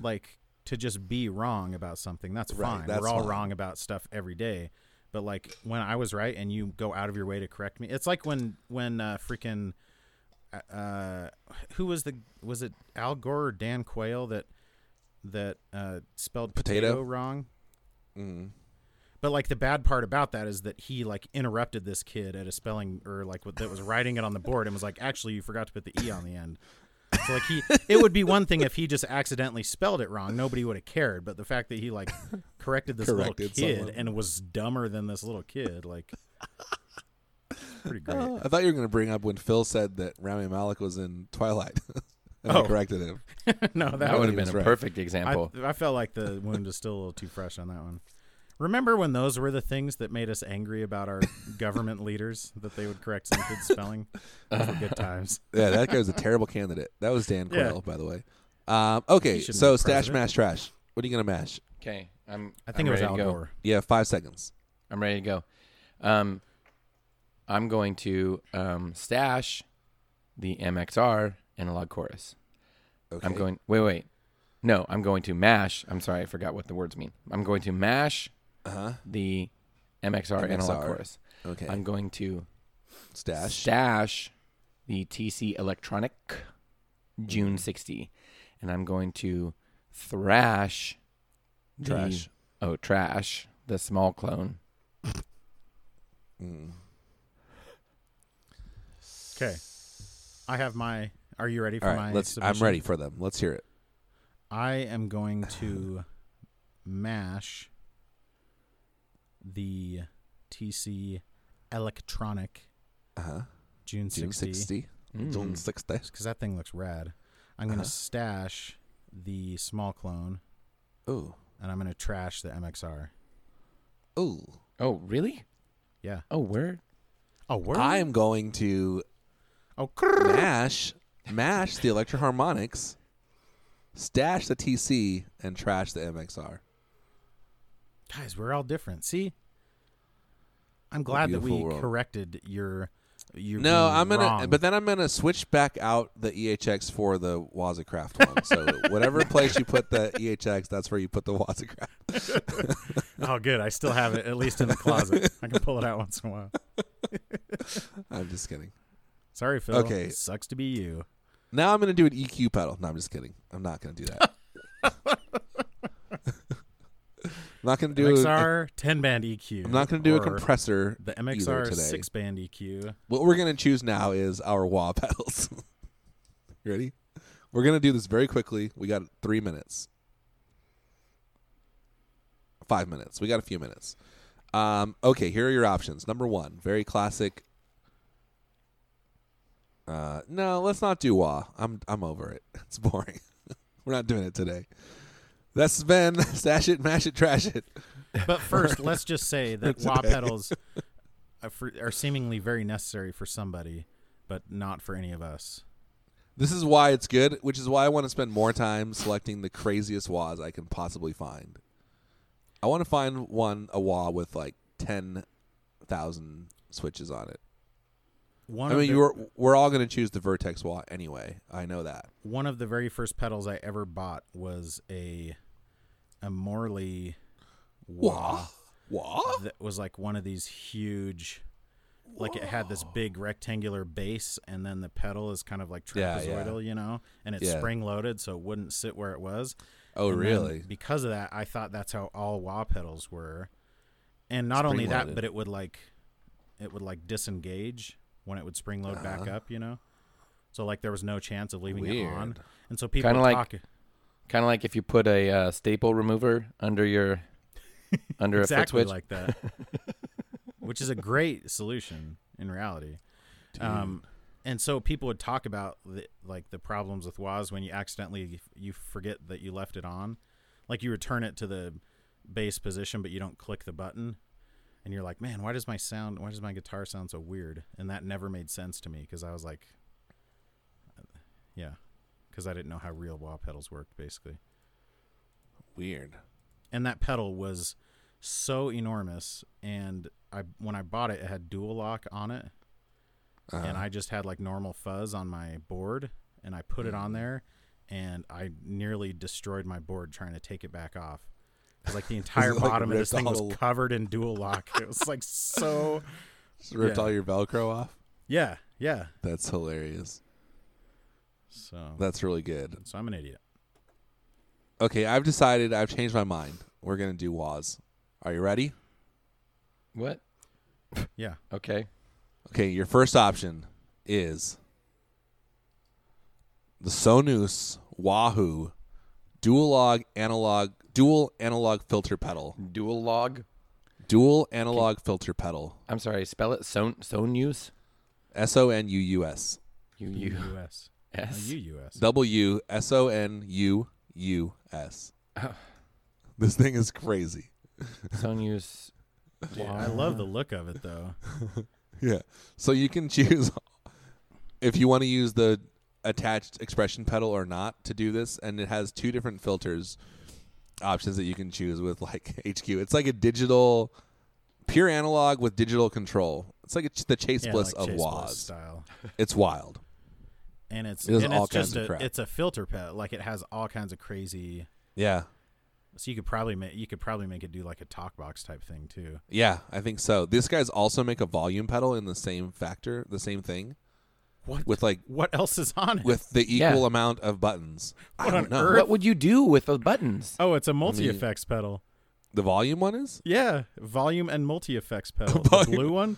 Speaker 3: like, to just be wrong about something. That's
Speaker 1: Right,
Speaker 3: fine.
Speaker 1: that's
Speaker 3: We're all
Speaker 1: fine.
Speaker 3: wrong about stuff every day. But like when I was right and you go out of your way to correct me, it's like when when uh, freaking uh, who was the was it Al Gore or Dan Quayle that that uh, spelled
Speaker 1: Potato?
Speaker 3: potato wrong?
Speaker 1: Mm.
Speaker 3: But like the bad part about that is that he like interrupted this kid at a spelling or like what- that was writing it on the board and was like, actually, you forgot to put the e on the end. So like he, it would be one thing if he just accidentally spelled it wrong. Nobody would have cared. But the fact that he like corrected this
Speaker 1: Corrected
Speaker 3: little kid
Speaker 1: someone.
Speaker 3: and was dumber than this little kid, like, it's pretty great.
Speaker 1: Oh, I thought you were going to bring up when Phil said that Rami Malik was in Twilight, and I
Speaker 3: Oh.
Speaker 1: corrected him.
Speaker 3: no, that,
Speaker 2: That
Speaker 1: was-
Speaker 2: would
Speaker 3: was,
Speaker 2: have been a
Speaker 1: right.
Speaker 2: perfect
Speaker 3: I,
Speaker 2: example.
Speaker 3: I felt like the wound is still a little too fresh on that one. Remember when those were the things that made us angry about our government leaders that they would correct some kid's spelling? Those were good times.
Speaker 1: Yeah, that guy was a terrible candidate. That was Dan
Speaker 3: Yeah.
Speaker 1: Quayle, by the way. Um, okay,
Speaker 3: He shouldn't
Speaker 1: so
Speaker 3: be
Speaker 1: stash,
Speaker 3: president.
Speaker 1: mash, trash. What are you going to mash?
Speaker 2: Okay, I'm.
Speaker 3: I think
Speaker 2: I'm
Speaker 3: it was
Speaker 2: ready
Speaker 3: Al
Speaker 2: to go.
Speaker 3: Gore.
Speaker 1: Yeah, five seconds.
Speaker 2: I'm ready to go. Um, I'm going to um, stash the MXR analog chorus.
Speaker 1: Okay.
Speaker 2: I'm going. Wait, wait. No, I'm going to mash. I'm sorry, I forgot what the words mean. I'm going to mash
Speaker 1: Uh
Speaker 3: Uh-huh.
Speaker 1: huh.
Speaker 2: the MXR, analog
Speaker 1: MXR.
Speaker 2: chorus.
Speaker 1: Okay.
Speaker 2: I'm going to
Speaker 1: stash.
Speaker 2: stash the TC Electronic June 60, and I'm going to thrash the-
Speaker 1: Trash.
Speaker 2: oh, trash the small clone.
Speaker 1: Mm.
Speaker 3: Okay. I have my. Are you ready for
Speaker 1: All right.
Speaker 3: my?
Speaker 1: Let's.
Speaker 3: submission?
Speaker 1: I'm ready for them. Let's hear it.
Speaker 3: I am going to mash the TC Electronic
Speaker 1: Uh huh.
Speaker 3: June
Speaker 1: June
Speaker 3: 60
Speaker 1: sixty. June
Speaker 2: Mm.
Speaker 1: sixty.
Speaker 3: because that thing looks rad. I'm
Speaker 1: Uh-huh.
Speaker 3: going to stash the small clone
Speaker 1: Ooh.
Speaker 3: and I'm going to trash the MXR.
Speaker 1: Ooh.
Speaker 2: Oh, really?
Speaker 3: Yeah.
Speaker 2: Oh, where?
Speaker 3: Oh, word.
Speaker 1: I am going to
Speaker 3: oh, crrr.
Speaker 1: mash, mash the electro harmonics, stash the TC, and trash the MXR.
Speaker 3: guys, we're all different. See, I'm glad that we
Speaker 1: beautiful world.
Speaker 3: corrected your. your
Speaker 1: No,
Speaker 3: being
Speaker 1: I'm gonna,
Speaker 3: wrong.
Speaker 1: but then I'm gonna switch back out the EHX for the Wazacraft one. So whatever place you put the EHX, that's where you put the Wazacraft.
Speaker 3: Oh, good. I still have it, at least in the closet. I can pull it out once in a while.
Speaker 1: I'm just kidding.
Speaker 3: Sorry, Phil.
Speaker 1: Okay.
Speaker 3: Sucks to be you.
Speaker 1: Now I'm gonna do an EQ pedal. No, I'm just kidding. I'm not gonna do that. not gonna do. i
Speaker 3: MXR 10 band EQ.
Speaker 1: I'm not gonna do a
Speaker 3: or
Speaker 1: compressor.
Speaker 3: The
Speaker 1: either
Speaker 3: MXR
Speaker 1: today.
Speaker 3: 6 band E EQ.
Speaker 1: What we're gonna choose now is our wah pedals. you ready? We're gonna do this very quickly. We got three minutes, five minutes. We got a few minutes. Um, okay, here are your options. Number one, very classic Uh, no, let's not do wah. I'm I'm over it. It's boring. We're not doing it today. That's been stash it, mash it, trash it.
Speaker 3: But first, let's just say that wah
Speaker 1: Today.
Speaker 3: pedals are, for, are seemingly very necessary for somebody, but not for any of us.
Speaker 1: This is why it's good, which is why I want to spend more time selecting the craziest wahs I can possibly find. I want to find one a wah with like ten thousand switches on it.
Speaker 3: One
Speaker 1: I
Speaker 3: of
Speaker 1: mean,
Speaker 3: the-
Speaker 1: you're, we're all going to choose the Vertex wah anyway. I know that.
Speaker 3: one of the very first pedals I ever bought was a a Morley wah
Speaker 1: Wah?
Speaker 3: that was like one of these huge like it had this big rectangular base and then the pedal is kind of like
Speaker 1: Yeah,
Speaker 3: trapezoidal,
Speaker 1: yeah.
Speaker 3: you know, and it's
Speaker 1: Yeah.
Speaker 3: spring loaded so it wouldn't sit where it was.
Speaker 1: Oh,
Speaker 3: And then
Speaker 1: really?
Speaker 3: Because of that, I thought that's how all wah pedals were. And not only
Speaker 1: Spring-loaded.
Speaker 3: that, but it would like it would like disengage when it would spring load back
Speaker 1: Uh-huh.
Speaker 3: up, you know. So like there was no chance of leaving it on.
Speaker 1: Weird.
Speaker 3: And so people
Speaker 2: Kinda
Speaker 3: would
Speaker 2: like-
Speaker 3: talk
Speaker 2: Kind of like if you put a uh, staple remover under your under a foot
Speaker 3: exactly
Speaker 2: switch.
Speaker 3: like that. Which is a great solution in reality. Um and so people would talk about the, like the problems with WAS when you accidentally you forget that you left it on. Like you return it to the base position but you don't click the button and you're like, "Man, why does my sound why does my guitar sound so weird?" And that never made sense to me cuz I was like uh, yeah, cuz I didn't know how real wah pedals worked basically
Speaker 1: Weird.
Speaker 3: and that pedal was so enormous and i when i bought it it had dual lock on it
Speaker 1: Uh-huh.
Speaker 3: and i just had like normal fuzz on my board and i put it
Speaker 1: Mm.
Speaker 3: on there and i nearly destroyed my board trying to take it back off 'Cause, like the entire
Speaker 1: like,
Speaker 3: bottom of this
Speaker 1: ripped
Speaker 3: thing was
Speaker 1: all the-
Speaker 3: covered in dual lock it was like so
Speaker 1: Just ripped
Speaker 3: yeah.
Speaker 1: all your Velcro off.
Speaker 3: yeah yeah
Speaker 1: That's hilarious.
Speaker 3: so
Speaker 1: That's really good.
Speaker 3: so i'm an idiot
Speaker 1: Okay, I've decided. I've changed my mind. We're gonna do wahs. Are you ready?
Speaker 2: What?
Speaker 3: yeah
Speaker 2: Okay.
Speaker 1: Okay, your first option is the Sonus Wahoo dual log analog dual analog filter pedal.
Speaker 2: Dual log.
Speaker 1: Dual analog filter pedal.
Speaker 2: I'm sorry. Spell it. Son Sonus.
Speaker 1: S O N U U S.
Speaker 2: U U
Speaker 3: us Uh,
Speaker 2: S.
Speaker 3: U.S.
Speaker 1: W S O N U U S. This thing is crazy.
Speaker 2: Sonus.
Speaker 3: Dude, i love the look of it though
Speaker 1: Yeah. So you can choose if you want to use the attached expression pedal or not to do this, and it has two different filters options that you can choose with like HQ. It's like a digital, pure analog with digital control. It's like a, the Chase
Speaker 3: yeah,
Speaker 1: Bliss
Speaker 3: like
Speaker 1: of
Speaker 3: Chase Bliss
Speaker 1: Waz.
Speaker 3: style
Speaker 1: It's wild.
Speaker 3: and it's
Speaker 1: It does
Speaker 3: and
Speaker 1: all
Speaker 3: it's just
Speaker 1: kinds of
Speaker 3: a
Speaker 1: crap.
Speaker 3: it's a filter pet like it has all kinds of crazy
Speaker 1: Yeah.
Speaker 3: so you could probably make you could probably make it do like a talk box type thing too
Speaker 1: Yeah, I think so. These guys also make a volume pedal in the same factor, the same thing,
Speaker 3: what
Speaker 1: with like
Speaker 3: what else is on it
Speaker 1: with the equal
Speaker 2: Yeah.
Speaker 1: amount of buttons. I
Speaker 3: What
Speaker 1: don't
Speaker 3: on
Speaker 1: know.
Speaker 3: earth?
Speaker 2: What would you do with the buttons?
Speaker 3: oh it's a multi effects pedal
Speaker 1: The volume one is?
Speaker 3: yeah volume and multi effects pedal the
Speaker 1: Volume-
Speaker 3: blue one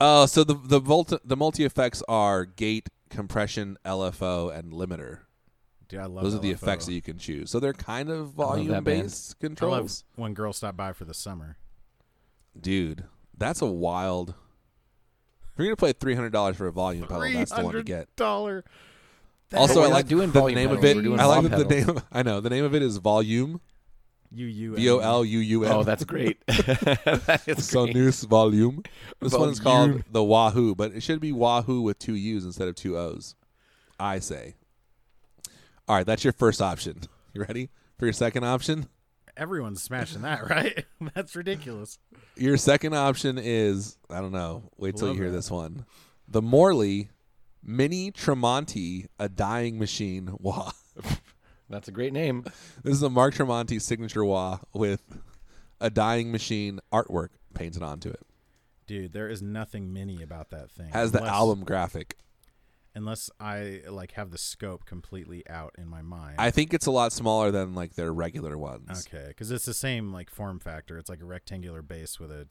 Speaker 1: Oh, so the the volt the multi effects are gate, compression, LFO, and limiter.
Speaker 3: dude i love
Speaker 1: Those are the
Speaker 3: LFO.
Speaker 1: effects that you can choose. So they're kind of
Speaker 2: love that
Speaker 1: volume
Speaker 2: band.
Speaker 1: based
Speaker 3: I love
Speaker 1: controls.
Speaker 3: when girls stop by for the summer
Speaker 1: Dude, that's a wild. If you're gonna play three hundred dollars for a volume pedal, that's the one to get.
Speaker 3: dollar
Speaker 1: Also,
Speaker 2: we're
Speaker 1: I
Speaker 2: not
Speaker 1: like
Speaker 2: doing
Speaker 1: the
Speaker 2: volume
Speaker 1: name of
Speaker 2: pedals,
Speaker 1: it.
Speaker 2: we're doing
Speaker 1: I like
Speaker 2: wah
Speaker 1: that the
Speaker 2: pedals.
Speaker 1: name. I know the name of it is Volume
Speaker 3: you you
Speaker 1: V O L U U M.
Speaker 2: Oh, that's great. that is great.
Speaker 1: Sonus Volume. This one is called
Speaker 2: Volume.
Speaker 1: the Wahoo, but it should be Wahoo with two U's instead of two O's. I say. All right, that's your first option. You ready for your second option?
Speaker 3: everyone's smashing that right that's ridiculous
Speaker 1: Your second option is I don't know. Wait till you
Speaker 3: Love
Speaker 1: hear
Speaker 3: that.
Speaker 1: this one. The Morley Mini Tremonti, a dying machine wah.
Speaker 2: That's a great name.
Speaker 1: This is a Mark Tremonti signature wah with a dying machine artwork painted onto it.
Speaker 3: dude there is nothing mini about that thing
Speaker 1: Has the
Speaker 3: Unless-
Speaker 1: album graphic.
Speaker 3: unless i like have the scope completely out in my mind
Speaker 1: I think it's a lot smaller than like their regular ones.
Speaker 3: Okay, because it's the same like form factor. It's like a rectangular base with a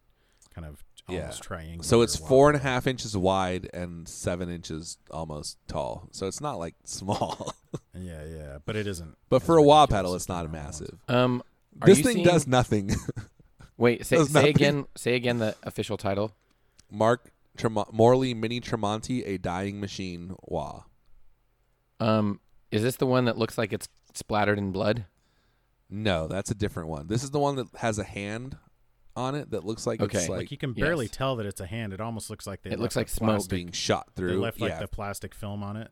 Speaker 3: kind of
Speaker 1: Yeah.
Speaker 3: almost triangular.
Speaker 1: So it's
Speaker 3: wall.
Speaker 1: four and a half inches wide and seven inches almost tall. So it's not like small.
Speaker 3: Yeah, yeah, but it isn't.
Speaker 1: but
Speaker 3: as
Speaker 1: for a wah
Speaker 3: ridiculous
Speaker 1: pedal,
Speaker 3: as
Speaker 1: it's not
Speaker 3: normal ones.
Speaker 1: massive.
Speaker 2: Um, are
Speaker 1: This
Speaker 2: you
Speaker 1: thing
Speaker 2: seeing-
Speaker 1: does nothing.
Speaker 2: Wait, say,
Speaker 1: does
Speaker 2: say
Speaker 1: nothing.
Speaker 2: again. Say again the official title.
Speaker 1: Mark Tremont, Morley Mini Tremonti, a dying machine. Wah.
Speaker 2: Um, is this the one that looks like it's splattered in blood?
Speaker 1: No, that's a different one. This is the one that has a hand on it that looks like
Speaker 2: Okay.
Speaker 1: it's like,
Speaker 2: Like
Speaker 3: Like you can barely
Speaker 2: yes.
Speaker 3: tell that it's a hand. It almost looks like they.
Speaker 2: It
Speaker 3: left
Speaker 2: looks
Speaker 3: the
Speaker 2: like smoke.
Speaker 3: plastic-
Speaker 1: being shot
Speaker 3: They
Speaker 1: through.
Speaker 3: left like
Speaker 1: yeah.
Speaker 3: the plastic film on it.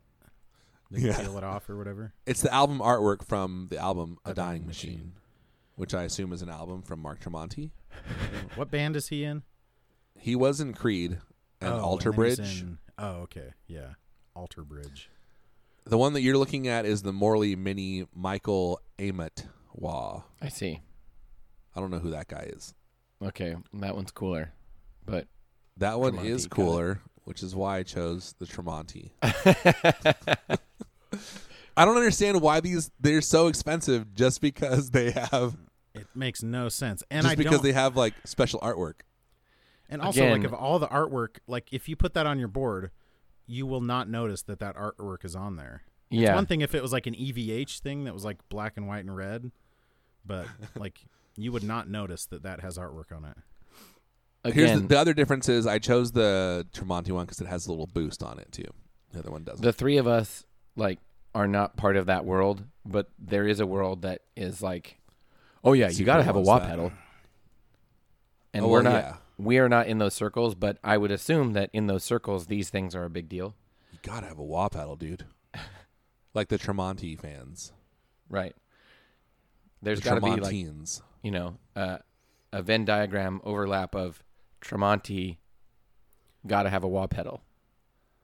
Speaker 3: They
Speaker 1: Yeah.
Speaker 3: peel it off or whatever.
Speaker 1: It's the album artwork from the album A,
Speaker 3: A
Speaker 1: Dying,
Speaker 3: Dying
Speaker 1: Machine,
Speaker 3: Machine.
Speaker 1: which I assume is an album from Mark Tremonti.
Speaker 3: What band is he in?
Speaker 1: He was in Creed and
Speaker 3: Oh,
Speaker 1: Alter
Speaker 3: then he's
Speaker 1: Bridge.
Speaker 3: in- oh, okay, yeah, Alter Bridge.
Speaker 1: The one that you're looking at is the Morley Mini Michael Amott. Wah.
Speaker 2: I see.
Speaker 1: I don't know who that guy is.
Speaker 2: Okay, that one's cooler. But
Speaker 1: That one
Speaker 2: Tremonti,
Speaker 1: is
Speaker 2: got it.
Speaker 1: cooler, which is why I chose the Tremonti. I don't understand why these they're so expensive just because they have
Speaker 3: It makes no sense. And
Speaker 1: just
Speaker 3: I
Speaker 1: because
Speaker 3: don't.
Speaker 1: they have like special artwork.
Speaker 3: and also,
Speaker 2: Again-
Speaker 3: like, of all the artwork, like if you put that on your board, you will not notice that that artwork is on there. It's
Speaker 2: yeah,
Speaker 3: one thing if it was like an EVH thing that was like black and white and red, but like you would not notice that that has artwork on it.
Speaker 1: Here's the,
Speaker 2: again, the,
Speaker 1: the other difference is I chose the Tremonti one because it has a little boost on it too. The other one doesn't.
Speaker 2: three of us like are not part of that world, but there is a world that is like, oh yeah, you
Speaker 1: Super
Speaker 2: got to have a
Speaker 1: loves
Speaker 2: wah
Speaker 1: that.
Speaker 2: pedal. And
Speaker 1: Oh,
Speaker 2: we're
Speaker 1: well,
Speaker 2: not
Speaker 1: yeah.
Speaker 2: we are not in those circles, but I would assume that in those circles these things are a big deal.
Speaker 1: you gotta have a wah pedal, dude. Like the Tremonti fans,
Speaker 2: Right. There's
Speaker 1: the
Speaker 2: got to be like
Speaker 1: Tremontines.
Speaker 2: you know, uh, a Venn diagram overlap of Tremonti, gotta have a wah pedal.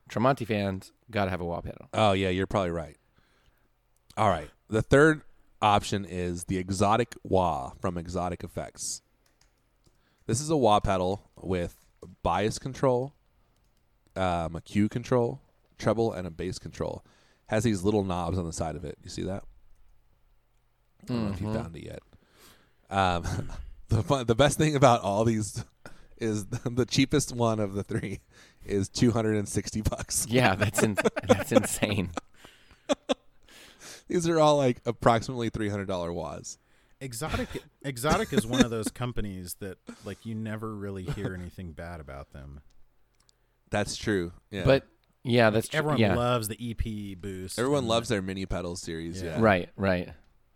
Speaker 2: Tremonti fans, gotta have a wah pedal.
Speaker 1: oh yeah, you're probably right. All right, the third option is the exotic wah from Exotic Effects. This is a wah pedal with bias control, um, a cue control, treble, and a bass control. Has these little knobs on the side of it. You see that? I don't know if you found it yet. Um, the fun, the best thing about all these is the, the cheapest one of the three is two hundred and sixty bucks.
Speaker 2: Yeah, that's in, that's insane.
Speaker 1: These are all like approximately three hundred dollar was.
Speaker 3: Exotic Exotic is one of those companies that like you never really hear anything bad about them.
Speaker 1: That's true. Yeah.
Speaker 2: But yeah, that's true.
Speaker 3: Everyone
Speaker 2: yeah,
Speaker 3: loves the EP boost.
Speaker 1: everyone
Speaker 3: and
Speaker 1: loves their mini pedal series. Yeah.
Speaker 3: Yeah.
Speaker 2: right, right.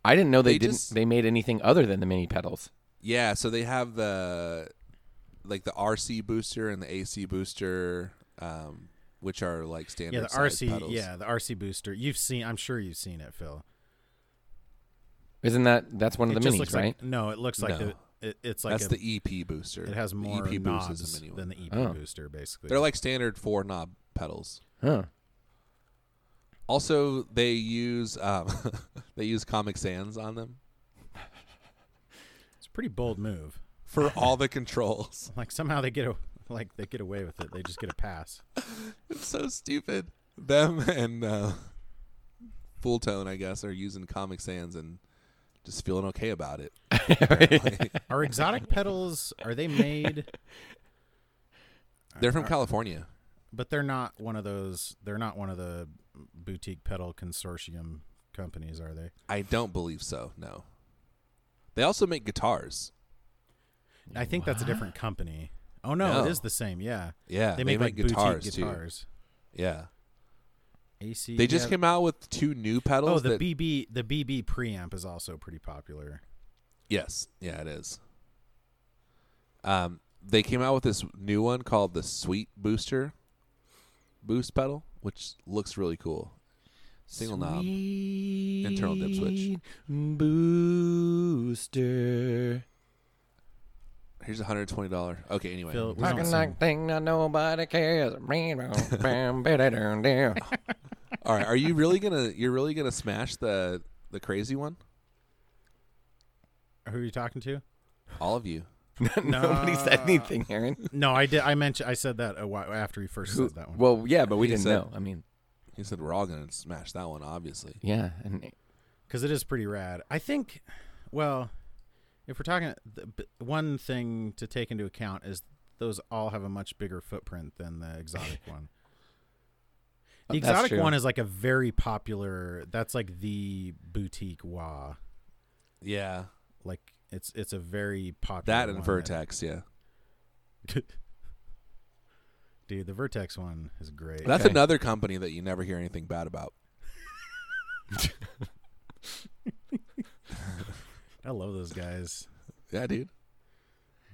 Speaker 2: I didn't know they,
Speaker 1: They
Speaker 2: didn't.
Speaker 1: just-
Speaker 2: They made anything other than the mini pedals.
Speaker 1: Yeah. So they have the like the RC booster and the AC booster, um, which are like
Speaker 3: the-
Speaker 1: standard.
Speaker 3: Yeah, the
Speaker 1: size
Speaker 3: RC
Speaker 1: Pedals.
Speaker 3: yeah, the RC booster. You've seen I'm sure you've seen it, Phil.
Speaker 2: Isn't that that's one of
Speaker 3: it
Speaker 2: the
Speaker 3: just
Speaker 2: minis,
Speaker 3: looks
Speaker 2: right?
Speaker 3: Like, no, it looks like
Speaker 1: No.
Speaker 3: a, it, it's like
Speaker 1: That's
Speaker 3: a,
Speaker 1: the EP booster.
Speaker 3: it has
Speaker 1: The
Speaker 3: more
Speaker 1: EP boost
Speaker 3: knobs
Speaker 1: is a mini one.
Speaker 3: than the EP
Speaker 2: Oh.
Speaker 3: booster basically.
Speaker 1: They're like standard four knob pedals.
Speaker 2: huh.
Speaker 1: Also, they use um, they use Comic Sans on them
Speaker 3: it's a pretty bold move.
Speaker 1: for all the controls.
Speaker 3: Like somehow they get a like they get away with it. They just get a pass.
Speaker 1: It's so stupid. Them and uh, Full Tone, I guess, are using Comic Sans and just feeling okay about it. apparently.
Speaker 3: Are exotic pedals are they made
Speaker 1: They're from California.
Speaker 3: but they're not one of those they're not one of the boutique pedal consortium companies, are they?
Speaker 1: I don't believe so. No. They also make guitars.
Speaker 3: I think that's a different company. Oh no,
Speaker 1: No.
Speaker 3: it is the same. Yeah,
Speaker 1: Yeah,
Speaker 3: they make, like
Speaker 1: guitars
Speaker 3: boutique
Speaker 1: too.
Speaker 3: guitars.
Speaker 1: Yeah,
Speaker 3: AC.
Speaker 1: they just
Speaker 3: yeah.
Speaker 1: came out with two new pedals.
Speaker 3: Oh, the
Speaker 1: that-
Speaker 3: BB the BB preamp is also pretty popular.
Speaker 1: Yes, yeah, it is. Um, they came out with this new one called the Sweet Booster Boost Pedal, which looks really cool. Single knob. Internal dip switch.
Speaker 2: Sweet Booster.
Speaker 1: Here's $120. Okay, anyway.
Speaker 3: Phil, we
Speaker 2: Talking
Speaker 3: don't
Speaker 2: like thing that nobody cares. All
Speaker 1: All right, are you really gonna? You're really gonna smash the the crazy one?
Speaker 3: sing- who are you talking to?
Speaker 1: All of you.
Speaker 2: Nobody said anything, Aaron.
Speaker 3: No, I did. I mentioned. I said that a while after he first said that one.
Speaker 2: Well, yeah, but we
Speaker 1: He
Speaker 2: didn't
Speaker 1: said-
Speaker 2: know. I mean,
Speaker 1: He said we're all gonna smash that one, obviously.
Speaker 2: yeah, and
Speaker 3: because it is pretty rad. I think, well, if we're talking, the, b- one thing to take into account is those all have a much bigger footprint than the exotic one.
Speaker 2: Uh,
Speaker 3: The
Speaker 2: that's
Speaker 3: exotic
Speaker 2: true.
Speaker 3: one is like a very popular. That's like the boutique wah.
Speaker 1: Yeah,
Speaker 3: Like it's it's a very popular
Speaker 1: that and
Speaker 3: one
Speaker 1: Vertex. Yeah,
Speaker 3: Dude, the Vertex one is great.
Speaker 1: That's
Speaker 2: Okay.
Speaker 1: another company that you never hear anything bad about.
Speaker 3: I love those guys.
Speaker 1: Yeah, dude.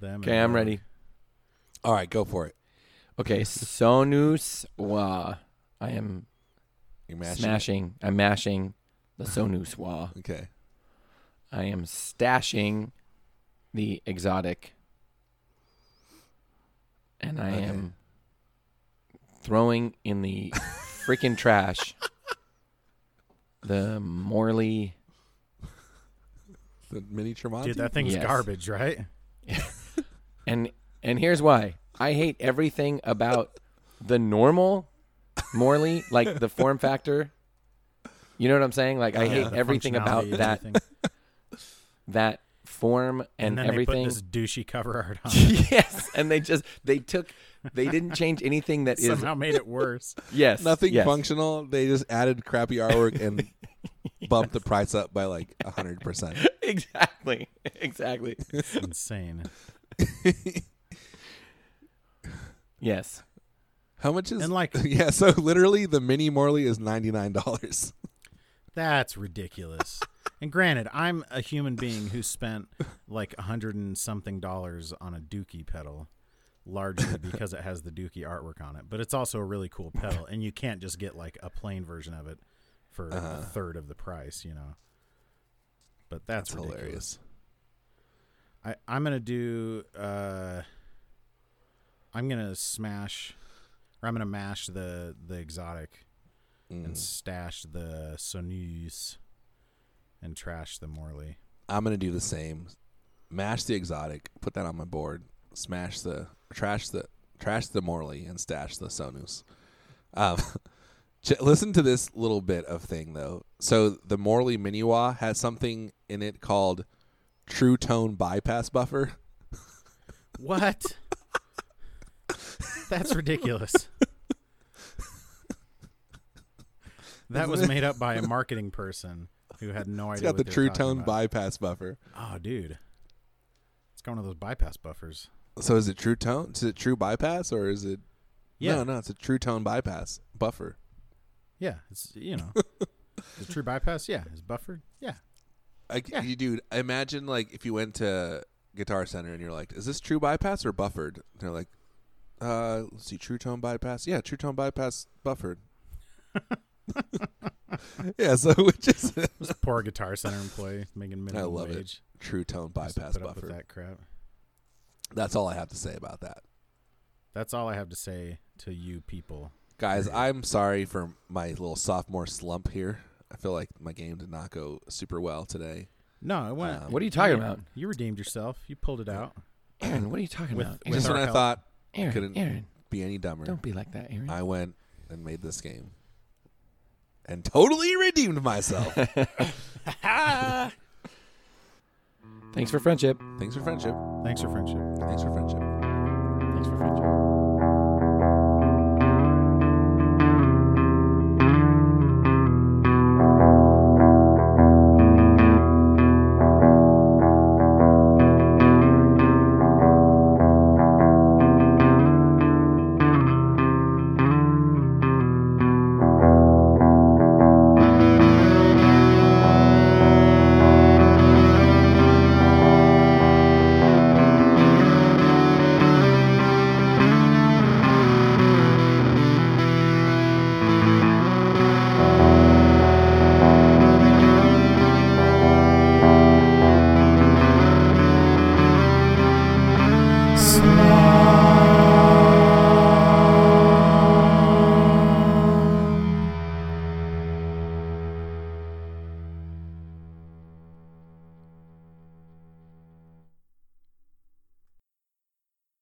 Speaker 3: Them.
Speaker 2: Okay,
Speaker 3: and,
Speaker 2: I'm
Speaker 3: uh,
Speaker 2: ready.
Speaker 1: All right, go for it.
Speaker 2: Okay, Sonus Wa. I am
Speaker 1: You're
Speaker 2: smashing.
Speaker 1: mashing.
Speaker 2: I'm mashing the Sonus Wa.
Speaker 1: Okay.
Speaker 2: I am stashing the exotic. And I
Speaker 1: Okay.
Speaker 2: am throwing in the freaking trash the Morley.
Speaker 1: The miniature Monty.
Speaker 3: Dude, that thing's
Speaker 2: Yes.
Speaker 3: garbage, right?
Speaker 2: And and here's why. I hate everything about the normal Morley, like the form factor. You know what I'm saying? Like I
Speaker 3: Yeah,
Speaker 2: hate
Speaker 3: the
Speaker 2: everything
Speaker 3: functionality
Speaker 2: about
Speaker 3: and
Speaker 2: that
Speaker 3: everything.
Speaker 2: that form
Speaker 3: And
Speaker 2: and,
Speaker 3: then
Speaker 2: everything.
Speaker 3: they put this douchey cover art on. it.
Speaker 2: yes, and they just they took they didn't change anything that is
Speaker 3: Somehow made it worse.
Speaker 2: yes
Speaker 1: Nothing
Speaker 2: yes.
Speaker 1: functional. They just added crappy artwork and bumped the price up by like 100%.
Speaker 2: exactly exactly
Speaker 3: It's insane.
Speaker 2: yes
Speaker 1: How much is
Speaker 3: And like-
Speaker 1: Yeah, so literally the mini Morley is $99.
Speaker 3: That's ridiculous. and granted, I'm a human being who spent like a hundred and something dollars on a Dookie pedal, largely because it has the Dookie artwork on it. But it's also a really cool pedal, and you can't just get like a plain version of it for
Speaker 2: Uh-huh.
Speaker 3: a third of the price, you know. But that's,
Speaker 1: That's
Speaker 3: ridiculous.
Speaker 1: hilarious.
Speaker 3: I, I'm gonna do. Uh, I'm gonna smash, or I'm gonna mash the the exotic,
Speaker 1: Mm.
Speaker 3: and stash the Sonus, and trash the Morley.
Speaker 1: I'm going to do the same. Mash the exotic, put that on my board, smash the trash the trash the Morley and stash the Sonus. Um ch- listen to this little bit of thing though. So the Morley Miniwa has something in it called True Tone Bypass Buffer.
Speaker 3: What? That's ridiculous. That was made up by a marketing person who had no
Speaker 1: It's
Speaker 3: idea.
Speaker 1: got the
Speaker 3: what they
Speaker 1: True
Speaker 3: were talking
Speaker 1: Tone
Speaker 3: about.
Speaker 1: Bypass Buffer.
Speaker 3: Oh, dude, it's got one of those bypass buffers.
Speaker 1: So is it True Tone? Is it True Bypass or is it
Speaker 3: Yeah,
Speaker 1: No, no, it's a True Tone Bypass Buffer.
Speaker 3: Yeah, it's you know, the true bypass. Yeah, is buffered. Yeah,
Speaker 1: I, you, dude, imagine like if you went to Guitar Center and you're like, "Is this true bypass or buffered?" And they're like, "Uh, let's see, true tone bypass. Yeah, true tone bypass buffered." yeah, so which is
Speaker 3: poor guitar center employee making minimum
Speaker 1: love it.
Speaker 3: wage.
Speaker 1: true tone
Speaker 3: Has to
Speaker 1: bypass
Speaker 3: put up with
Speaker 1: buffer.
Speaker 3: that crap.
Speaker 1: That's all I have to say about that,
Speaker 3: That's all I have to say to you people.
Speaker 1: guys. I'm sorry for my little sophomore slump here. I feel like my game did not go super well today.
Speaker 3: No, it went.
Speaker 1: Um,
Speaker 2: what are you talking about
Speaker 3: You redeemed yourself. You pulled it out.
Speaker 2: aaron what are you talking
Speaker 3: With-
Speaker 2: about
Speaker 3: with
Speaker 1: Just
Speaker 3: our
Speaker 1: when I
Speaker 3: help.
Speaker 1: thought
Speaker 2: aaron,
Speaker 1: couldn't-
Speaker 2: aaron, aaron
Speaker 1: be any dumber,
Speaker 2: don't be like that aaron
Speaker 1: I went and made this game and totally redeemed myself.
Speaker 2: thanks for friendship
Speaker 3: Ah!
Speaker 1: Thanks for friendship.
Speaker 3: Thanks for friendship.
Speaker 1: Thanks for friendship.